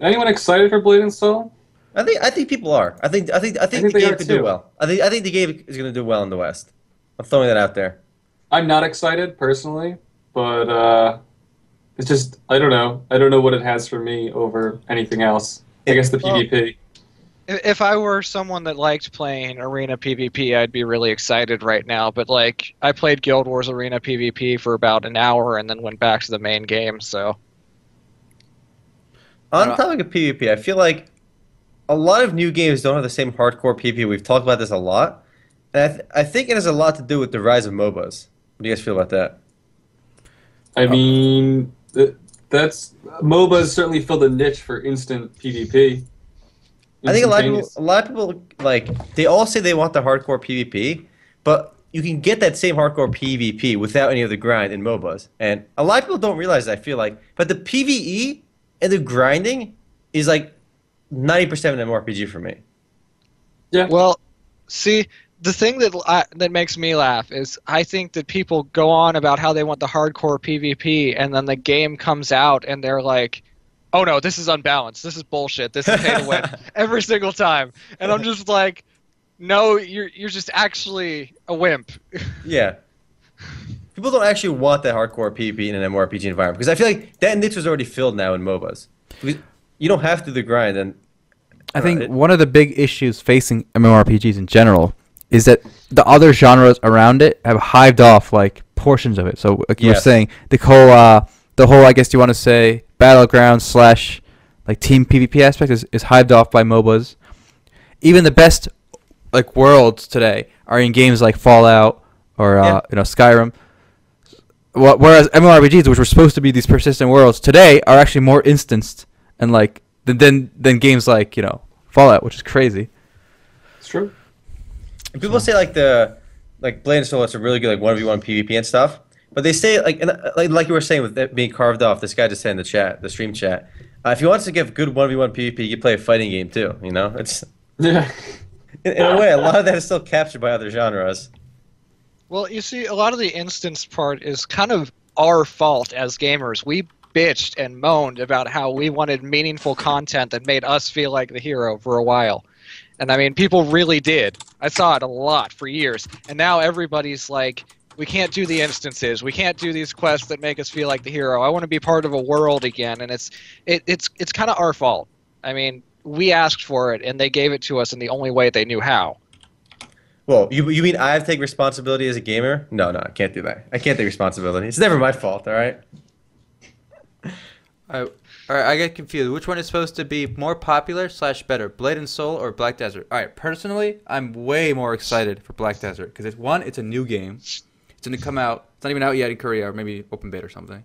Speaker 3: anyone excited for Blade and Soul?
Speaker 2: I think I think people are. I think I think I think,
Speaker 3: think
Speaker 2: the
Speaker 3: they
Speaker 2: game
Speaker 3: are
Speaker 2: could
Speaker 3: too.
Speaker 2: do well. I think I think the game is gonna do well in the West. I'm throwing that out there.
Speaker 3: I'm not excited personally, but uh, it's just I don't know. I don't know what it has for me over anything else. I guess the
Speaker 2: Well-
Speaker 3: PvP.
Speaker 4: If if I were someone that liked playing arena PvP, I'd be really excited right now. But like, I played Guild Wars arena PvP for about an hour and then went back to the main game. So
Speaker 2: On
Speaker 1: Uh,
Speaker 2: the topic of PvP, I feel like a lot of new games don't have the same hardcore PvP. We've talked about this a lot, and I, th- I think it has a lot to do with the rise of MOBAs. What do you guys feel about that?
Speaker 3: I mean, the, that's MOBAs certainly filled a niche for instant PvP.
Speaker 2: I think a lot of people,
Speaker 3: Instantaneous.
Speaker 2: a lot of people like they all say they want the hardcore PvP, but you can get that same hardcore PvP without any of the grind in MOBAs. And a lot of people don't realize that, I feel like, but the PvE and the grinding is like 90% of an MMORPG for me.
Speaker 4: Well, see, the thing that I, that makes me laugh is I think that people go on about how they want the hardcore PvP, and then the game comes out and they're like, "Oh no, this is unbalanced. This is bullshit. This is pay to win every single time." And I'm just like, "No, you're you're just actually a wimp."
Speaker 2: Yeah. People don't actually want that hardcore PvP in an MMORPG environment because I feel like that niche was already filled now in MOBAs. Because you don't have to do the grind and
Speaker 1: I think
Speaker 2: Right.
Speaker 1: one of the big issues facing MMORPGs in general is that the other genres around it have hived off like portions of it. So like you were
Speaker 2: Yes.
Speaker 1: saying, the whole uh, the whole I guess you want to say battleground slash like team PvP aspect is, is hived off by MOBAs. Even the best like worlds today are in games like Fallout or uh,
Speaker 2: Yeah.
Speaker 1: you know Skyrim. Wh- Whereas MMORPGs, which were supposed to be these persistent worlds, today are actually more instanced and like than than, than games like you know Fallout, which is crazy.
Speaker 3: It's true.
Speaker 2: And people say like the like Blade and Soul is a really good like one v one PvP and stuff, but they say like and, uh, like like you were saying with it being carved off. This guy just said in the chat, the stream chat, uh, if you want to give good one v one PvP, you play a fighting game too. You know, it's
Speaker 3: Yeah.
Speaker 2: in, in a way a lot of that is still captured by other genres.
Speaker 4: Well, you see, a lot of the instance part is kind of our fault as gamers. We bitched and moaned about how we wanted meaningful content that made us feel like the hero for a while. And I mean, people really did. I saw it a lot for years. And now everybody's like, we can't do the instances. We can't do these quests that make us feel like the hero. I want to be part of a world again. And it's it, it's it's kind of our fault. I mean, we asked for it and they gave it to us in the only way they knew how.
Speaker 2: Well, you you mean I have to take responsibility as a gamer? No, no, I can't do that. I can't take responsibility. It's never my fault. All right.
Speaker 1: All right, I get confused. Which one is supposed to be more popular slash better, Blade and Soul or Black Desert? All right, personally, I'm way more excited for Black Desert because it's one, it's a new game. It's gonna come out. It's not even out yet in Korea or maybe open beta or something.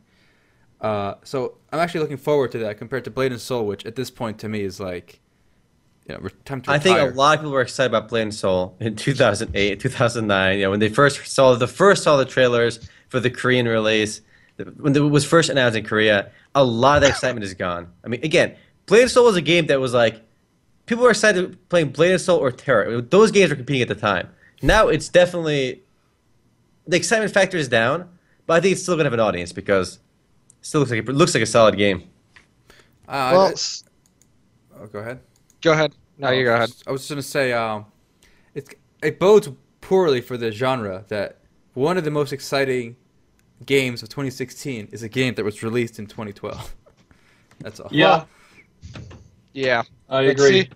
Speaker 1: Uh, so I'm actually looking forward to that compared to Blade and Soul, which at this point to me is like, you know, re- time to
Speaker 2: I think a
Speaker 1: retire.
Speaker 2: lot of people were excited about Blade and Soul in 2008, 2009. You know, when they first saw the first saw the trailers for the Korean release, the- when it was first announced in Korea, a lot of the excitement is gone. I mean, again, Blade and Soul was a game that was like people were excited playing Blade and Soul or Terror. Those games were competing at the time. Now it's definitely the excitement factor is down, but I think it's still gonna have an audience because it still looks like it looks like a solid game.
Speaker 1: Uh,
Speaker 4: Well,
Speaker 1: I-
Speaker 4: s-
Speaker 1: oh, go ahead.
Speaker 4: go ahead. No,
Speaker 1: Oh,
Speaker 4: you go ahead.
Speaker 1: I was just gonna say, um, it it bodes poorly for the genre that one of the most exciting games of 2016 is a game that was released in 2012. That's all.
Speaker 3: Yeah,
Speaker 4: Well, Yeah.
Speaker 3: I
Speaker 4: But
Speaker 3: agree.
Speaker 4: see,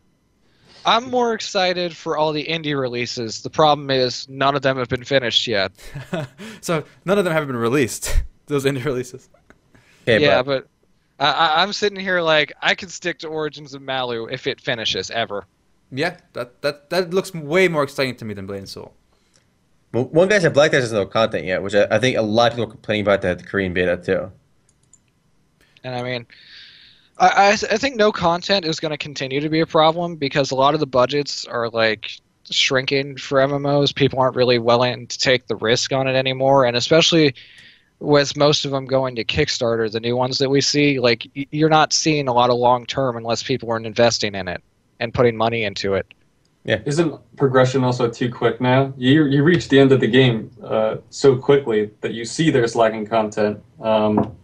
Speaker 4: I'm more excited for all the indie releases. The problem is none of them have been finished yet.
Speaker 1: so none of them have been released. Those indie releases.
Speaker 2: Okay,
Speaker 4: yeah,
Speaker 2: but
Speaker 4: but, I I, I'm sitting here like I could stick to Origins of Malu if it finishes ever.
Speaker 1: Yeah, that that that looks way more exciting to me than Blade and Soul.
Speaker 2: Well, one guy said Black Desert has no content yet, which I, I think a lot of people are complaining about that at the Korean beta too.
Speaker 4: And I mean, I I, I think no content is going to continue to be a problem because a lot of the budgets are like shrinking for MMOs. People aren't really willing to take the risk on it anymore, and especially with most of them going to Kickstarter, the new ones that we see, like y- you're not seeing a lot of long term unless people aren't investing in it and putting money into it.
Speaker 3: Isn't progression also too quick now? You you reach the end of the game uh, so quickly that you see there's lacking content. Um,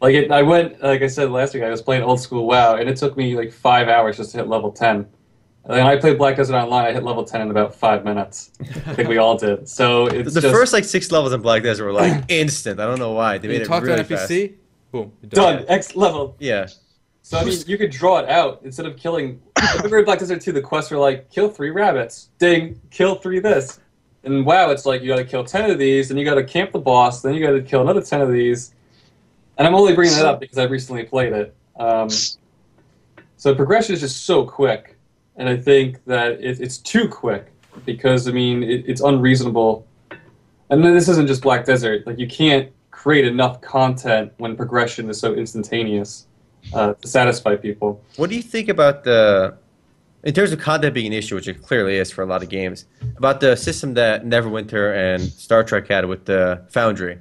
Speaker 3: like it, I went, like I said last week, I was playing old school WoW, and it took me like five hours just to hit level ten. And then I played Black Desert Online. I hit level ten in about five minutes. I think we all did. So it's
Speaker 2: the
Speaker 3: just
Speaker 2: first like six levels in Black Desert were like instant. I don't know why they made
Speaker 1: you
Speaker 2: it
Speaker 1: talk
Speaker 2: really
Speaker 1: to an NPC, boom, you're
Speaker 3: done. X level.
Speaker 2: fast. Yeah,
Speaker 3: So I mean, you could draw it out instead of killing. I remember in Black Desert 2, the quests were like, kill three rabbits, ding, kill three this, and wow, it's like you got to kill ten of these, and you got to camp the boss, then you got to kill another ten of these. And I'm only bringing that up because I recently played it. Um, so progression is just so quick, and I think that it, it's too quick because I mean it, it's unreasonable. And then this isn't just Black Desert; like you can't create enough content when progression is so instantaneous uh, to satisfy people.
Speaker 2: What do you think about the, in terms of content being an issue, which it clearly is for a lot of games, about the system that Neverwinter and Star Trek had with the Foundry?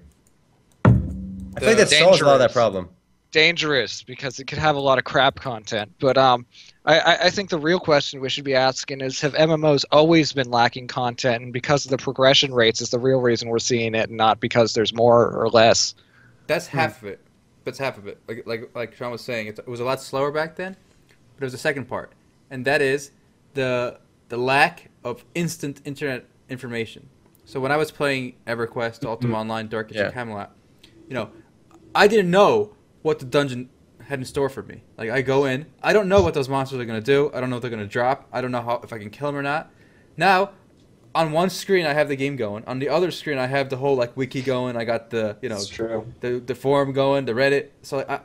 Speaker 2: I think
Speaker 4: The
Speaker 2: that solves a lot of that
Speaker 4: dangerous-
Speaker 2: problem.
Speaker 4: dangerous because it could have a lot of crap content. But um, I, I- I think the real question we should be asking is have MMOs always been lacking content? And because of the progression rates is the real reason we're seeing it, and not because there's more or less.
Speaker 1: That's half of it. That's half of it. Like like like Sean was saying, it's, it was a lot slower back then, but there's a second part, and that is the the lack of instant internet information. So when I was playing EverQuest, Ultima Online, Dark Age,
Speaker 2: Yeah.
Speaker 1: and Camelot, you know, I didn't know what the dungeon had in store for me. Like I go in, I don't know what those monsters are gonna do. I don't know if they're gonna drop. I don't know how if I can kill them or not. Now, on one screen I have the game going. On the other screen I have the whole like wiki going. I got the you know
Speaker 3: That's true.
Speaker 1: the the forum going, the Reddit. So like, I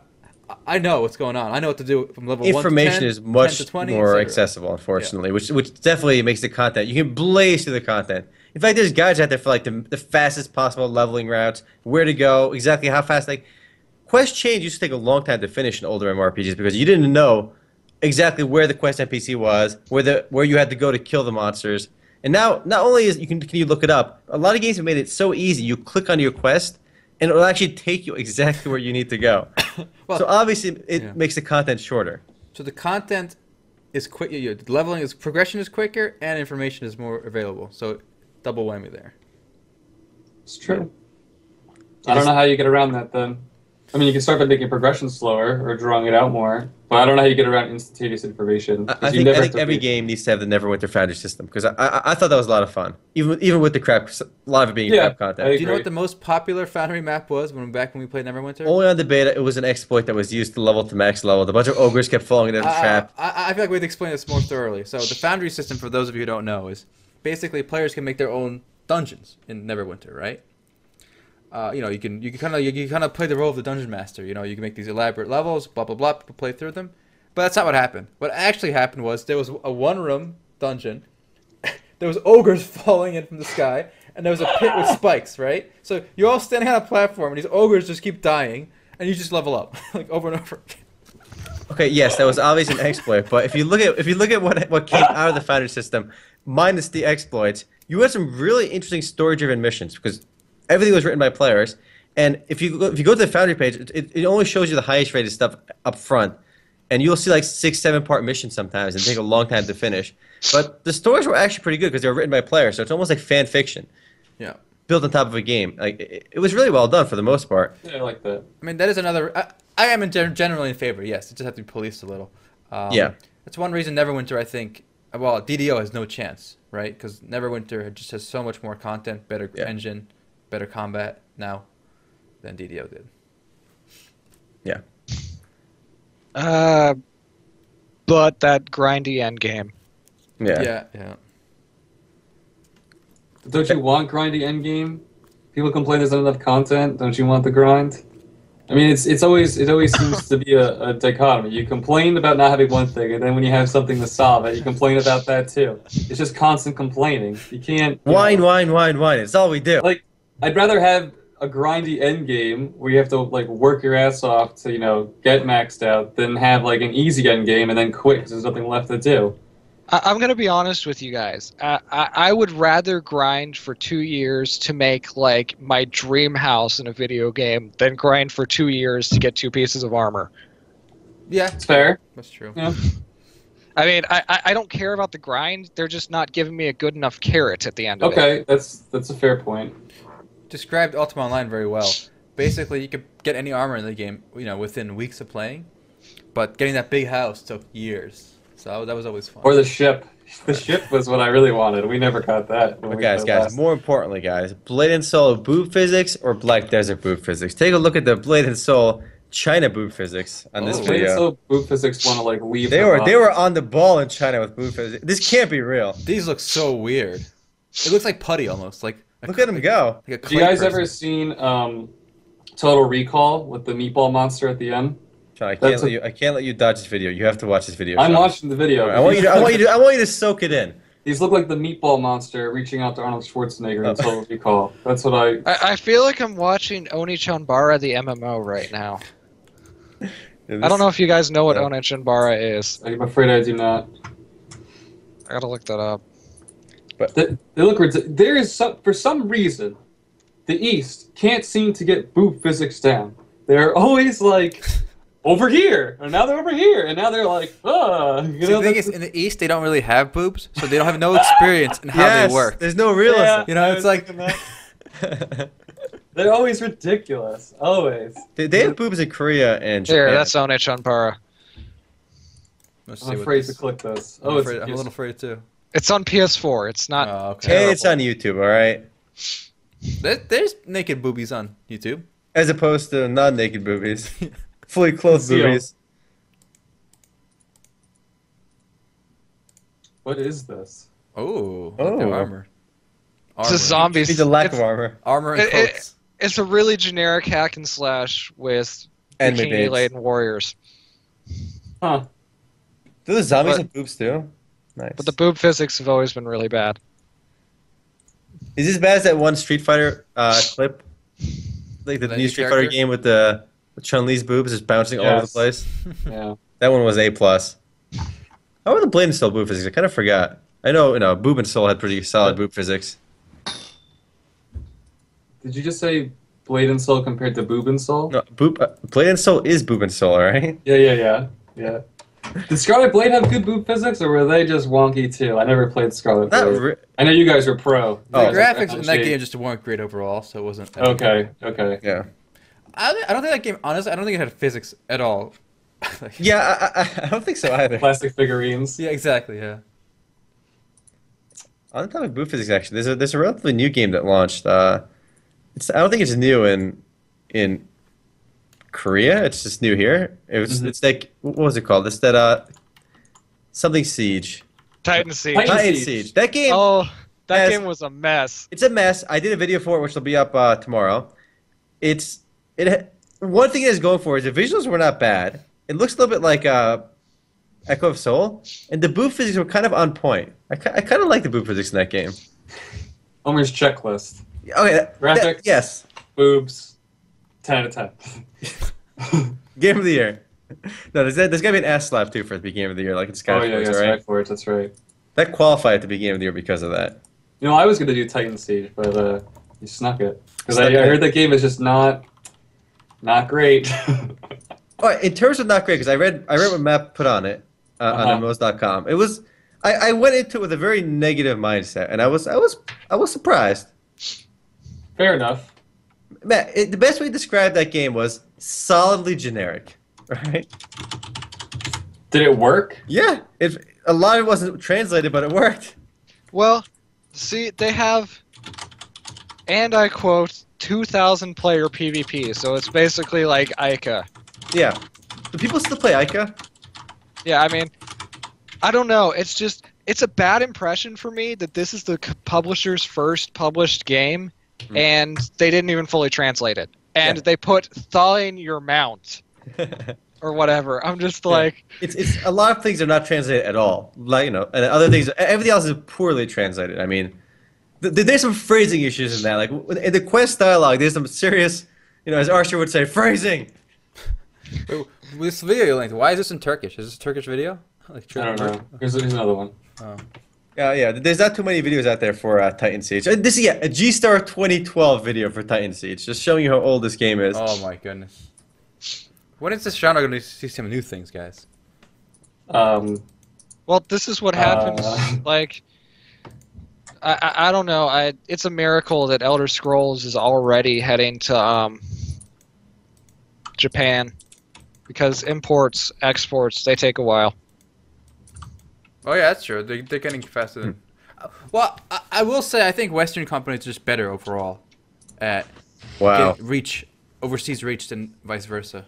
Speaker 1: I know what's going on. I know what to do from level one to
Speaker 2: Information
Speaker 1: 10,
Speaker 2: is much
Speaker 1: 10 to 20,
Speaker 2: more
Speaker 1: etc.
Speaker 2: accessible, unfortunately, which which definitely makes the content. You can blaze through the content. In fact, there's guides out there for like the, the fastest possible leveling routes, where to go, exactly how fast. Like quest chains used to take a long time to finish in older MMORPGs because you didn't know exactly where the quest NPC was, where the where you had to go to kill the monsters. And now, not only is you can can you look it up. A lot of games have made it so easy. You click on your quest, and it'll actually take you exactly where you need to go.
Speaker 1: Well-
Speaker 2: so obviously, it
Speaker 1: Yeah.
Speaker 2: makes the content shorter.
Speaker 1: So the content is quick. You, you- leveling is progression is quicker, and information is more available. So double whammy there.
Speaker 3: It's true. I don't know how you get around that then. I mean, you can start by making progression slower or drawing it out more, but I don't know how you get around instantaneous information.
Speaker 2: I,
Speaker 3: 'cause
Speaker 2: I
Speaker 3: you
Speaker 2: think,
Speaker 3: never
Speaker 2: I
Speaker 3: have
Speaker 2: think
Speaker 3: to
Speaker 2: every
Speaker 3: be-
Speaker 2: game needs to have the Neverwinter Foundry system because I, I I thought that was a lot of fun, even with- even with the crap, a lot of it being
Speaker 3: Yeah,
Speaker 2: crap content.
Speaker 1: Do
Speaker 3: I
Speaker 1: you know
Speaker 3: agree.
Speaker 1: what the most popular Foundry map was when back when we played Neverwinter?
Speaker 2: Only on the beta, it was an exploit that was used to level to max level. A bunch of ogres kept falling into the
Speaker 1: I- I-
Speaker 2: trap.
Speaker 1: I, I feel like we have to explain this more thoroughly. So the Foundry system, for those of you who don't know, is basically players can make their own dungeons in Neverwinter, right? Uh, you know, you can you can kind of you, you kind of play the role of the dungeon master. You know, you can make these elaborate levels, blah blah blah, people play through them. But that's not what happened. What actually happened was there was a one room dungeon. there was ogres falling in from the sky, and there was a pit with spikes, right? So you're all standing on a platform, and these ogres just keep dying, and you just level up like over and over. again.
Speaker 2: Okay, yes, that was obviously an exploit. But if you look at if you look at what what came out of the Foundry system, minus the exploits, you had some really interesting story-driven missions because everything was written by players. And if you go, if you go to the Foundry page, it- it, it only shows you the highest rated stuff up front, and you'll see like six seven part missions sometimes and take a long time to finish. But the stories were actually pretty good because they were written by players, so it's almost like fan fiction
Speaker 1: yeah.
Speaker 2: built on top of a game. Like it, it was really well done for the most part.
Speaker 3: Yeah, I like that.
Speaker 1: I mean, that is another. I, I am in gen- generally in favor. Yes, it just has to be policed a little. Um,
Speaker 2: Yeah.
Speaker 1: that's one reason Neverwinter. I think. Well, DDO has no chance, right? Because Neverwinter just has so much more content, better
Speaker 2: Yeah.
Speaker 1: engine, better combat now than DDO did.
Speaker 2: Yeah.
Speaker 4: Uh, but that grindy end game.
Speaker 2: Yeah.
Speaker 1: yeah. yeah.
Speaker 3: Don't you want grindy endgame? People complain there's not enough content. Don't you want the grind? I mean, it's it's always it always seems to be a, a dichotomy. You complain about not having one thing, and then when you have something to solve it, you complain about that too. It's just constant complaining. You can't you
Speaker 2: Wine,
Speaker 3: know,
Speaker 2: wine, wine, wine. It's all we do.
Speaker 3: Like, I'd rather have a grindy end game where you have to like work your ass off to you know get maxed out than have like an easy end game and then quit because there's nothing left to do.
Speaker 4: I- I'm gonna be honest with you guys. I-, I I would rather grind for two years to make like my dream house in a video game than grind for two years to get two pieces of armor.
Speaker 1: Yeah,
Speaker 3: It's fair.
Speaker 1: that's true.
Speaker 3: Yeah.
Speaker 4: I mean, I, I, I don't care about the grind. They're just not giving me a good enough carrot at the end of it.
Speaker 3: Okay, that's that's a fair point.
Speaker 1: Described Ultima Online very well. Basically, you could get any armor in the game, you know, within weeks of playing, but getting that big house took years. So that was always fun.
Speaker 3: Or the ship. The ship was what I really wanted. We never got that. when
Speaker 2: But
Speaker 3: we
Speaker 2: guys,
Speaker 3: played
Speaker 2: guys,
Speaker 3: last.
Speaker 2: more importantly, guys, Blade and Soul boob physics or Black Desert boob physics? Take a look at the Blade and Soul China boob physics on this
Speaker 1: Oh.
Speaker 3: Blade
Speaker 2: video.
Speaker 3: So boot physics want to like leave.
Speaker 2: they
Speaker 3: the
Speaker 2: were
Speaker 3: box.
Speaker 2: they were on the ball in China with boob physics. This can't be real.
Speaker 1: These look so weird. It looks like putty almost. Like a
Speaker 2: Look
Speaker 1: cl-
Speaker 2: at him go.
Speaker 1: Like a
Speaker 3: Do you guys
Speaker 1: clay person.
Speaker 3: ever seen um, Total Recall with the meatball monster at the end?
Speaker 2: Sean, I can't
Speaker 3: That's
Speaker 2: let
Speaker 3: a-
Speaker 2: you I can't let you dodge this video. You have to watch this video.
Speaker 3: I'm
Speaker 2: Sean.
Speaker 3: watching the video.
Speaker 2: All right, I want you to I want you to I want you to soak it in.
Speaker 3: These look like the meatball monster reaching out to Arnold Schwarzenegger in Total Recall. That's what I.
Speaker 4: I, I feel like I'm watching Oni Chonbara the MMO right now. I don't know if you guys know what
Speaker 2: Yeah.
Speaker 4: Oni Chonbara is.
Speaker 3: I'm afraid I do not.
Speaker 4: I gotta look that up.
Speaker 3: They, they look. rid- There is some for some reason, the East can't seem to get boob physics down. They're always like over here, and now they're over here, and now they're like, uh, you
Speaker 1: See, the
Speaker 3: know,
Speaker 1: thing
Speaker 3: that's-
Speaker 1: is, in the East, they don't really have boobs, so they don't have no experience in how
Speaker 2: yes,
Speaker 1: they work.
Speaker 2: There's no
Speaker 3: Yeah,
Speaker 2: realism.
Speaker 1: You know,
Speaker 3: I
Speaker 1: it's
Speaker 3: was
Speaker 1: like-
Speaker 3: thinking that. they're always ridiculous. Always.
Speaker 2: they, they have boobs in Korea and Japan.
Speaker 4: Here, that's Oni Chonbara.
Speaker 1: Let's see
Speaker 3: I'm
Speaker 1: what
Speaker 3: afraid
Speaker 1: this-
Speaker 3: to click this.
Speaker 1: I'm
Speaker 3: Oh, it's
Speaker 1: afraid- I'm a
Speaker 3: yes.
Speaker 1: little afraid too.
Speaker 4: It's on PS4. It's not.
Speaker 1: Oh, okay.
Speaker 2: hey, it's on YouTube, all right.
Speaker 1: There, there's naked boobies on YouTube.
Speaker 2: As opposed to non-naked boobies, fully clothed
Speaker 3: Conceal.
Speaker 2: boobies.
Speaker 3: what is this?
Speaker 1: Oh, look at
Speaker 2: Oh.
Speaker 1: armor.
Speaker 4: it's a zombie.
Speaker 2: Need the lack of
Speaker 4: it's-
Speaker 2: armor.
Speaker 1: Armor and
Speaker 4: It- it-
Speaker 1: cloaks.
Speaker 4: It's a really generic hack and slash with
Speaker 2: Anime
Speaker 4: bikini
Speaker 2: babes.
Speaker 4: laden warriors,
Speaker 3: Huh?
Speaker 2: Do the zombies
Speaker 4: But-
Speaker 2: have boobs too? Nice.
Speaker 4: but the boob physics have always been really bad.
Speaker 2: Is this as bad as that one Street Fighter uh, clip? Like
Speaker 1: The
Speaker 2: the new
Speaker 1: new
Speaker 2: Street Fighter
Speaker 1: character?
Speaker 2: game with the Chun Li's boobs just bouncing all over the
Speaker 3: Yes.
Speaker 2: place.
Speaker 3: Yeah.
Speaker 2: That one was A plus. I want the blade and soul boob physics. I kind of forgot. I know, you know, boob and soul had pretty solid boob physics.
Speaker 3: Did you just say blade and soul compared to boob and soul?
Speaker 2: No, boob, uh, blade and soul is boob and soul, all right?
Speaker 3: Yeah, yeah, yeah, yeah. Did Scarlet Blade have good boob physics, or were they just wonky too? I never played Scarlet
Speaker 2: Not
Speaker 3: Blade.
Speaker 2: re-
Speaker 3: I know you guys were pro.
Speaker 1: The
Speaker 2: Oh.
Speaker 1: graphics in that
Speaker 3: Okay.
Speaker 1: game just weren't great overall, so it wasn't. that
Speaker 3: Okay,
Speaker 1: big.
Speaker 3: okay.
Speaker 2: yeah.
Speaker 1: I, don't- I don't think that game. Honestly, I don't think it had physics at all. Like-
Speaker 2: Yeah, I, I, I don't think so either.
Speaker 3: Plastic figurines.
Speaker 1: Yeah. Exactly. Yeah.
Speaker 2: On the topic of boot physics, actually, there's a there's a relatively new game that launched. Uh, it's I don't think it's new in in Korea. It's just new here. It was
Speaker 3: Mhm.
Speaker 2: it's like what was it called? It's that uh something siege.
Speaker 4: Titan Siege.
Speaker 3: Titan-
Speaker 2: Titan
Speaker 3: Siege.
Speaker 2: siege. That game.
Speaker 4: Oh, that
Speaker 2: Yes.
Speaker 4: game was a mess.
Speaker 2: It's a mess. I did a video for it, which will be up uh, tomorrow. It's it. ha- One thing it is going for is the visuals were not bad. It looks a little bit like uh, Echo of Soul, and the boot physics were kind of on point. I, ki- I kind of like the boot physics in that game.
Speaker 3: Homer's checklist.
Speaker 2: Okay, that-
Speaker 3: Graphics.
Speaker 2: yes.
Speaker 3: Boobs. Ten Oh, out of ten.
Speaker 2: Game of the year. No, there's, there's gotta be an ass slap too for it to be game of the year. Like it's got
Speaker 3: oh
Speaker 2: to
Speaker 3: yeah, yeah,
Speaker 2: right?
Speaker 3: right for it. That's right.
Speaker 2: That qualified to be game of the year because of that.
Speaker 3: You know, I was gonna do Titan Siege, but uh, you snuck it because I, I
Speaker 2: Snuck it.
Speaker 3: heard that game is just not, not great.
Speaker 2: All right, Oh, in terms of not great, because I read I read what Matt put on it uh,
Speaker 3: Uh-huh.
Speaker 2: on MMOs.com. It was I, I went into it with a very negative mindset, and I was I was I was surprised.
Speaker 3: Fair enough.
Speaker 2: Matt, it, the best way to describe that game was solidly generic. Right?
Speaker 3: Did it work?
Speaker 2: Yeah, it a lot of it wasn't translated, but it worked.
Speaker 4: Well, see, they have, and I quote, 2,000 player PvP, so it's basically like Ica.
Speaker 2: Yeah, do people still play Ica?
Speaker 4: Yeah, I mean, I don't know. It's just it's a bad impression for me that this is the c- publisher's first published game,
Speaker 2: Mm.
Speaker 4: and they didn't even fully translate it. And
Speaker 2: Yeah.
Speaker 4: they put thawing your mount or whatever. I'm just like,
Speaker 2: it's it's a lot of things are not translated at all. Like you know, and other things, everything else is poorly translated. I mean, th- th- there's some phrasing issues in that. Like w- in the quest dialogue, there's some serious, you know, as Archer would say, phrasing.
Speaker 1: Wait, this video length. Why is this in Turkish? Is this a Turkish video? Like,
Speaker 3: I don't know. Here's, here's another one.
Speaker 1: Oh.
Speaker 2: Yeah, Uh, yeah. There's not too many videos out there for uh, Titan Siege. Uh, This is yeah, a G Star 2012 video for Titan Siege, just showing you how old this game is.
Speaker 1: Oh my goodness. When is this genre going to see some new things, guys?
Speaker 3: Um,
Speaker 4: well, this is what happens.
Speaker 3: Uh.
Speaker 4: Like, I, I I don't know. I it's a miracle that Elder Scrolls is already heading to um Japan because imports exports they take a while.
Speaker 1: Oh yeah, that's true. They, they're getting faster than. Uh, Well, I, I will say I think Western companies are just better overall at
Speaker 2: wow.
Speaker 1: getting reach overseas reach than vice versa.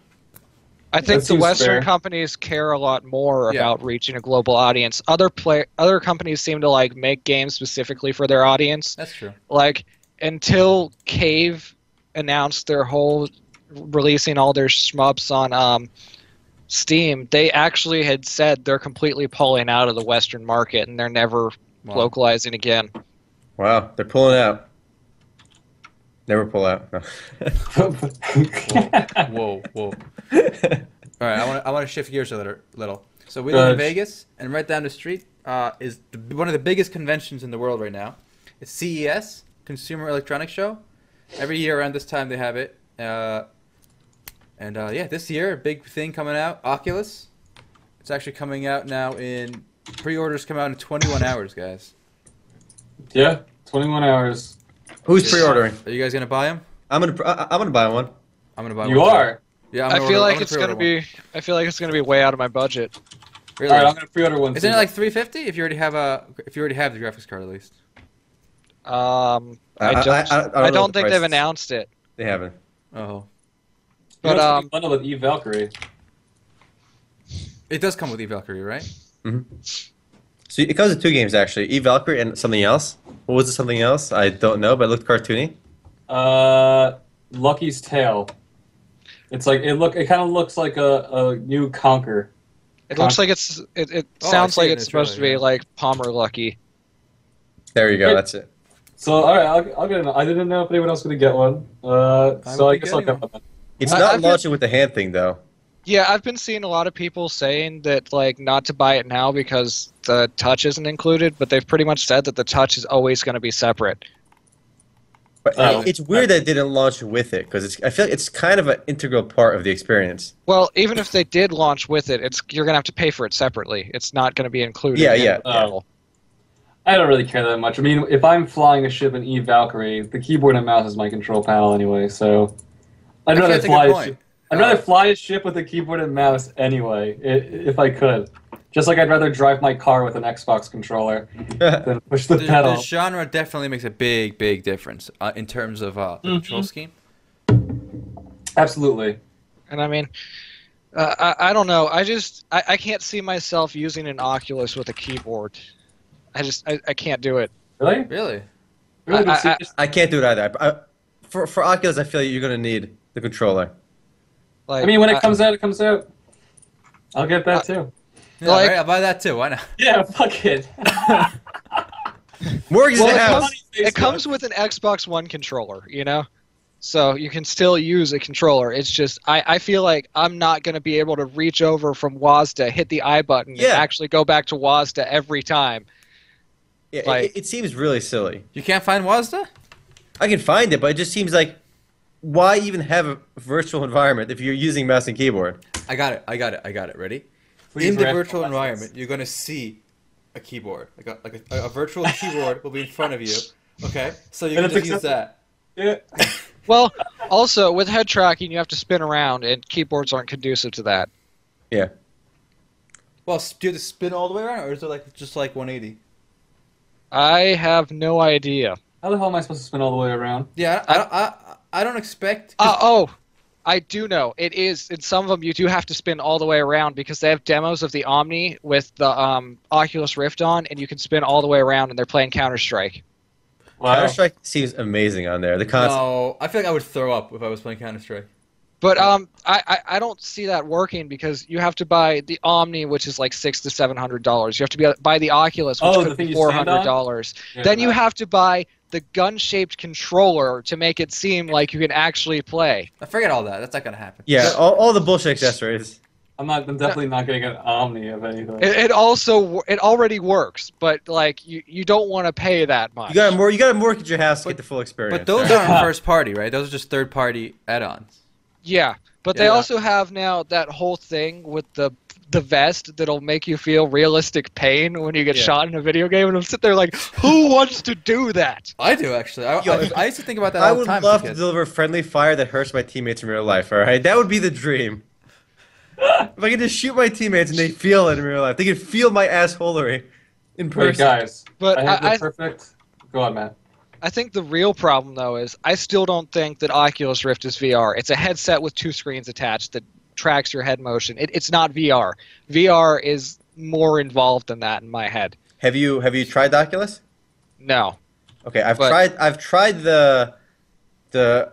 Speaker 4: I think
Speaker 3: That
Speaker 4: the
Speaker 3: seems fair.
Speaker 4: Western companies care a lot more
Speaker 1: Yeah.
Speaker 4: about reaching a global audience. Other play, other companies seem to like make games specifically for their audience.
Speaker 1: That's true.
Speaker 4: Like until Cave announced their whole releasing all their shmups on um, Steam, they actually had said they're completely pulling out of the Western market and they're never
Speaker 1: Wow.
Speaker 4: localizing again.
Speaker 2: Wow, they're pulling out. Never pull out. No.
Speaker 1: Whoa, whoa. All right, I want to I want to shift gears a little. little. So we
Speaker 3: Go
Speaker 1: live in
Speaker 3: ahead.
Speaker 1: Vegas, and right down the street uh, is the, one of the biggest conventions in the world right now. It's CES, Consumer Electronics Show. Every year around this time they have it, uh, and uh, yeah, this year a big thing coming out, Oculus. It's actually coming out now in pre-orders come out in 21 hours, guys.
Speaker 3: yeah, 21 hours.
Speaker 2: Who's pre-ordering?
Speaker 1: Are you guys gonna buy them?
Speaker 2: I'm gonna. pr- I, I'm gonna buy one.
Speaker 1: I'm gonna buy.
Speaker 3: you
Speaker 1: one too.
Speaker 3: are.
Speaker 1: Yeah, I'm
Speaker 4: I
Speaker 1: gonna
Speaker 4: feel
Speaker 1: order- I'm
Speaker 4: like
Speaker 1: gonna
Speaker 4: it's gonna
Speaker 1: pre-order one.
Speaker 4: be. I feel like it's gonna be way out of my budget.
Speaker 1: Really?
Speaker 3: All right, I'm gonna pre-order one.
Speaker 1: Isn't
Speaker 3: too.
Speaker 1: it like 350 if you already have a if you already have the graphics card at least?
Speaker 4: Um,
Speaker 2: I-
Speaker 4: I
Speaker 2: I-
Speaker 4: don't.
Speaker 2: I- I don't know the
Speaker 4: think
Speaker 2: price is.
Speaker 4: they've announced it.
Speaker 2: They haven't.
Speaker 3: Uh-huh.
Speaker 1: Oh,
Speaker 3: You know,
Speaker 4: but,
Speaker 3: it's gonna be
Speaker 4: um,
Speaker 3: bundled with Eve Valkyrie.
Speaker 1: it does come with the Valkyrie, right?
Speaker 2: Mm-hmm. So it comes with two games actually: Eve Valkyrie and something else. What was it? Something else? I don't know, but it looked cartoony.
Speaker 3: Uh, Lucky's Tale. It's like it look. It kind of looks like a, a new Conquer.
Speaker 4: It looks like it's. It, it
Speaker 1: Oh, I
Speaker 4: sounds
Speaker 1: see it
Speaker 4: like
Speaker 1: in
Speaker 4: it's
Speaker 1: the trailer,
Speaker 4: supposed to be
Speaker 1: yeah.
Speaker 4: like Palmer Lucky.
Speaker 2: There you go.
Speaker 3: Hey.
Speaker 2: That's it.
Speaker 3: So all right, I'll, I'll get. An, I didn't know if anyone else was gonna get one. Uh,
Speaker 1: I
Speaker 3: so
Speaker 1: would
Speaker 3: I
Speaker 1: be
Speaker 3: guess I'll
Speaker 1: getting
Speaker 3: get one.
Speaker 2: It's
Speaker 4: I-
Speaker 2: not
Speaker 4: I've been-
Speaker 2: launching with the hand thing though.
Speaker 4: Yeah, I've been seeing a lot of people saying that like not to buy it now because the touch isn't included, but they've pretty much said that the touch is always going to be separate.
Speaker 2: But
Speaker 3: Oh.
Speaker 2: it's weird that it didn't launch with it because it's. I feel like it's kind of an integral part of the experience.
Speaker 4: Well, even if they did launch with it, it's you're going to have to pay for it separately. It's not going to be included.
Speaker 2: Yeah,
Speaker 4: in
Speaker 2: yeah.
Speaker 4: the bundle.
Speaker 3: I don't really care that much. I mean, if I'm flying a ship in Eve Valkyrie, the keyboard and mouse is my control panel anyway. So I'd
Speaker 1: Actually,
Speaker 3: rather
Speaker 1: that's a
Speaker 3: fly.
Speaker 1: good
Speaker 3: A
Speaker 1: point.
Speaker 3: ship. I'd
Speaker 4: Uh,
Speaker 3: rather fly a ship with a keyboard and mouse anyway, i- if I could. Just like I'd rather drive my car with an Xbox controller than push the
Speaker 1: The, the
Speaker 3: pedal.
Speaker 1: genre definitely makes a big, big difference uh, in terms of uh, the control scheme.
Speaker 3: Absolutely.
Speaker 4: And I mean, uh, I, I don't know. I just I, I can't see myself using an Oculus with a keyboard. I just I, I can't do it.
Speaker 3: Really?
Speaker 1: Really?
Speaker 3: Really?
Speaker 4: I- I-
Speaker 3: Just-
Speaker 2: I can't do it either. I, I- for for Oculus, I feel like you're gonna need the controller.
Speaker 4: Like
Speaker 3: I mean, when it comes out, it comes out. I'll get that too.
Speaker 1: Yeah,
Speaker 4: Like-
Speaker 1: all right, I'll buy that too. Why not?
Speaker 3: Yeah, fuck it.
Speaker 2: Morgan's
Speaker 4: Well,
Speaker 2: in
Speaker 4: it
Speaker 2: the house.
Speaker 4: comes- it comes with an Xbox One controller, you know? So you can still use a controller. It's just I, I feel like I'm not gonna be able to reach over from WASDA, hit the I button,
Speaker 2: Yeah.
Speaker 4: and actually go back to WASDA every time.
Speaker 2: Yeah, it-
Speaker 4: like-
Speaker 2: it seems really silly.
Speaker 1: You can't find Wazda?
Speaker 2: I can find it, but it just seems like why even have a virtual environment if you're using mouse and keyboard?
Speaker 1: I got it. I got it. I got it. Ready?
Speaker 3: Please
Speaker 1: in the
Speaker 3: rap
Speaker 1: virtual
Speaker 3: lessons.
Speaker 1: environment, you're gonna see a keyboard, like a like a, a virtual keyboard will be in front of you. Okay, so you
Speaker 3: And
Speaker 1: can
Speaker 3: it's
Speaker 1: just use
Speaker 3: accessible.
Speaker 1: that.
Speaker 3: Yeah.
Speaker 4: Well, also with head tracking you have to spin around and keyboards aren't conducive to that.
Speaker 2: Yeah.
Speaker 1: Well, s- do you have to spin all the way around, or is it like just like 180?
Speaker 4: I have no idea.
Speaker 3: How the hell am I supposed to spin all the way around?
Speaker 1: Yeah, I don't, I, I I don't expect.
Speaker 4: Uh, oh, I do know. It is in some of them you do have to spin all the way around because they have demos of the Omni with the um, Oculus Rift on, and you can spin all the way around, and they're playing Counter Strike.
Speaker 3: Wow.
Speaker 2: Counter Strike seems amazing on there. The concept.
Speaker 1: no, I feel like I would throw up if I was playing Counter Strike.
Speaker 4: But um, I, I I don't see that working because you have to buy the Omni, which is like six to seven hundred dollars. You have to be, uh, buy the Oculus, which
Speaker 3: Oh, the
Speaker 4: could
Speaker 3: thing
Speaker 4: be
Speaker 3: you
Speaker 4: four
Speaker 3: stand
Speaker 4: hundred dollars.
Speaker 3: Yeah,
Speaker 4: then you
Speaker 3: no.
Speaker 4: have to buy the gun-shaped controller to make it seem like you can actually play.
Speaker 1: I forget all that. That's not gonna happen.
Speaker 2: Yeah, all, all the bullshit accessories.
Speaker 3: I'm not. I'm definitely not getting an Omni of anything.
Speaker 4: It, it also wo- it already works, but like you, you don't want to pay that much.
Speaker 2: You gotta more. You gotta mortgage your house to
Speaker 1: But-
Speaker 2: get the full experience.
Speaker 1: But those
Speaker 2: right?
Speaker 1: aren't first party, right? Those are just third party add-ons.
Speaker 4: Yeah, but they
Speaker 3: Yeah.
Speaker 4: also have now that whole thing with the the vest that'll make you feel realistic pain when you get
Speaker 2: Yeah.
Speaker 4: shot in a video game, and I'm sitting there like, who wants to do that?
Speaker 1: I do actually. I,
Speaker 2: Yo,
Speaker 1: I,
Speaker 2: if-
Speaker 1: I used to think about that
Speaker 2: I
Speaker 1: all the
Speaker 2: would
Speaker 1: time. as a
Speaker 2: love to
Speaker 1: kid.
Speaker 2: deliver friendly fire that hurts my teammates in real life. All right, that would be the dream. if I could just shoot my teammates and they feel it in real life, they could feel my assholery in
Speaker 3: Wait,
Speaker 2: person.
Speaker 3: guys.
Speaker 4: But
Speaker 3: I have
Speaker 4: I-
Speaker 3: the
Speaker 4: I-
Speaker 3: perfect. Go on, Matt.
Speaker 4: I think the real problem though is I still don't think that Oculus Rift is VR. It's a headset with two screens attached that tracks your head motion. It, it's not VR. VR is more involved than that in my head.
Speaker 2: Have you have you tried the Oculus?
Speaker 4: No.
Speaker 2: Okay, I've
Speaker 4: But-
Speaker 2: tried. I've tried the the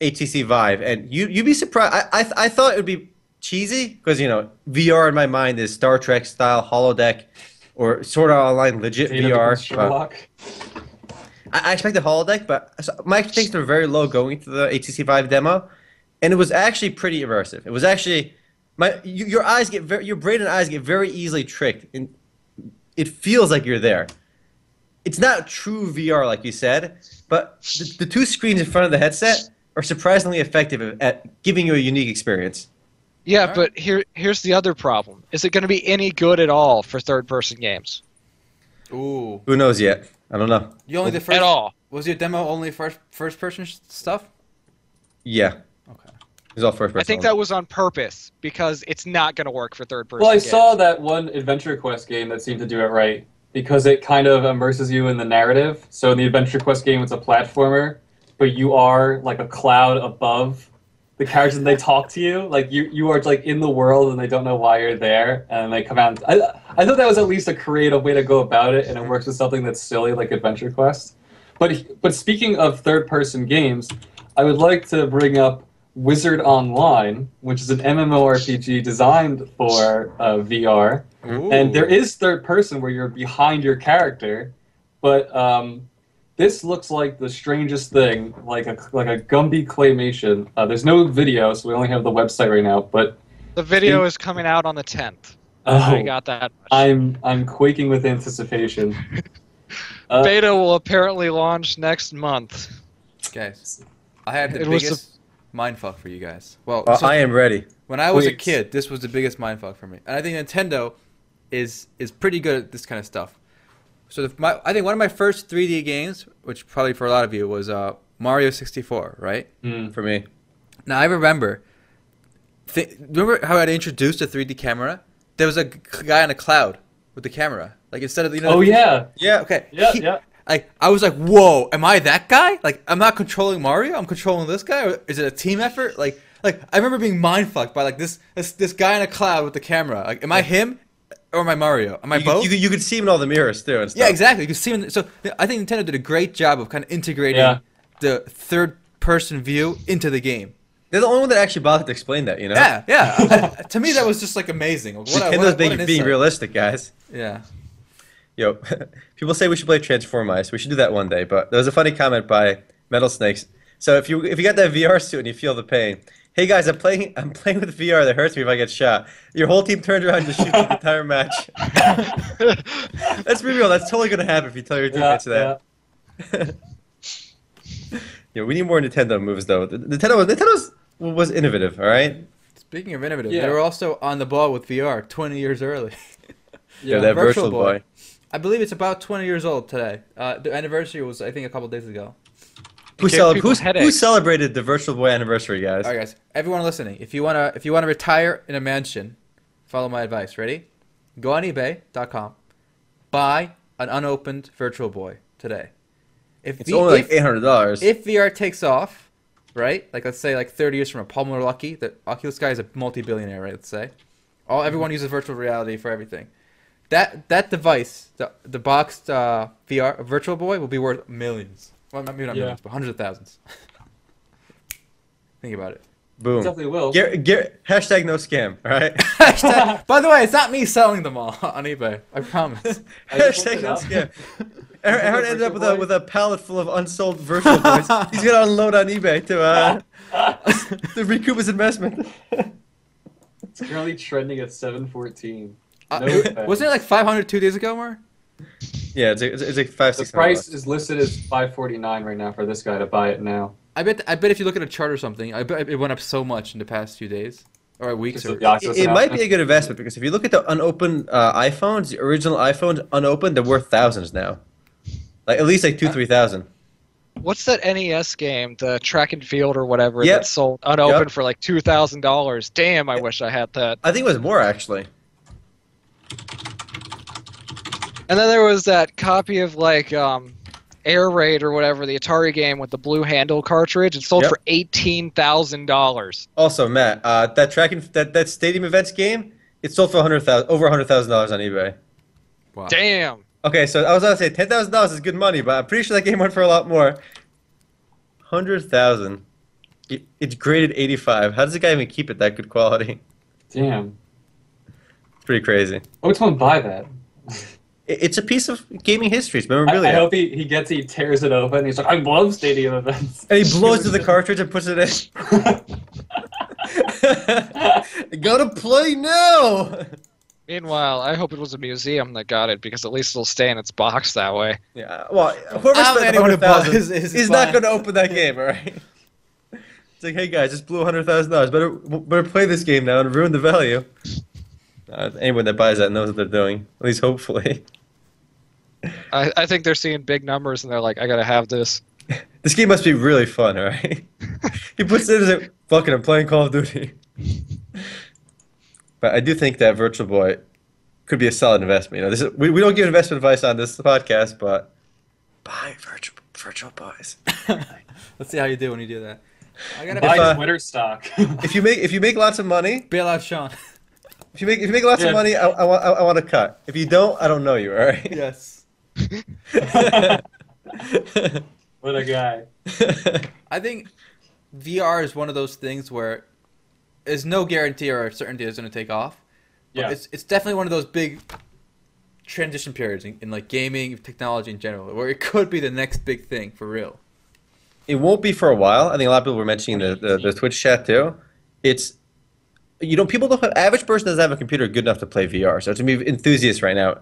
Speaker 2: HTC Vive, and you you'd be surprised. I I, I thought it would be cheesy because you know VR in my mind is Star Trek style holodeck, or Sword Art Online legit
Speaker 3: Data
Speaker 2: VR.
Speaker 3: against
Speaker 2: but-
Speaker 3: Sherlock.
Speaker 2: I, I expect a holodeck, but so my expectations were very low going into the ATC five demo, and it was actually pretty immersive. It was actually my you, your eyes get very, your brain and eyes get very easily tricked, and it feels like you're there. It's not true VR like you said, but the, the two screens in front of the headset are surprisingly effective at giving you a unique experience.
Speaker 4: Yeah,
Speaker 1: Alright.
Speaker 4: but here here's the other problem. Is it going to be any good at all for third person games?
Speaker 1: Ooh,
Speaker 2: Who knows yet? I don't know.
Speaker 1: you only the first
Speaker 4: At all.
Speaker 1: Was your demo only first first person sh- stuff?
Speaker 2: Yeah,
Speaker 1: Okay.
Speaker 2: it's all first person.
Speaker 4: I think that was on purpose because it's not going to work for third person.
Speaker 3: Well, I
Speaker 4: games.
Speaker 3: saw that one Adventure Quest game that seemed to do it right because it kind of immerses you in the narrative. So in the Adventure Quest game, it's a platformer, but you are like a cloud above the characters and they talk to you. Like you, you are like in the world and they don't know why you're there and they come out. And, I, I thought that was at least a creative way to go about it and it works with something that's silly like Adventure Quest. But but speaking of third person games, I would like to bring up Wizard Online, which is an MMORPG designed for uh, VR. And there is third person where you're behind your character, but um, this looks like the strangest thing, like a like a Gumby claymation. Uh, there's no video, so we only have the website right now. But
Speaker 4: the video is coming out on the 10th. I
Speaker 3: oh,
Speaker 4: got that. much.
Speaker 3: I'm I'm quaking with anticipation. Uh,
Speaker 4: Beta will apparently launch next month.
Speaker 1: guys. I had the
Speaker 4: It was the-
Speaker 1: biggest mindfuck for you guys. Well,
Speaker 2: Uh,
Speaker 1: so-
Speaker 2: I am ready.
Speaker 1: when I was a
Speaker 3: Please.
Speaker 1: kid, this was the biggest mindfuck for me, and I think Nintendo is is pretty good at this kind of stuff. So the, my, I think one of my first 3D games, which probably for a lot of you was uh, Mario 64, right?
Speaker 3: hmm.
Speaker 2: For me,
Speaker 1: Now I remember. Th- remember how I introduced a 3D camera? There was a g- guy on a cloud with the camera. Like instead of you know.
Speaker 3: Oh yeah,
Speaker 2: yeah.
Speaker 1: Okay.
Speaker 3: yeah,
Speaker 1: he-
Speaker 3: yeah.
Speaker 1: Like I was like, whoa, am I that guy? Like I'm not controlling Mario, I'm controlling this guy. Or is it a team effort? Like like I remember being mindfucked by like this this this guy in a cloud with the camera. Like am I him or am I Mario? Am I
Speaker 2: You,
Speaker 1: both?
Speaker 2: could- you, could- you could see him in all the mirrors too. And stuff.
Speaker 1: yeah, exactly. You can see him. in- So th- I think Nintendo did a great job of kind of integrating
Speaker 3: Yeah.
Speaker 1: the third person view into the game.
Speaker 2: They're the only one that actually bothered to explain that, you know?
Speaker 1: Yeah, yeah. I- to me, that was just like amazing. Like, What, a- what,
Speaker 2: Nintendo's
Speaker 1: a-
Speaker 2: being,
Speaker 1: what an
Speaker 2: being
Speaker 1: insight.
Speaker 2: realistic, guys.
Speaker 1: Yeah.
Speaker 2: Yo, people say we should play Transformice. We should do that one day. But there was a funny comment by Metal Snakes. So if you if you got that VR suit and you feel the pain, hey guys, I'm playing I'm playing with VR that hurts me if I get shot. Your whole team turns around and just shoots you the entire match. Let's be real. That's totally gonna happen if you tell your
Speaker 3: yeah,
Speaker 2: teammates that. Yeah, we need more Nintendo moves though. The- Nintendo Nintendo's was innovative. All right.
Speaker 1: Speaking of innovative,
Speaker 3: Yeah.
Speaker 1: they were also on the ball with VR 20 years early.
Speaker 3: yeah.
Speaker 2: that
Speaker 1: Virtual
Speaker 2: virtual
Speaker 1: Boy.
Speaker 2: boy.
Speaker 1: I believe it's about 20 years old today. Uh, the anniversary was, I think, a couple days ago.
Speaker 2: Who,
Speaker 4: gave
Speaker 2: celeb-
Speaker 4: people
Speaker 2: who's- who
Speaker 4: headaches.
Speaker 2: celebrated the Virtual Boy anniversary, guys?
Speaker 1: All right, guys. Everyone listening, if you wanna, if you wanna retire in a mansion, follow my advice. Ready? Go on eBay.com, buy an unopened Virtual Boy today. If
Speaker 2: It's
Speaker 1: the-
Speaker 2: only
Speaker 1: if-
Speaker 2: like eight hundred dollars.
Speaker 1: if VR takes off, right? Like let's say like 30 years from now, Palmer Lucky, the Oculus guy is a multi-billionaire, right? Let's say, all everyone uses virtual reality for everything. That that device, the the boxed uh, VR Virtual Boy, will be worth millions. Well, not- maybe not
Speaker 3: Yeah.
Speaker 1: millions, but hundreds of thousands. Think about it.
Speaker 2: Boom.
Speaker 3: Definitely will.
Speaker 2: Gar- Gar- hashtag no scam, all right?
Speaker 1: Hashtag- By the way, it's not me selling them all on eBay. I promise.
Speaker 3: I just
Speaker 2: hashtag
Speaker 3: looked it
Speaker 2: no
Speaker 3: up.
Speaker 2: scam. Aaron, Aaron
Speaker 3: Virtual
Speaker 2: ended up with a,
Speaker 3: Boy.
Speaker 2: with a pallet full of unsold virtual boys. He's going to unload on eBay to, uh, to recoup his investment.
Speaker 3: It's currently trending at 714.
Speaker 1: Uh,
Speaker 3: No
Speaker 1: it- wasn't it like 500 two days ago, Mar?
Speaker 2: Yeah, it's, a, it's, a- it's like five,
Speaker 3: The
Speaker 2: six
Speaker 3: price is listed as 549 right now for this guy to buy it now.
Speaker 1: I bet. I bet if you look at a chart or something, I bet it went up so much in the past few days or weeks.
Speaker 3: Just
Speaker 1: Or,
Speaker 3: the Oculus
Speaker 2: It, it might be a
Speaker 3: announcement.
Speaker 2: good investment because if you look at the unopened uh, iPhones, the original iPhones unopened, they're worth thousands now. Like at least like two, three thousand.
Speaker 4: What's that NES game, the track and field or whatever,
Speaker 2: Yep.
Speaker 4: that sold
Speaker 2: Yep.
Speaker 4: unopened for like two thousand dollars? Damn, I wish I had that.
Speaker 2: I think it was more actually.
Speaker 4: And then there was that copy of like um, Air Raid or whatever, the Atari game with the blue handle cartridge. It sold
Speaker 2: Yep.
Speaker 4: for eighteen thousand dollars.
Speaker 2: Also, Matt, uh, that tracking that that stadium events game, it sold for a hundred thousand over a hundred thousand dollars on eBay.
Speaker 1: wow.
Speaker 4: Damn.
Speaker 2: Okay, so I was gonna say ten thousand dollars is good money, but I'm pretty sure that game went for a lot more. Hundred thousand. It- It's graded eighty-five. How does a guy even keep it that good quality?
Speaker 3: Damn.
Speaker 2: It's pretty crazy.
Speaker 3: I would someone buy that?
Speaker 2: It- It's a piece of gaming history. It's
Speaker 3: I,
Speaker 2: memorabilia.
Speaker 3: I hope he, he gets he tears it open. He's like, I love stadium events.
Speaker 2: and he blows to the cartridge and puts it in. Gotta play now.
Speaker 4: Meanwhile, I hope it was a museum that got it because at least it'll stay in its box that way.
Speaker 2: Yeah. Well, whoever
Speaker 1: I'll
Speaker 2: spent
Speaker 1: anyone
Speaker 2: hundred
Speaker 1: who bought
Speaker 2: thousand
Speaker 1: his-
Speaker 2: is,
Speaker 1: his
Speaker 2: not
Speaker 1: buy.
Speaker 2: going to open that game, all right? It's like, hey guys, just blew hundred thousand dollars. Better better play this game now and ruin the value. Uh, anyone that buys that knows what they're doing. At least hopefully.
Speaker 4: I, I think they're seeing big numbers and they're like, I gotta have this.
Speaker 2: This game must be really fun, all right? he puts it as a fucking. I'm playing Call of Duty. but I do think that Virtual Boy could be a solid investment. You know, this is, we, we don't give investment advice on this podcast, but buy Virtual Virtual Boys.
Speaker 1: Let's see how you do when you do that. I gotta
Speaker 3: Buy
Speaker 2: If, uh,
Speaker 3: Twitter stock.
Speaker 2: If you make if you make lots of money,
Speaker 1: bail out Sean.
Speaker 2: If you make if you make lots
Speaker 3: Yeah.
Speaker 2: of money, I, I, want I, want to cut. If you don't, I don't know you. All right.
Speaker 1: yes.
Speaker 3: what a guy.
Speaker 1: I think VR is one of those things where there's no guarantee or certainty it's going to take off. But
Speaker 3: Yeah.
Speaker 1: It's, it's definitely one of those big transition periods in, in like gaming, technology in general, where it could be the next big thing for real.
Speaker 2: it won't be for a while. I think a lot of people were mentioning the, the, the Twitch chat too. It's you know people don't have average person doesn't have a computer good enough to play VR. So it's gonna be enthusiasts right now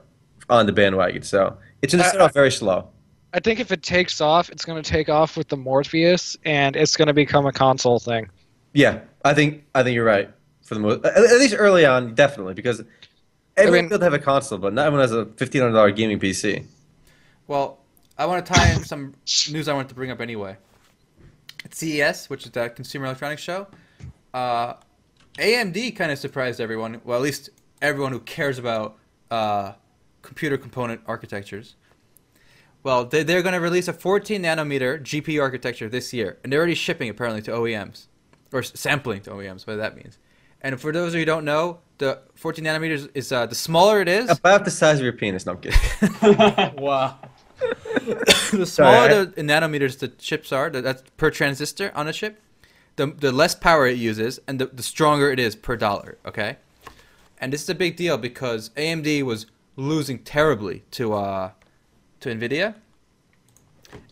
Speaker 2: on the bandwagon. So it's gonna
Speaker 4: I-
Speaker 2: start off very slow.
Speaker 4: I think if it takes off, it's gonna take off with the Morpheus and it's gonna become a console thing.
Speaker 2: Yeah, I think I think you're right for the most at, at least early on definitely because everyone
Speaker 4: mean-
Speaker 2: does have a console, but not everyone has a fifteen hundred dollar gaming PC.
Speaker 1: Well, I want to tie in some news I wanted to bring up anyway. At CES, which is the Consumer Electronics Show, uh, AMD kind of surprised everyone. Well, at least everyone who cares about uh, computer component architectures. Well, they, they're going to release a 14 nanometer GPU architecture this year, and they're already shipping apparently to OEMs, or s- sampling to OEMs, whatever that means. And for those of you who don't know, the 14 nanometers is uh, the smaller it is,
Speaker 2: About the size of your penis. No, I'm kidding.
Speaker 1: Wow. the smaller
Speaker 2: Sorry, I-
Speaker 1: the nanometers the chips are, that- that's per transistor on a chip, the, the less power it uses and the, the stronger it is per dollar, okay? And this is a big deal because AMD was losing terribly to uh, to NVIDIA.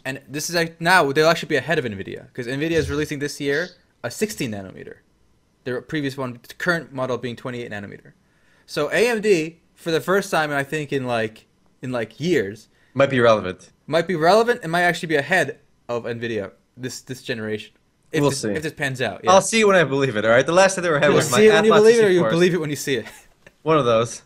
Speaker 1: And this is like now they'll actually be ahead of NVIDIA because NVIDIA is releasing this year a 16 nanometer. Their previous one, the current model being 28 nanometer. So AMD, for the first time I think in like in like years,
Speaker 2: Might be relevant.
Speaker 1: might be relevant and might actually be ahead of Nvidia this this generation. If
Speaker 2: We'll
Speaker 1: this,
Speaker 2: see.
Speaker 1: If this pans out, yeah.
Speaker 2: I'll see when I believe it. All right. The last time they were ahead
Speaker 1: You'll
Speaker 2: was my
Speaker 1: see it when you
Speaker 2: Atlas
Speaker 1: believe it, or you
Speaker 2: 64.
Speaker 1: believe it when you see it.
Speaker 2: One of those.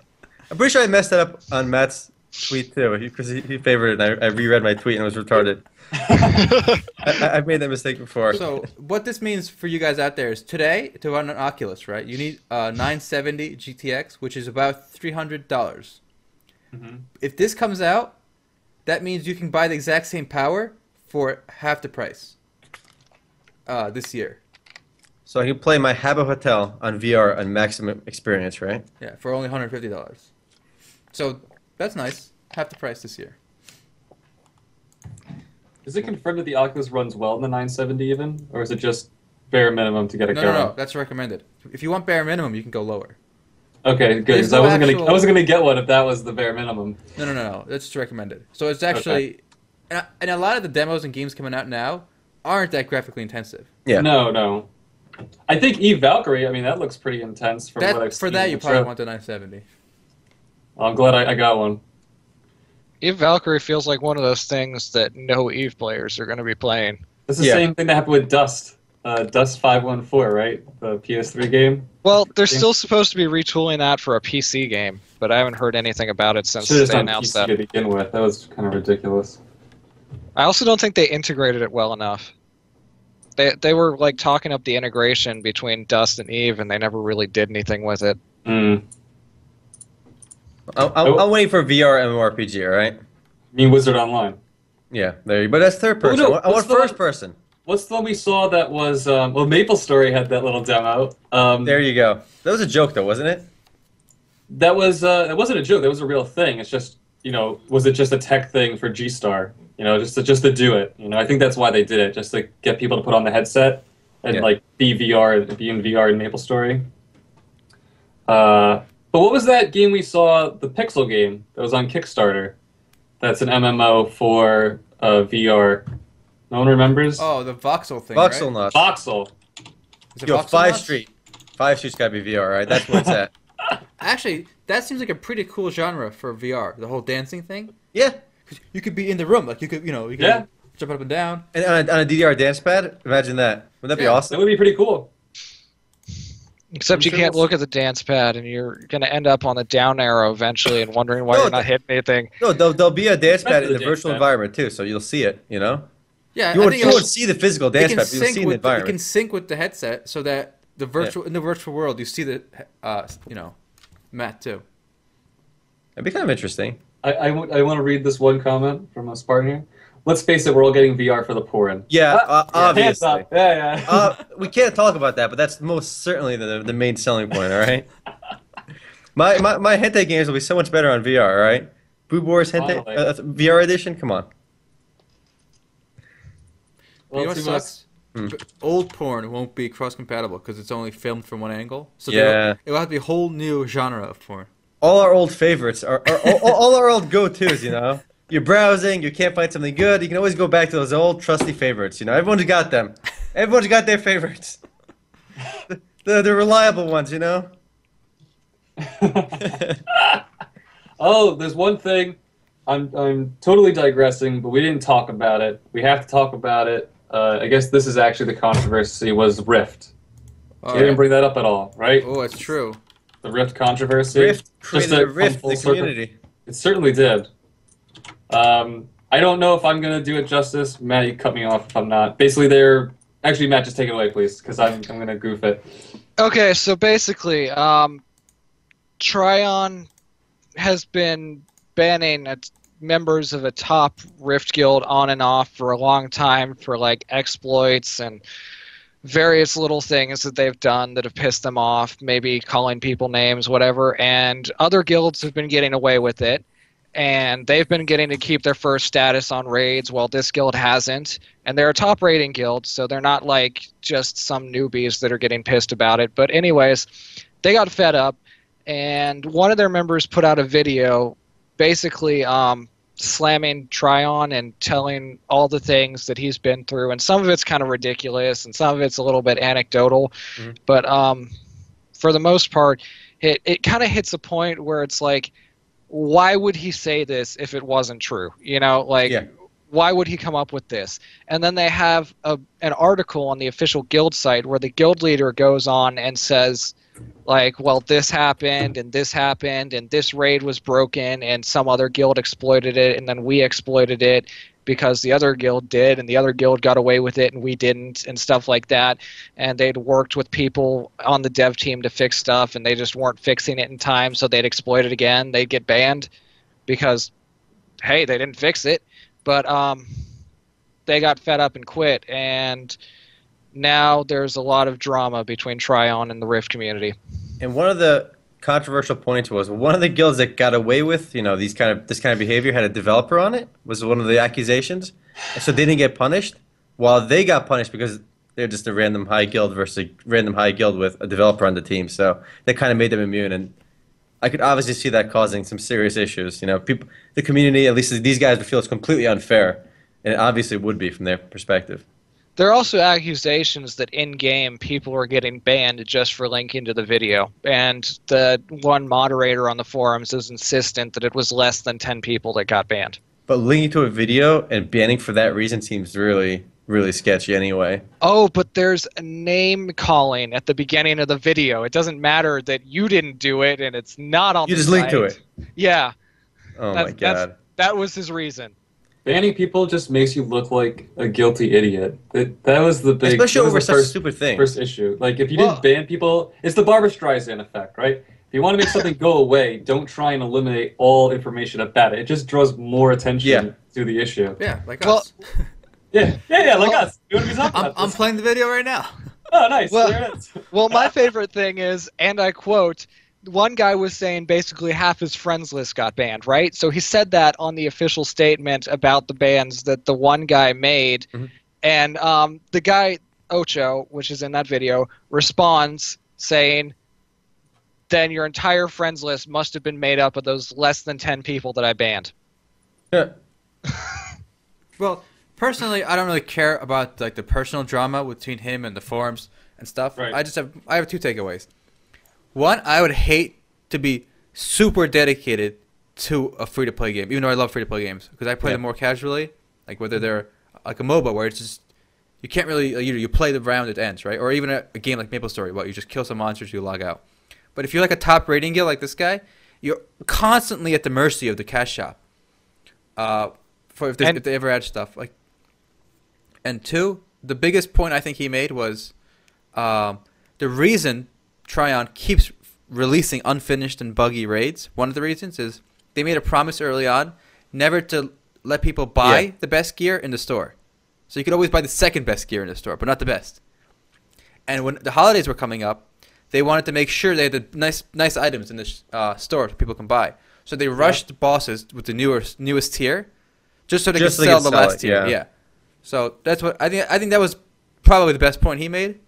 Speaker 2: I'm pretty sure I messed that up on Matt's tweet too, because he, he favored it. And I, I reread my tweet and it was retarded. I, I- I've made that mistake before.
Speaker 1: So what this means for you guys out there is today to run an Oculus, right? You need a 970 GTX, which is about three hundred dollars.
Speaker 3: Mhm.
Speaker 1: If this comes out, that means you can buy the exact same power for half the price. Uh, this year,
Speaker 2: So I can play my Habit Hotel on VR on maximum experience, right?
Speaker 1: yeah, for only one hundred fifty dollars. So that's nice, half the price this year.
Speaker 3: Is it confirmed that the Oculus runs well in the 970 even, or is it just bare minimum to get it
Speaker 1: No, no,
Speaker 3: going?
Speaker 1: no, that's recommended. If you want bare minimum, you can go lower.
Speaker 3: Okay, good.
Speaker 1: There's
Speaker 3: 'cause I
Speaker 1: no
Speaker 3: wasn't
Speaker 1: actual-
Speaker 3: gonna I wasn't gonna get one if that was the bare minimum.
Speaker 1: No, no, no, no. That's just recommended. So it's actually, and a- and a lot of the demos and games coming out now aren't that graphically intensive.
Speaker 2: Yeah.
Speaker 3: No, no. I think Eve Valkyrie. I mean, that looks pretty intense from what
Speaker 1: That
Speaker 3: I've
Speaker 1: for
Speaker 3: seen
Speaker 1: that
Speaker 3: in
Speaker 1: you
Speaker 3: the
Speaker 1: probably
Speaker 3: trailer.
Speaker 1: want the 970.
Speaker 3: I'm glad I, I got one.
Speaker 4: Eve Valkyrie feels like one of those things that no Eve players are gonna be playing.
Speaker 3: It's the
Speaker 2: Yeah.
Speaker 3: same thing that happened with Dust. Uh, Dust 514, right? The PS3 game.
Speaker 4: Well, they're
Speaker 3: Yeah.
Speaker 4: still supposed to be retooling that for a PC game, but I haven't heard anything about it since
Speaker 3: Should have
Speaker 4: they
Speaker 3: done
Speaker 4: announced
Speaker 3: PC
Speaker 4: that.
Speaker 3: to begin with. That was kind of ridiculous.
Speaker 4: I also don't think they integrated it well enough. They they were like talking up the integration between Dust and Eve, and they never really did anything with it.
Speaker 3: Mm.
Speaker 2: I'm, I'm, I'm waiting for VR MMORPG, all right?
Speaker 3: I mean, Wizard Online.
Speaker 2: Yeah, there you But that's third
Speaker 3: Oh,
Speaker 2: person.
Speaker 3: no,
Speaker 2: I want, I want
Speaker 3: what's the-
Speaker 2: first person.
Speaker 3: What's the one we saw that was? Um, well, Maple Story had that little demo.
Speaker 1: Mm.
Speaker 3: Um,
Speaker 2: There you go. That was a joke, though, wasn't it?
Speaker 3: That was uh, that wasn't a joke. That was a real thing. It's just you know, was it just a tech thing for G Star? You know, just to, just to do it. You know, I think that's why they did it, just to get people to put on the headset and
Speaker 2: Yeah.
Speaker 3: like be VR, be in VR in Maple Story. Uh, But what was that game we saw? The Pixel game that was on Kickstarter. That's an MMO for uh, VR. No one remembers.
Speaker 1: Oh, the voxel thing.
Speaker 2: Voxel
Speaker 1: right?
Speaker 2: nuts.
Speaker 3: Voxel.
Speaker 1: Is it
Speaker 2: Yo,
Speaker 1: voxel
Speaker 2: Five
Speaker 1: nuts?
Speaker 2: Street. Five Street's got to be VR, right? That's where it's at.
Speaker 1: Actually, that seems like a pretty cool genre for VR. The whole dancing thing.
Speaker 2: yeah.
Speaker 1: 'Cause You could be in the room, like you could, you know, you could
Speaker 3: Yeah.
Speaker 1: jump up and down.
Speaker 2: And on a, on a DDR dance pad? Imagine that. Wouldn't that
Speaker 1: Yeah.
Speaker 2: be awesome?
Speaker 3: That would be pretty cool.
Speaker 2: I'm
Speaker 4: Except you
Speaker 2: sure
Speaker 4: can't
Speaker 2: we'll-
Speaker 4: look at the dance pad, and you're gonna end up on the down arrow eventually, and wondering why
Speaker 2: No,
Speaker 4: you're not hitting anything.
Speaker 2: No, there'll, there'll be a dance
Speaker 3: That's
Speaker 2: pad in
Speaker 3: the
Speaker 2: the
Speaker 3: dance
Speaker 2: virtual
Speaker 3: pad.
Speaker 2: environment too, so you'll see it. You know,
Speaker 1: Yeah,
Speaker 2: you
Speaker 1: I
Speaker 2: won't,
Speaker 1: think
Speaker 2: you
Speaker 1: it'll-
Speaker 2: won't see the physical
Speaker 1: it
Speaker 2: dance
Speaker 1: can
Speaker 2: pad, but you'll
Speaker 1: sync
Speaker 2: see in the
Speaker 1: with the, it can
Speaker 2: environment.
Speaker 1: sync with the headset so that the virtual in the virtual world you see the uh, you know mat too.
Speaker 2: It'd be kind of interesting.
Speaker 3: I, I, w- I want to read this one comment from a Spartan here. Let's face it, we're all getting VR for the porn.
Speaker 2: Yeah, uh,
Speaker 3: Hands
Speaker 2: obviously.
Speaker 3: up. Yeah, yeah.
Speaker 2: uh, we can't talk about that, but that's most certainly the, the main selling point. All right. my my my hentai games will be so much better on VR. All right. Boo Boar's hentai
Speaker 3: Finally.
Speaker 2: uh, VR edition. Come on.
Speaker 1: But you
Speaker 3: well,
Speaker 1: know
Speaker 3: it
Speaker 1: what
Speaker 3: seems like-
Speaker 1: sucks? B- Old porn won't be cross compatible because it's only filmed from one angle. So
Speaker 2: Yeah.
Speaker 1: it will have to be a whole new genre of porn.
Speaker 2: All our old favorites are, are all, all our old go tos. You know. You're browsing. You can't find something good. You can always go back to those old trusty favorites. You know. Everyone's got them. Everyone's got their favorites. The, the, the reliable ones. You know.
Speaker 3: oh, there's one thing. I'm, I'm totally digressing, but we didn't talk about it. We have to talk about it. Uh, I guess this is actually the controversy was Rift.
Speaker 1: All
Speaker 3: We didn't
Speaker 1: right.
Speaker 3: bring that up at all, right?
Speaker 1: Oh, it's true.
Speaker 3: The Rift controversy.
Speaker 2: Rift
Speaker 3: Just
Speaker 2: created
Speaker 3: to
Speaker 2: a
Speaker 3: come
Speaker 2: rift in
Speaker 3: full
Speaker 2: the
Speaker 3: circle.
Speaker 2: community.
Speaker 3: It certainly did. Um, I don't know if I'm gonna do it justice. Matt, you cut me off if I'm not. Basically, they're actually Matt, just take it away, please, because I'm I'm gonna goof it.
Speaker 4: Okay, so basically, um, Tryon has been banning its members of a top Rift guild on and off for a long time for like exploits and various little things that they've done that have pissed them off, maybe calling people names, whatever. And other guilds have been getting away with it, and they've been getting to keep their first status on raids, while this guild hasn't and they're a top rating guild, so they're not like just some newbies that are getting pissed about it. But anyways, they got fed up, and one of their members put out a video, basically um, slamming Tryon and telling all the things that he's been through, and some of it's kind of ridiculous, and some of it's a little bit anecdotal,
Speaker 2: Mhm.
Speaker 4: but um, for the most part, it it kind of hits a point where it's like. Why would he say this if it wasn't true? You know, like,
Speaker 2: Yeah.
Speaker 4: why would he come up with this? and then they have a, an article on the official guild site where the guild leader goes on and says like well this happened and this happened and this raid was broken and some other guild exploited it and then we exploited it because the other guild did and the other guild got away with it and we didn't and stuff like that and they'd worked with people on the dev team to fix stuff and they just weren't fixing it in time so they'd exploit it again they'd get banned because hey they didn't fix it but um they got fed up and quit and now there's a lot of drama between Tryon and the Rift community.
Speaker 2: And one of the controversial points was one of the guilds that got away with you know these kind of this kind of behavior had a developer on it was one of the accusations, and so they didn't get punished, while they got punished because they're just a random high guild versus a random high guild with a developer on the team. So that kind of made them immune, and I could obviously see that causing some serious issues. You know, people, the community, at least these guys would feel it's completely unfair, and it obviously would be from their perspective.
Speaker 4: There are also accusations that in game people are getting banned just for linking to the video. And the one moderator on the forums is insistent that it was less than 10 people that got banned.
Speaker 2: But linking to a video and banning for that reason seems really, really sketchy. Anyway.
Speaker 4: Oh, but there's a name calling at the beginning of the video. It doesn't matter that you didn't do it and it's not on
Speaker 2: You
Speaker 4: the
Speaker 2: just link to
Speaker 4: site. Yeah,
Speaker 2: Oh my
Speaker 4: That's- that's-
Speaker 2: god.
Speaker 4: that was his reason.
Speaker 3: Banning people just makes you look like a guilty idiot. That, that was the big
Speaker 2: Especially
Speaker 3: that was
Speaker 2: over
Speaker 3: the
Speaker 2: such a
Speaker 3: first,
Speaker 2: stupid thing.
Speaker 3: first issue. Like if you
Speaker 4: Well-
Speaker 3: didn't ban people, it's the Barbara Streisand effect, right? If you want to make something go away, don't try and eliminate all information about it. It just draws more attention
Speaker 2: Yeah.
Speaker 3: to the issue.
Speaker 1: Yeah, like
Speaker 4: Well-
Speaker 1: us.
Speaker 3: Yeah, yeah, yeah. Like
Speaker 4: Well-
Speaker 3: us. You want to be talking
Speaker 1: I'm,
Speaker 3: about
Speaker 1: I'm
Speaker 3: this.
Speaker 1: playing the video right now.
Speaker 3: Oh, nice.
Speaker 4: Well-
Speaker 3: there it is.
Speaker 4: Well, my favorite thing is, and I quote, one guy was saying basically half his friends list got banned, right? So he said that on the official statement about the bans that the one guy made.
Speaker 2: Mhm.
Speaker 4: And um, the guy, Ocho, which is in that video, responds saying, then your entire friends list must have been made up of those less than 10 people that I banned.
Speaker 2: Yeah.
Speaker 1: Well, personally, I don't really care about like the personal drama between him and the forums and stuff.
Speaker 3: Right.
Speaker 1: I just have I have two takeaways. One, I would hate to be super dedicated to a free to play game, even though I love free to play games because I play
Speaker 2: Yeah.
Speaker 1: them more casually, like whether they're like a MOBA where it's just you can't really like, you you play the round it ends right, or even a, a game like MapleStory where you just kill some monsters, you log out. But if you're like a top rating guild like this guy, you're constantly at the mercy of the cash shop. Uh, for if, there's-
Speaker 4: And-
Speaker 1: if they ever add stuff like and two, the biggest point I think he made was um, the reason Tryon keeps releasing unfinished and buggy raids. One of the reasons is they made a promise early on never to let people buy
Speaker 2: Yeah.
Speaker 1: the best gear in the store. So you could always buy the second best gear in the store, but not the best. And when the holidays were coming up, they wanted to make sure they had the nice nice items in the sh- uh, store that people can buy. So they rushed bosses with the newer newest tier, just so they
Speaker 2: Just
Speaker 1: could
Speaker 2: so they
Speaker 1: sell
Speaker 2: could
Speaker 1: the
Speaker 2: sell
Speaker 1: last
Speaker 2: it,
Speaker 1: tier.
Speaker 2: yeah.
Speaker 1: yeah. So that's what I think. I think that was probably the best point he made.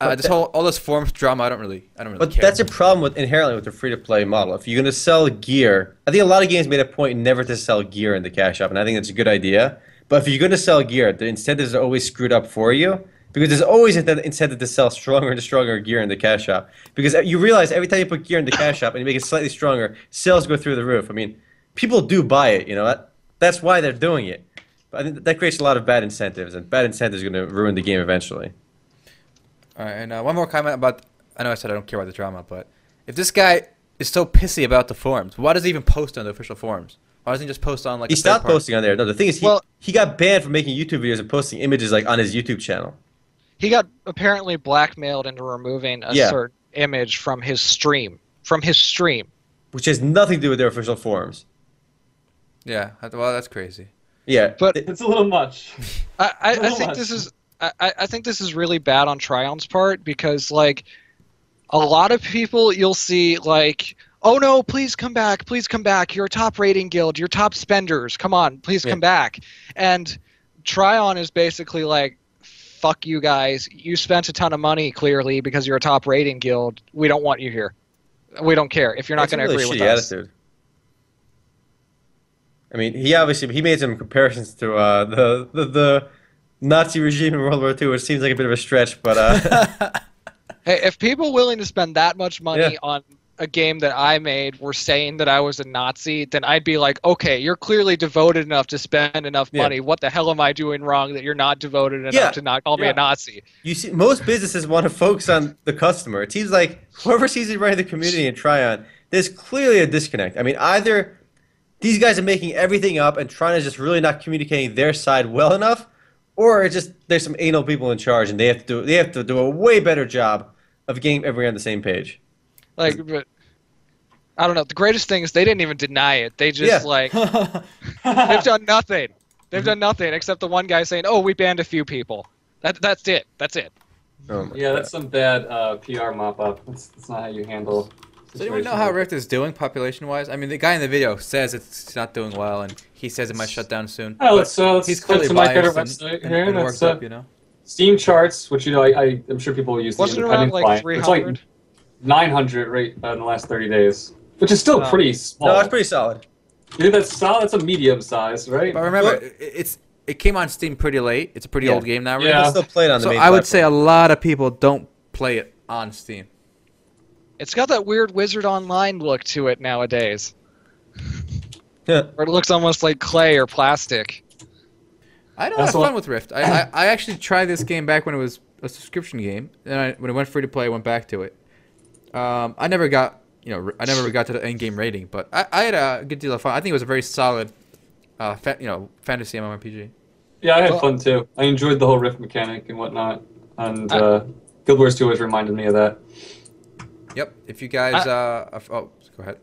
Speaker 1: Uh,
Speaker 2: But
Speaker 1: this
Speaker 2: tha-
Speaker 1: whole all this forms drama, I don't really, I don't really
Speaker 2: But
Speaker 1: care.
Speaker 2: that's a problem with inherently with the free to play model. If you're going to sell gear, I think a lot of games made a point never to sell gear in the cash shop, and I think that's a good idea. But if you're going to sell gear, the incentives are always screwed up for you because there's always an incentive to sell stronger and stronger gear in the cash shop. Because you realize every time you put gear in the cash shop and you make it slightly stronger, sales go through the roof. I mean, people do buy it, you know. That, that's why they're doing it. But I think that creates a lot of bad incentives, and bad incentives are going to ruin the game eventually.
Speaker 1: all right, and uh, one more comment about. I know I said I don't care about the drama, but if this guy is so pissy about the forums, why does he even post on the official forums? Why doesn't he just post on like?
Speaker 2: he
Speaker 1: a third
Speaker 2: stopped
Speaker 1: party-
Speaker 2: posting on there. No, the thing is, he,
Speaker 4: Well-
Speaker 2: he got banned from making YouTube videos and posting images like on his YouTube channel.
Speaker 4: He got apparently blackmailed into removing a
Speaker 2: Yeah.
Speaker 4: certain image from his stream. From his stream.
Speaker 2: Which has nothing to do with their official forums.
Speaker 1: Yeah, that- well, that's crazy.
Speaker 2: Yeah.
Speaker 4: But-
Speaker 2: th-
Speaker 3: It's a little much.
Speaker 4: I, I, I
Speaker 3: Hold
Speaker 4: think
Speaker 3: on.
Speaker 4: this is I, I I think this is really bad on Tryon's part because like a lot of people you'll see like oh no please come back please come back you're a top rating guild you're top spenders come on please
Speaker 2: Yeah.
Speaker 4: come back and Tryon is basically like fuck you guys you spent a ton of money clearly because you're a top rating guild we don't want you here we don't care if you're not
Speaker 2: it's a
Speaker 4: going to
Speaker 2: really
Speaker 4: agree with
Speaker 2: shitty
Speaker 4: us
Speaker 2: attitude. I mean, he obviously he made some comparisons to uh, the, the the Nazi regime in World War II, which seems like a bit of a stretch, but uh,
Speaker 4: Hey, if people willing to spend that much money
Speaker 2: Yeah.
Speaker 4: on a game that I made were saying that I was a Nazi, then I'd be like, okay, you're clearly devoted enough to spend enough
Speaker 2: Yeah.
Speaker 4: money. What the hell am I doing wrong that you're not devoted enough
Speaker 2: Yeah.
Speaker 4: to not call me
Speaker 3: Yeah.
Speaker 4: a Nazi?
Speaker 2: you see, most businesses want to focus on the customer. It seems like whoever sees it running the community and Tryon, there's clearly a disconnect. I mean, either these guys are making everything up and Tryon is just really not communicating their side well enough, or it's just there's some anal people in charge and they have to do, they have to do a way better job of getting everyone on the same page.
Speaker 4: Like, but I don't know. The greatest thing is they didn't even deny it. They just
Speaker 2: Yeah. Mm-hmm.
Speaker 4: like
Speaker 1: Oh
Speaker 4: they've done nothing. They've done nothing except the one guy saying, "Oh, we banned a few people." That that's it. That's it.
Speaker 2: Oh my
Speaker 3: yeah,
Speaker 2: God.
Speaker 3: that's some bad uh, PR mop up. That's, that's not how you handle.
Speaker 1: So do we know
Speaker 3: situations
Speaker 1: how
Speaker 3: like-
Speaker 1: Rift is doing population wise? I mean, the guy in the video says it's not doing well, and he says it might shut down soon.
Speaker 3: Oh, let's, uh, let's
Speaker 1: He's
Speaker 3: click
Speaker 1: clearly
Speaker 3: to my favorite
Speaker 1: biased and,
Speaker 3: website
Speaker 1: and,
Speaker 3: here.
Speaker 1: and
Speaker 3: that's
Speaker 1: worked
Speaker 3: uh,
Speaker 1: up, you know.
Speaker 3: Steam charts, which you know I, I am sure people use. the
Speaker 4: Wasn't it around
Speaker 3: independent
Speaker 4: like
Speaker 3: client.
Speaker 4: three
Speaker 3: It's like
Speaker 4: hundred?
Speaker 3: 900 right uh, in the last 30 days, which is still
Speaker 4: Wow.
Speaker 3: pretty small.
Speaker 2: no, that's pretty solid.
Speaker 3: Dude, that's solid. That's a medium size, right?
Speaker 1: But remember,
Speaker 2: Well-
Speaker 1: it, it's it came on Steam pretty late. It's a pretty
Speaker 2: Yeah.
Speaker 1: old game now.
Speaker 3: Yeah.
Speaker 2: It's
Speaker 1: Right?
Speaker 2: still played on the
Speaker 1: So
Speaker 2: main
Speaker 1: I would say
Speaker 2: platform.
Speaker 1: a lot of people don't play it on Steam.
Speaker 4: It's got that weird Wizard Online look to it nowadays,
Speaker 2: Yeah.
Speaker 4: or it looks almost like clay or plastic.
Speaker 1: I had a lot
Speaker 3: That's
Speaker 1: of
Speaker 3: what-
Speaker 1: fun with Rift. I, I, I actually tried this game back when it was a subscription game, and I, when it went free to play, I went back to it. Um, I never got you know I never got to the end game rating, but I, I had a good deal of fun. I think it was a very solid, uh, fa- you know, fantasy MMORPG.
Speaker 3: yeah, I had
Speaker 4: Well-
Speaker 3: fun too. I enjoyed the whole rift mechanic and whatnot, and
Speaker 4: I-
Speaker 3: uh, Guild Wars 2 always reminded me of that.
Speaker 1: Yep. If you guys, uh, if- oh, go ahead.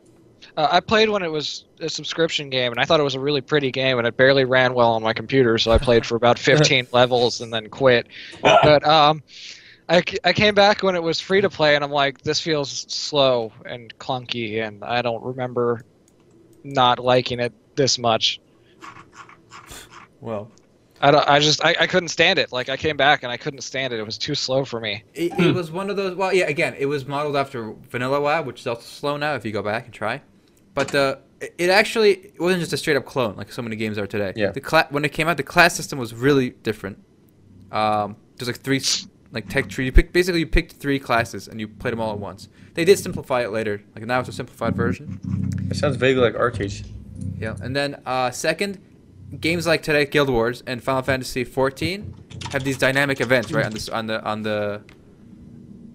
Speaker 4: Uh, I played when it was a subscription game, and I thought it was a really pretty game, and it barely ran well on my computer, so I played for about 15 levels and then quit. But um, I, c- I came back when it was free to play, and I'm like, this feels slow and clunky, and I don't remember not liking it this much.
Speaker 1: Well,
Speaker 4: I don't. I just. I, I couldn't stand it. Like I came back and I couldn't stand it. It was too slow for me.
Speaker 1: It, it was one of those. Well, yeah. Again, it was modeled after Vanilla WoW, which is also slow now if you go back and try. But the it- it actually it wasn't just a straight up clone like so many games are today.
Speaker 2: Yeah.
Speaker 1: The cla- when it came out, the class system was really different. Um, there's like three s- like tech tree. You picked basically you picked three classes and you played them all at once. They did simplify it later. Like now it's a simplified version.
Speaker 2: It sounds vaguely like Arcade.
Speaker 1: Yeah, and then uh, second, games like today Guild Wars and Final Fantasy 14 have these dynamic events right on this on the on the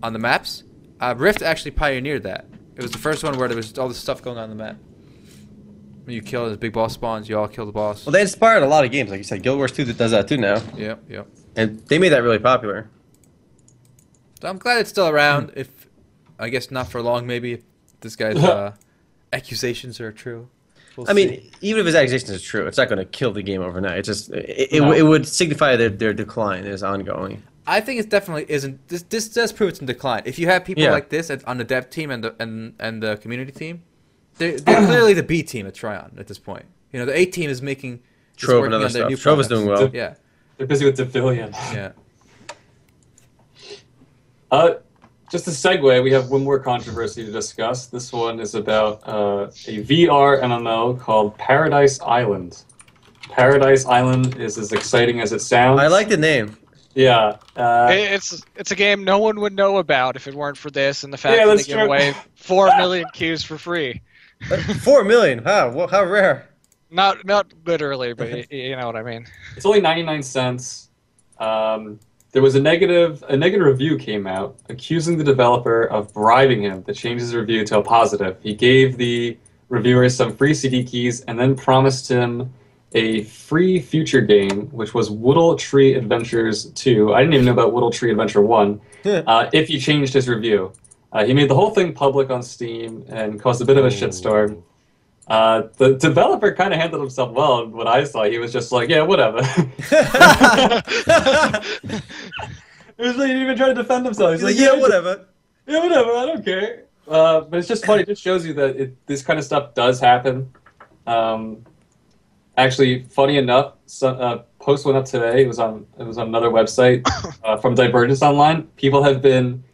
Speaker 1: on the maps. Uh, Rift actually pioneered that. It was the first one where there was all this stuff going on the map. When you kill this big boss spawns, you all kill the boss.
Speaker 2: Well, they inspired a lot of games, like you said. Guild Wars 2 that does that too now,
Speaker 1: yep, yep.
Speaker 2: and they made that really popular.
Speaker 1: So I'm glad it's still around. If I guess not for long, maybe if this guy's uh, accusations are true. We'll
Speaker 2: I
Speaker 1: see.
Speaker 2: mean, even if his accusations are true, it's not going to kill the game overnight. It's just it, it,
Speaker 3: No.
Speaker 2: it would signify their, their decline is ongoing.
Speaker 1: I think it definitely isn't. This this does prove it's in decline. If you have people
Speaker 2: Yeah.
Speaker 1: like this at, on the dev team and the and and the community team, they're, they're clearly the B team at Tryon at this point. You know, the A team is making is
Speaker 2: Trove and
Speaker 1: working
Speaker 2: other
Speaker 1: on their
Speaker 2: stuff.
Speaker 1: new
Speaker 2: Trove is doing
Speaker 1: products.
Speaker 2: well.
Speaker 1: Yeah,
Speaker 3: They're busy with Devillion.
Speaker 1: yeah.
Speaker 3: Uh, just a segue, we have one more controversy to discuss. This one is about uh, a VR MMO called Paradise Island. Paradise Island is as exciting as it sounds.
Speaker 2: I like the name.
Speaker 3: Yeah. Uh,
Speaker 4: It- it's it's a game no one would know about if it weren't for this and the fact
Speaker 3: Yeah,
Speaker 4: that they
Speaker 3: that's
Speaker 4: give
Speaker 3: true.
Speaker 4: away four million cubes for free.
Speaker 2: Uh, Four million. Wow, wha- how rare.
Speaker 4: Not not literally, but y- y- you know what I mean.
Speaker 3: It's only 99 cents. Um, there was a negative a negative review came out accusing the developer of bribing him to change his review to a positive. He gave the reviewer some free CD keys and then promised him a free future game, which was Woodle Tree Adventures 2. I didn't even know about Woodle Tree Adventure 1. uh, if he changed his review. Uh, he made the whole thing public on Steam and caused a bit of a shitstorm. Uh, the developer kind of handled himself well. and What I saw, he was just like, "Yeah, whatever." It was like he didn't even try to defend himself. He's
Speaker 2: He's
Speaker 3: like,
Speaker 2: like, yeah, whatever.
Speaker 3: yeah, whatever. I don't care." Uh, but it's just funny. It just shows you that it, this kind of stuff does happen. Um, actually, funny enough, so, uh, post went up today. It was on it was on another website uh, from Divergence Online. People have been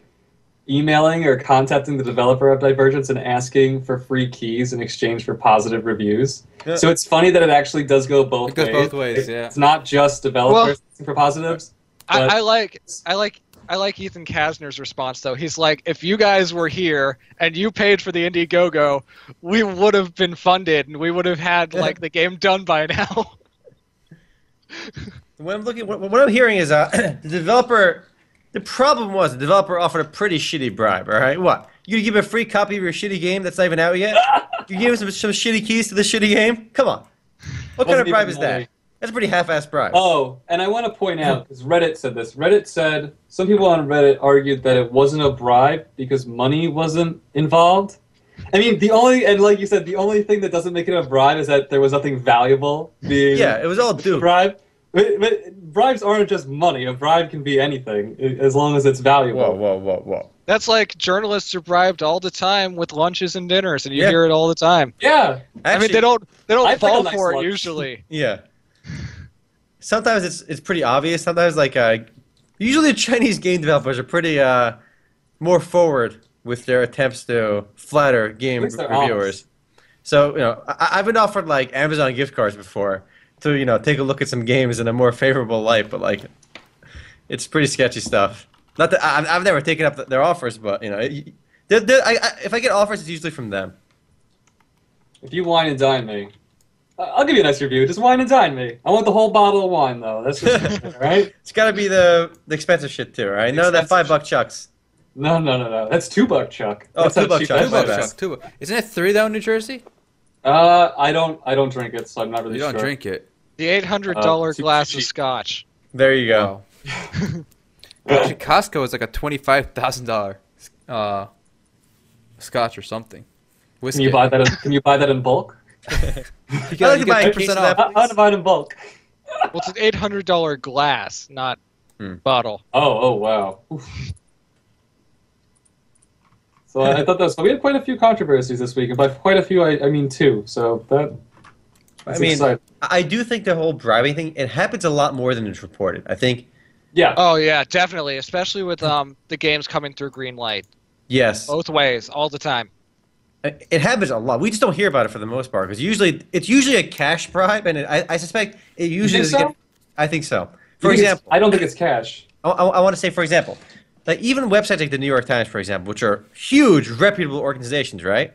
Speaker 3: emailing or contacting the developer of Divergence and asking for free keys in exchange for positive reviews.
Speaker 2: Yeah.
Speaker 3: So it's funny that it actually does go both
Speaker 1: It goes
Speaker 3: ways.
Speaker 1: both ways,
Speaker 3: It-
Speaker 1: yeah.
Speaker 3: It's not just developers asking for positives. But-
Speaker 4: I, I like I like I like Ethan Kasner's response though. He's like, if you guys were here and you paid for the Indiegogo, we would have been funded and we would have had like the game done by now.
Speaker 2: What I'm looking, what, what I'm hearing is uh, the developer. The problem was the developer offered a pretty shitty bribe. All right, what? You gonna give a free copy of your shitty game that's not even out yet? you give him some, some shitty keys to the shitty game? Come on. What kind
Speaker 3: Wasn't
Speaker 2: of bribe
Speaker 3: even
Speaker 2: is that?
Speaker 3: my-
Speaker 2: That's a pretty half-assed bribe.
Speaker 3: Oh, and I want to point out because Reddit said this. Reddit said some people on Reddit argued that it wasn't a bribe because money wasn't involved. I mean, the only and like you said, the only thing that doesn't make it a bribe is that there was nothing valuable being
Speaker 2: yeah, it was all
Speaker 3: a
Speaker 2: duped.
Speaker 3: bribe. But, but bribes aren't just money. A bribe can be anything i- as long as it's valuable.
Speaker 2: Whoa, whoa, whoa, whoa.
Speaker 4: That's like journalists are bribed all the time with lunches and dinners, and you
Speaker 2: Yeah.
Speaker 4: hear it all the time.
Speaker 3: Yeah,
Speaker 4: I mean, they don't they don't
Speaker 3: I think
Speaker 4: fall
Speaker 3: a nice
Speaker 4: for
Speaker 3: lunch.
Speaker 4: it usually.
Speaker 2: Yeah. Sometimes it's it's pretty obvious. Sometimes like uh, usually Chinese game developers are pretty uh, more forward with their attempts to flatter game
Speaker 3: At least they're
Speaker 2: reviewers. So you know, I- I've been offered like Amazon gift cards before to you know take a look at some games in a more favorable light, but like it's pretty sketchy stuff. Not that I- I've, I've never taken up th- their offers, but you know, it- they're, they're, I, I, if I get offers, it's usually from them.
Speaker 3: if you wine and dine me, I- I'll give you a nice review. Just wine and dine me. I want the whole bottle of wine though. That's just, right.
Speaker 2: It's got to be the the expensive shit too, right? No, that
Speaker 3: expensive
Speaker 2: five buck chucks.
Speaker 3: No, no, no, no. That's two buck Chuck.
Speaker 2: Oh,
Speaker 3: That's
Speaker 2: two
Speaker 3: how
Speaker 2: buck
Speaker 3: cheap
Speaker 2: Chuck.
Speaker 3: that
Speaker 1: Two
Speaker 2: That's my
Speaker 1: bucks,
Speaker 3: was.
Speaker 2: bad.
Speaker 1: Chuck, two. bu- Isn't it three down in New Jersey?
Speaker 3: Uh, I don't, I don't drink it, so I'm not really
Speaker 1: You don't
Speaker 3: sure.
Speaker 1: drink it.
Speaker 4: The eight hundred dollar
Speaker 3: Uh, too
Speaker 4: glass of
Speaker 3: cheap.
Speaker 4: scotch.
Speaker 2: There you go.
Speaker 1: Wow. Actually, Costco is like a twenty-five thousand dollar uh, scotch or something.
Speaker 3: Can
Speaker 1: Whiskey.
Speaker 3: you buy that? In, can you buy that in bulk?
Speaker 1: You
Speaker 2: I'd
Speaker 1: get,
Speaker 2: like
Speaker 1: you
Speaker 2: to
Speaker 1: get ten
Speaker 2: buy a case of
Speaker 1: percent
Speaker 2: that.
Speaker 1: off.
Speaker 3: How, how to buy it in bulk?
Speaker 4: Well, it's an eight hundred dollar glass, not
Speaker 2: Hmm.
Speaker 4: bottle.
Speaker 3: Oh, oh, wow. Oof. So I, I thought that was. We had quite a few controversies this week, and by quite a few, I, I mean two. So that.
Speaker 2: I
Speaker 3: That's
Speaker 2: mean,
Speaker 3: exciting.
Speaker 2: I do think the whole bribing thing it happens a lot more than it's reported. I think
Speaker 3: Yeah.
Speaker 4: Oh yeah, definitely, especially with um the games coming through green light
Speaker 2: yes,
Speaker 3: Oh.
Speaker 4: both ways all the time.
Speaker 2: it happens a lot. We just don't hear about it for the most part because usually it's usually a cash bribe, and it, I, I suspect it usually.
Speaker 3: think
Speaker 2: doesn't
Speaker 3: so?
Speaker 2: get- I think so.
Speaker 3: You
Speaker 2: For
Speaker 3: think it's-
Speaker 2: example,
Speaker 3: I don't think it's cash.
Speaker 2: I, want to say, for example, like even websites like the New York Times, for example, which are huge, reputable organizations, right?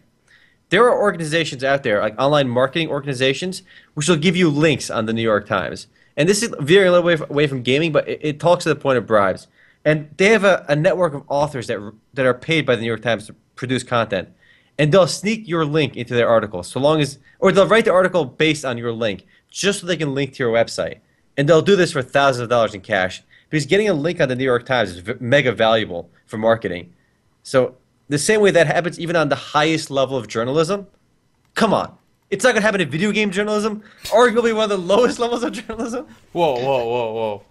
Speaker 2: There are organizations out there, like online marketing organizations, which will give you links on the New York Times. And this is veering a little way f- away from gaming, but it, it talks to the point of bribes. And they have a, a network of authors that, r- that are paid by the New York Times to produce content. And they'll sneak your link into their article, so long as, or they'll write the article based on your link, just so they can link to your website. And they'll do this for thousands of dollars in cash because getting a link on the New York Times is v- mega valuable for marketing. So the same way that happens even on the highest level of journalism, come on. It's not going to happen in video game journalism, arguably one of the lowest levels of journalism.
Speaker 1: Whoa, whoa, whoa, whoa.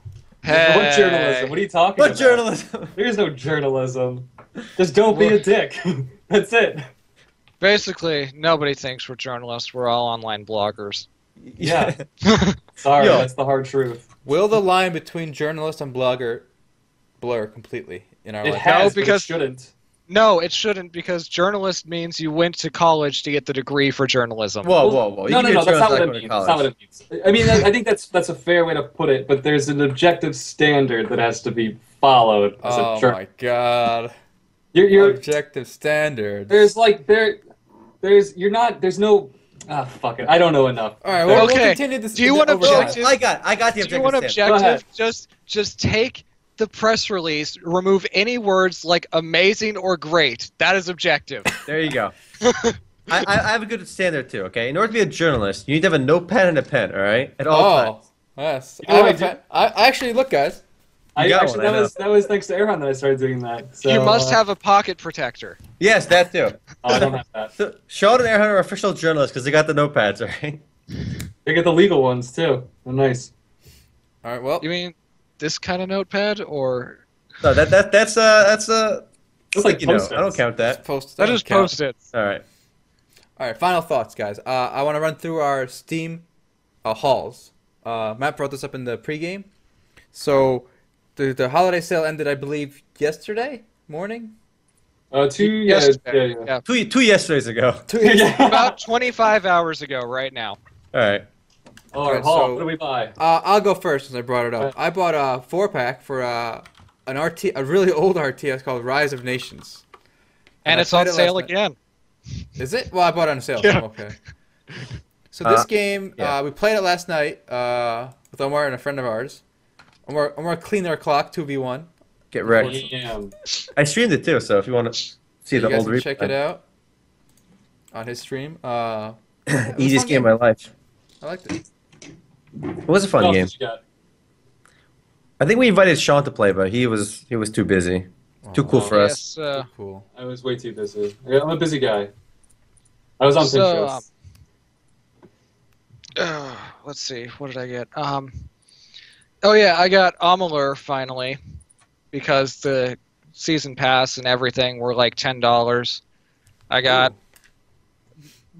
Speaker 3: What journalism? What are you talking
Speaker 2: But
Speaker 3: about?
Speaker 2: journalism.
Speaker 3: There's no journalism. Just don't be a dick. That's it.
Speaker 4: Basically, nobody thinks we're journalists. We're all online bloggers.
Speaker 3: Yeah. Sorry,
Speaker 2: Yo.
Speaker 3: that's the hard truth.
Speaker 1: Will the line between journalist and blogger blur completely in our
Speaker 3: It
Speaker 1: life?
Speaker 3: has,
Speaker 4: because-
Speaker 3: but it shouldn't.
Speaker 4: No, it shouldn't because journalist means you went to college to get the degree for journalism.
Speaker 2: whoa, Oh, whoa, whoa. You
Speaker 3: No,
Speaker 2: can be
Speaker 3: no,
Speaker 2: a
Speaker 3: no. That's not
Speaker 2: journalist
Speaker 3: what it
Speaker 2: going to
Speaker 3: means. That's not what it means. I mean, I I think that's that's a fair way to put it, but there's an objective standard that has to be followed. as a
Speaker 1: Oh
Speaker 3: jour-
Speaker 1: my god.
Speaker 3: You're, you're
Speaker 1: Objective standards.
Speaker 3: there's like there, there's you're not there's no ah fuck it. I don't know enough.
Speaker 1: All right, well,
Speaker 4: Okay.
Speaker 1: we'll continue this.
Speaker 4: Do you wanna
Speaker 1: overtime.
Speaker 4: object-
Speaker 2: Well, I got, I got the
Speaker 4: If you
Speaker 2: objective.
Speaker 4: want
Speaker 2: standard.
Speaker 3: Go ahead.
Speaker 4: objective, just just take the press release, remove any words like amazing or great. That is objective.
Speaker 2: There you go. I, I I have a good standard too. Okay, in order to be a journalist, you need to have a notepad and a pen. All right, at all
Speaker 1: Oh,
Speaker 2: times.
Speaker 1: yes.
Speaker 3: You know
Speaker 1: I,
Speaker 3: what
Speaker 1: have
Speaker 3: I
Speaker 1: a fa- I- I actually look, guys.
Speaker 3: I
Speaker 2: got
Speaker 3: actually
Speaker 2: one, I
Speaker 3: that was that was thanks to Aaron that I started doing that. So,
Speaker 4: you must
Speaker 3: uh,
Speaker 4: have a pocket protector.
Speaker 2: Yes, that too.
Speaker 3: Oh, I don't have that.
Speaker 2: So Sean and Aaron are official journalists because they got the notepads. All right.
Speaker 3: They get the legal ones too. They're nice.
Speaker 1: All right, well,
Speaker 4: You mean this kind of notepad or
Speaker 2: No, that that that's uh that's uh
Speaker 3: It's like
Speaker 2: you know,
Speaker 3: Post-its.
Speaker 2: I don't count that.
Speaker 1: post.
Speaker 4: that is post it.
Speaker 2: All right.
Speaker 1: All right, final thoughts, guys. Uh, I want to run through our Steam uh, hauls. Uh, Matt brought this up in the pregame. So the the holiday sale ended, I believe, yesterday morning.
Speaker 3: Uh, two yeah,
Speaker 4: Yes.
Speaker 3: yeah, yeah.
Speaker 4: Yeah.
Speaker 2: Two two yesterdays ago.
Speaker 1: Two
Speaker 3: Yeah.
Speaker 4: About 25 hours ago, right now.
Speaker 2: All right.
Speaker 3: All right,
Speaker 1: Alright,
Speaker 3: Hall,
Speaker 1: so-
Speaker 3: what do we buy?
Speaker 1: Uh, I'll go first since I brought it up. I bought a four pack for uh, an RT, a really old RTS called Rise of Nations.
Speaker 4: And
Speaker 1: I
Speaker 4: it's on
Speaker 1: played it
Speaker 4: sale
Speaker 1: last night.
Speaker 4: again.
Speaker 1: Is it? Well, I bought it on sale. so
Speaker 4: Yeah.
Speaker 1: I'm okay. So this
Speaker 2: Uh,
Speaker 1: game,
Speaker 2: yeah.
Speaker 1: uh, we played it last night uh, with Omar and a friend of ours. Omar, Omar cleaned our clock two v one.
Speaker 2: Get wrecked.
Speaker 3: Damn.
Speaker 2: I streamed it too, so if you want to see
Speaker 1: You
Speaker 2: the
Speaker 1: guys
Speaker 2: old uh,
Speaker 1: can check it
Speaker 2: replay,
Speaker 1: out on his stream. Uh, it was a
Speaker 2: easiest
Speaker 1: fun
Speaker 2: game of my life.
Speaker 1: I liked it.
Speaker 2: It was a
Speaker 3: What
Speaker 2: fun
Speaker 3: else
Speaker 2: game.
Speaker 3: did you got?
Speaker 2: I think we invited Sean to play, but he was he was too busy, too cool
Speaker 1: Oh,
Speaker 2: for us.
Speaker 4: Yes, uh,
Speaker 1: Cool.
Speaker 3: I was way too busy. I- I'm a busy guy. I was on
Speaker 4: So, um,
Speaker 3: Pinterest.
Speaker 4: uh, let's see, what did I get? Um, oh yeah, I got Amalur finally because the season pass and everything were like ten dollars. I got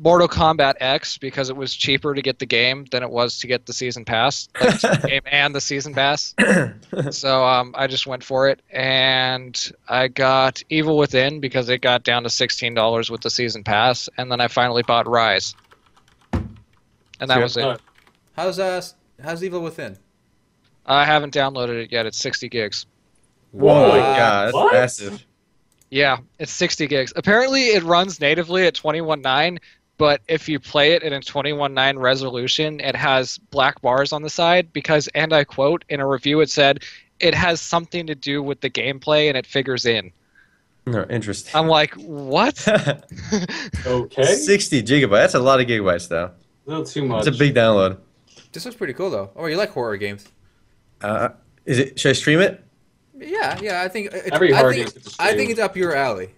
Speaker 4: Mortal Kombat X because it was cheaper to get the game than it was to get the season pass, like, to get the game and the season pass. so um, I just went for it, and I got Evil Within because it got down to sixteen dollars with the season pass, and then I finally bought Rise. And that
Speaker 2: Sure.
Speaker 4: was it.
Speaker 3: Oh.
Speaker 1: How's uh, s- how's Evil Within?
Speaker 4: I haven't downloaded it yet. It's 60 gigs.
Speaker 2: Whoa, Oh my
Speaker 1: Wow.
Speaker 2: God, that's
Speaker 3: What?
Speaker 2: massive.
Speaker 4: Yeah, it's 60 gigs. Apparently, it runs natively at 21.9, but if you play it in a 21.9 resolution, it has black bars on the side because, and I quote, in a review it said, it has something to do with the gameplay and it figures in.
Speaker 2: No, interesting.
Speaker 4: I'm like, what?
Speaker 3: okay.
Speaker 2: Sixty gigabytes. That's a lot of gigabytes, though.
Speaker 3: A little too much.
Speaker 2: It's a big download.
Speaker 1: This was pretty cool though. Oh, you like horror games?
Speaker 2: Uh, is it? Should I stream it?
Speaker 1: Yeah, yeah. I think it's,
Speaker 3: Every
Speaker 1: I
Speaker 3: horror
Speaker 1: think,
Speaker 3: game's
Speaker 1: I think
Speaker 3: extreme.
Speaker 1: it's up your alley.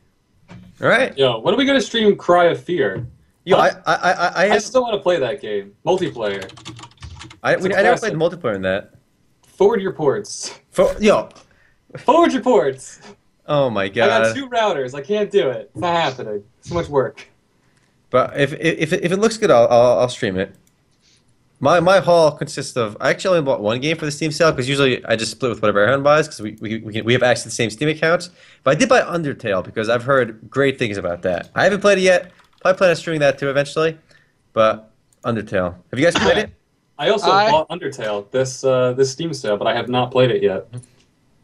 Speaker 2: All right.
Speaker 3: Yo, when are we gonna stream Cry of Fear?
Speaker 2: Yo, I I I I, I,
Speaker 3: I
Speaker 2: have,
Speaker 3: still want to play that game. Multiplayer.
Speaker 2: I, we, I never played multiplayer in that.
Speaker 3: Forward your ports.
Speaker 2: For, yo,
Speaker 3: Forward your ports.
Speaker 2: oh my
Speaker 3: I got
Speaker 2: God.
Speaker 3: two routers. I can't do it. It's not happening. It's too much work.
Speaker 2: But if if if it looks good, I'll I'll, I'll stream it. My my haul consists of I actually only bought one game for the Steam sale because usually I just split with whatever everyone buys because we we, we, can, we have access to the same Steam accounts. But I did buy Undertale because I've heard great things about that. I haven't played it yet. Probably plan on streaming that too eventually. But Undertale, have you guys played it?
Speaker 3: I also
Speaker 4: I-
Speaker 3: bought Undertale this uh, this Steam sale, but I have not played it yet.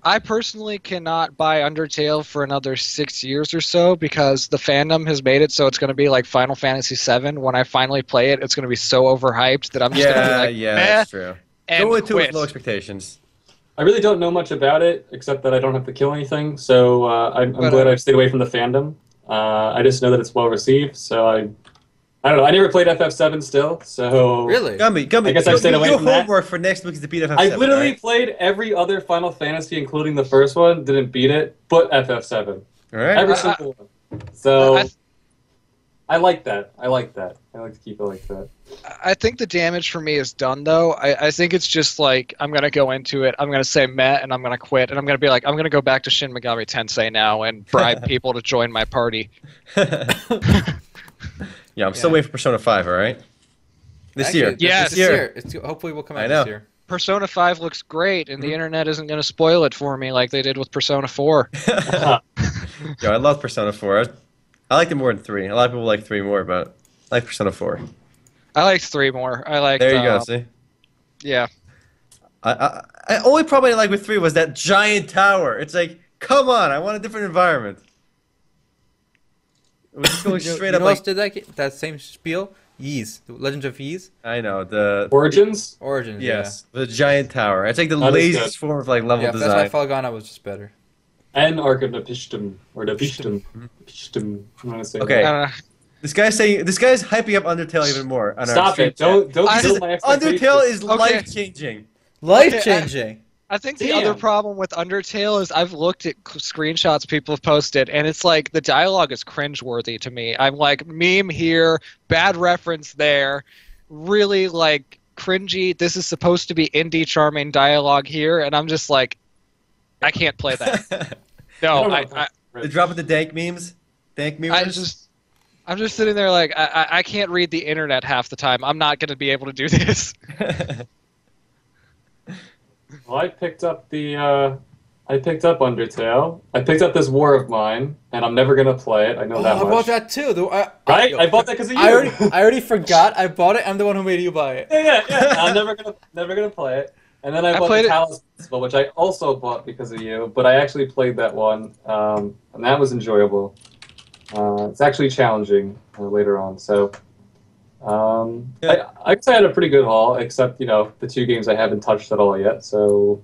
Speaker 4: I personally cannot buy Undertale for another six years or so because the fandom has made it so it's going to be like Final Fantasy VII. When I finally play it, it's going to be so overhyped that I'm just going to
Speaker 2: Yeah,
Speaker 4: be like,
Speaker 2: yeah,
Speaker 4: "Meh,"
Speaker 2: that's true.
Speaker 4: and
Speaker 2: Go into it
Speaker 4: quit.
Speaker 2: with low expectations.
Speaker 3: I really don't know much about it except that I don't have to kill anything, so uh, I'm, I'm
Speaker 4: But,
Speaker 3: glad
Speaker 4: uh,
Speaker 3: I've stayed away from the fandom. Uh, I just know that it's well received, so I I don't know. I never played FF7 still, so
Speaker 1: Really?
Speaker 2: Gummy, Gummy.
Speaker 3: I guess I've
Speaker 2: your-
Speaker 3: stayed away
Speaker 2: your
Speaker 3: from that.
Speaker 2: homework for next week is to beat FF7.
Speaker 3: I literally
Speaker 2: All
Speaker 3: played every other Final Fantasy, including the first one. Didn't beat it, but FF7.
Speaker 2: right. All
Speaker 3: Every
Speaker 2: right.
Speaker 4: I-
Speaker 3: single one. So
Speaker 4: I-
Speaker 3: I, like that. I like that. I like to keep it like that.
Speaker 4: I think the damage for me is done though. I, I think it's just like I'm gonna go into it. I'm gonna say met and I'm gonna quit and I'm gonna be like I'm gonna go back to Shin Megami Tensei now and bribe people to join my party.
Speaker 2: yeah, I'm still
Speaker 1: Yeah.
Speaker 2: waiting for Persona 5. All right. This
Speaker 1: Actually,
Speaker 2: year.
Speaker 1: it's
Speaker 4: Yes.
Speaker 1: This year. It's, hopefully, will come out
Speaker 2: I
Speaker 1: this
Speaker 2: know.
Speaker 1: year.
Speaker 4: Persona 5 looks great and
Speaker 2: Mm-hmm.
Speaker 4: the internet isn't gonna spoil it for me like they did with Persona 4.
Speaker 2: Yo, I love Persona 4. I, I liked it more than 3. A lot of people like 3 more, but I like Persona 4.
Speaker 4: I like three more. I like
Speaker 2: There you
Speaker 4: uh,
Speaker 2: go. See?
Speaker 4: Yeah.
Speaker 2: I, I, I only problem I didn't like with 3 was that giant tower. It's like, come on, I want a different environment. It was just going
Speaker 1: You know-
Speaker 2: straight
Speaker 1: you know
Speaker 2: up
Speaker 1: who
Speaker 2: like.
Speaker 1: else did that, ga- that same spiel? Yeez. The Legend of Yeez?
Speaker 2: I know. The.
Speaker 3: Origins.
Speaker 1: Origins.
Speaker 2: Yes. The giant tower. It's like the
Speaker 3: That is
Speaker 2: laziest form of like level
Speaker 1: Yeah, yeah that's why
Speaker 2: design.
Speaker 1: Falgana was just better.
Speaker 3: And Arc of the Pishtum, or the Pishtum. Pishtum. I'm gonna say
Speaker 2: Okay.
Speaker 4: I don't know.
Speaker 2: This guy's saying this guy's hyping up Undertale even more.
Speaker 3: that.
Speaker 2: On our
Speaker 3: Stop
Speaker 2: stream
Speaker 3: it! Don't don't
Speaker 2: chat.
Speaker 4: I-
Speaker 2: This
Speaker 3: build
Speaker 2: is- Undertale is
Speaker 3: my expectations.
Speaker 4: Okay.
Speaker 2: life changing.
Speaker 1: Life
Speaker 4: I-
Speaker 1: changing.
Speaker 4: I think the
Speaker 3: Damn.
Speaker 4: other problem with Undertale is I've looked at c- screenshots people have posted, and it's like the dialogue is cringeworthy to me. I'm like, meme here, bad reference there, really like cringy. This is supposed to be indie charming dialogue here, and I'm just like, I can't play that. No, I, Oh, I,
Speaker 2: the drop of the dank memes, dank memes.
Speaker 4: I just. I'm just sitting there like I, I- I can't read the internet half the time. I'm not going to be able to do this.
Speaker 3: Well, I picked up the. Uh, I picked up Undertale. I picked up this War of Mine, and I'm never gonna play it. I know
Speaker 1: Oh,
Speaker 3: that
Speaker 1: I bought
Speaker 3: much.
Speaker 1: that too. though. I,
Speaker 3: Right?
Speaker 1: yo,
Speaker 3: I bought that because of you.
Speaker 1: I already, I already forgot I bought it. I'm the one who made you buy it.
Speaker 3: yeah, yeah, yeah. I'm never gonna, never gonna play it. And then I,
Speaker 4: I
Speaker 3: bought
Speaker 4: played
Speaker 3: the
Speaker 4: it-
Speaker 3: Talos Principle, which I also bought because of you. But I actually played that one, um, and that was enjoyable. Uh, it's actually challenging uh, later on. So um,
Speaker 2: Yeah.
Speaker 3: I, I guess I had a pretty good haul, except you know the two games I haven't touched at all yet. So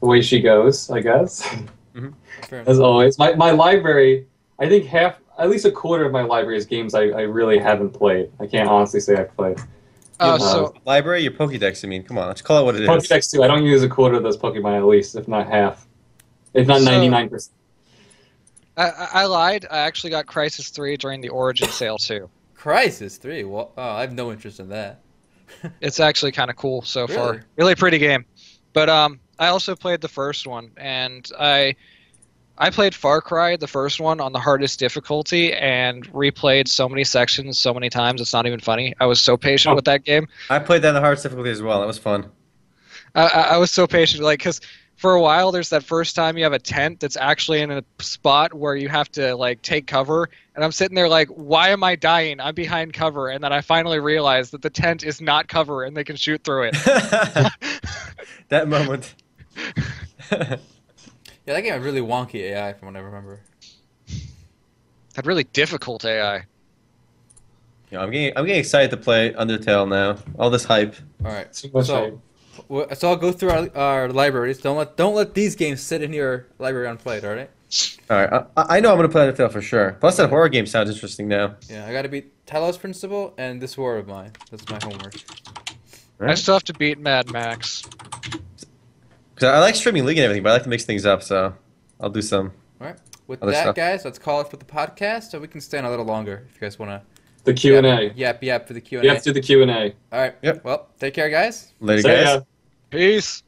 Speaker 3: the way she goes, I guess.
Speaker 1: Fair enough.
Speaker 3: As always, my, my library, I think half, at least a quarter of my library is games I, I really haven't played. I can't honestly say I've played.
Speaker 4: Oh,
Speaker 3: Uh,
Speaker 4: so
Speaker 2: Library, your Pokédex. I mean, come on, let's call it what it is.
Speaker 3: Pokedex too. I don't use a quarter of those Pokemon at least, if not half, if not
Speaker 4: So-
Speaker 3: ninety nine percent.
Speaker 4: I, I, I lied. I actually got Crisis Three during the Origin sale too.
Speaker 1: Crisis 3. Well, oh, I have no interest in that.
Speaker 4: It's actually kind of cool so
Speaker 1: Really?
Speaker 4: far. Really pretty game. But um, I also played the first one, and I I played Far Cry the first one on the hardest difficulty, and replayed so many sections so many times. It's not even funny. I was so patient
Speaker 3: Oh.
Speaker 4: with that game.
Speaker 2: I played that in the hardest difficulty as well. That was fun.
Speaker 4: I, I, I was so patient, like because for a while there's that first time you have a tent that's actually in a spot where you have to like take cover, and I'm sitting there like, why am I dying? I'm behind cover, and then I finally realize that the tent is not cover, and they can shoot through it.
Speaker 2: that moment.
Speaker 1: Yeah, that game had really wonky AI from what I remember.
Speaker 4: Had really difficult AI.
Speaker 2: Yeah, I'm getting, I'm getting excited to play Undertale now. All this hype.
Speaker 1: All right.
Speaker 3: Too much
Speaker 1: So-
Speaker 3: hype.
Speaker 1: Well, so I'll go through our, our libraries. Don't let don't let these games sit in your library unplayed. All right.
Speaker 2: All right, I, I know I'm gonna play Undertale for sure. Plus, that horror game sounds interesting now.
Speaker 1: Yeah, I gotta beat Talos Principle and this war of mine. That's my homework.
Speaker 4: I still have to beat Mad Max.
Speaker 2: Cause I like streaming League and everything, but I like to mix things up, so I'll do some.
Speaker 1: All right. With
Speaker 2: Other
Speaker 1: that,
Speaker 2: stuff.
Speaker 1: guys, let's call it for the podcast. So we can stand a little longer if you guys wanna.
Speaker 3: The Q and A.
Speaker 1: Yap yap for the Q and
Speaker 3: You have
Speaker 1: A.
Speaker 3: to do the Q and A.
Speaker 1: All right.
Speaker 2: Yep.
Speaker 1: Well, take care, guys.
Speaker 2: Later, guys.
Speaker 4: Peace.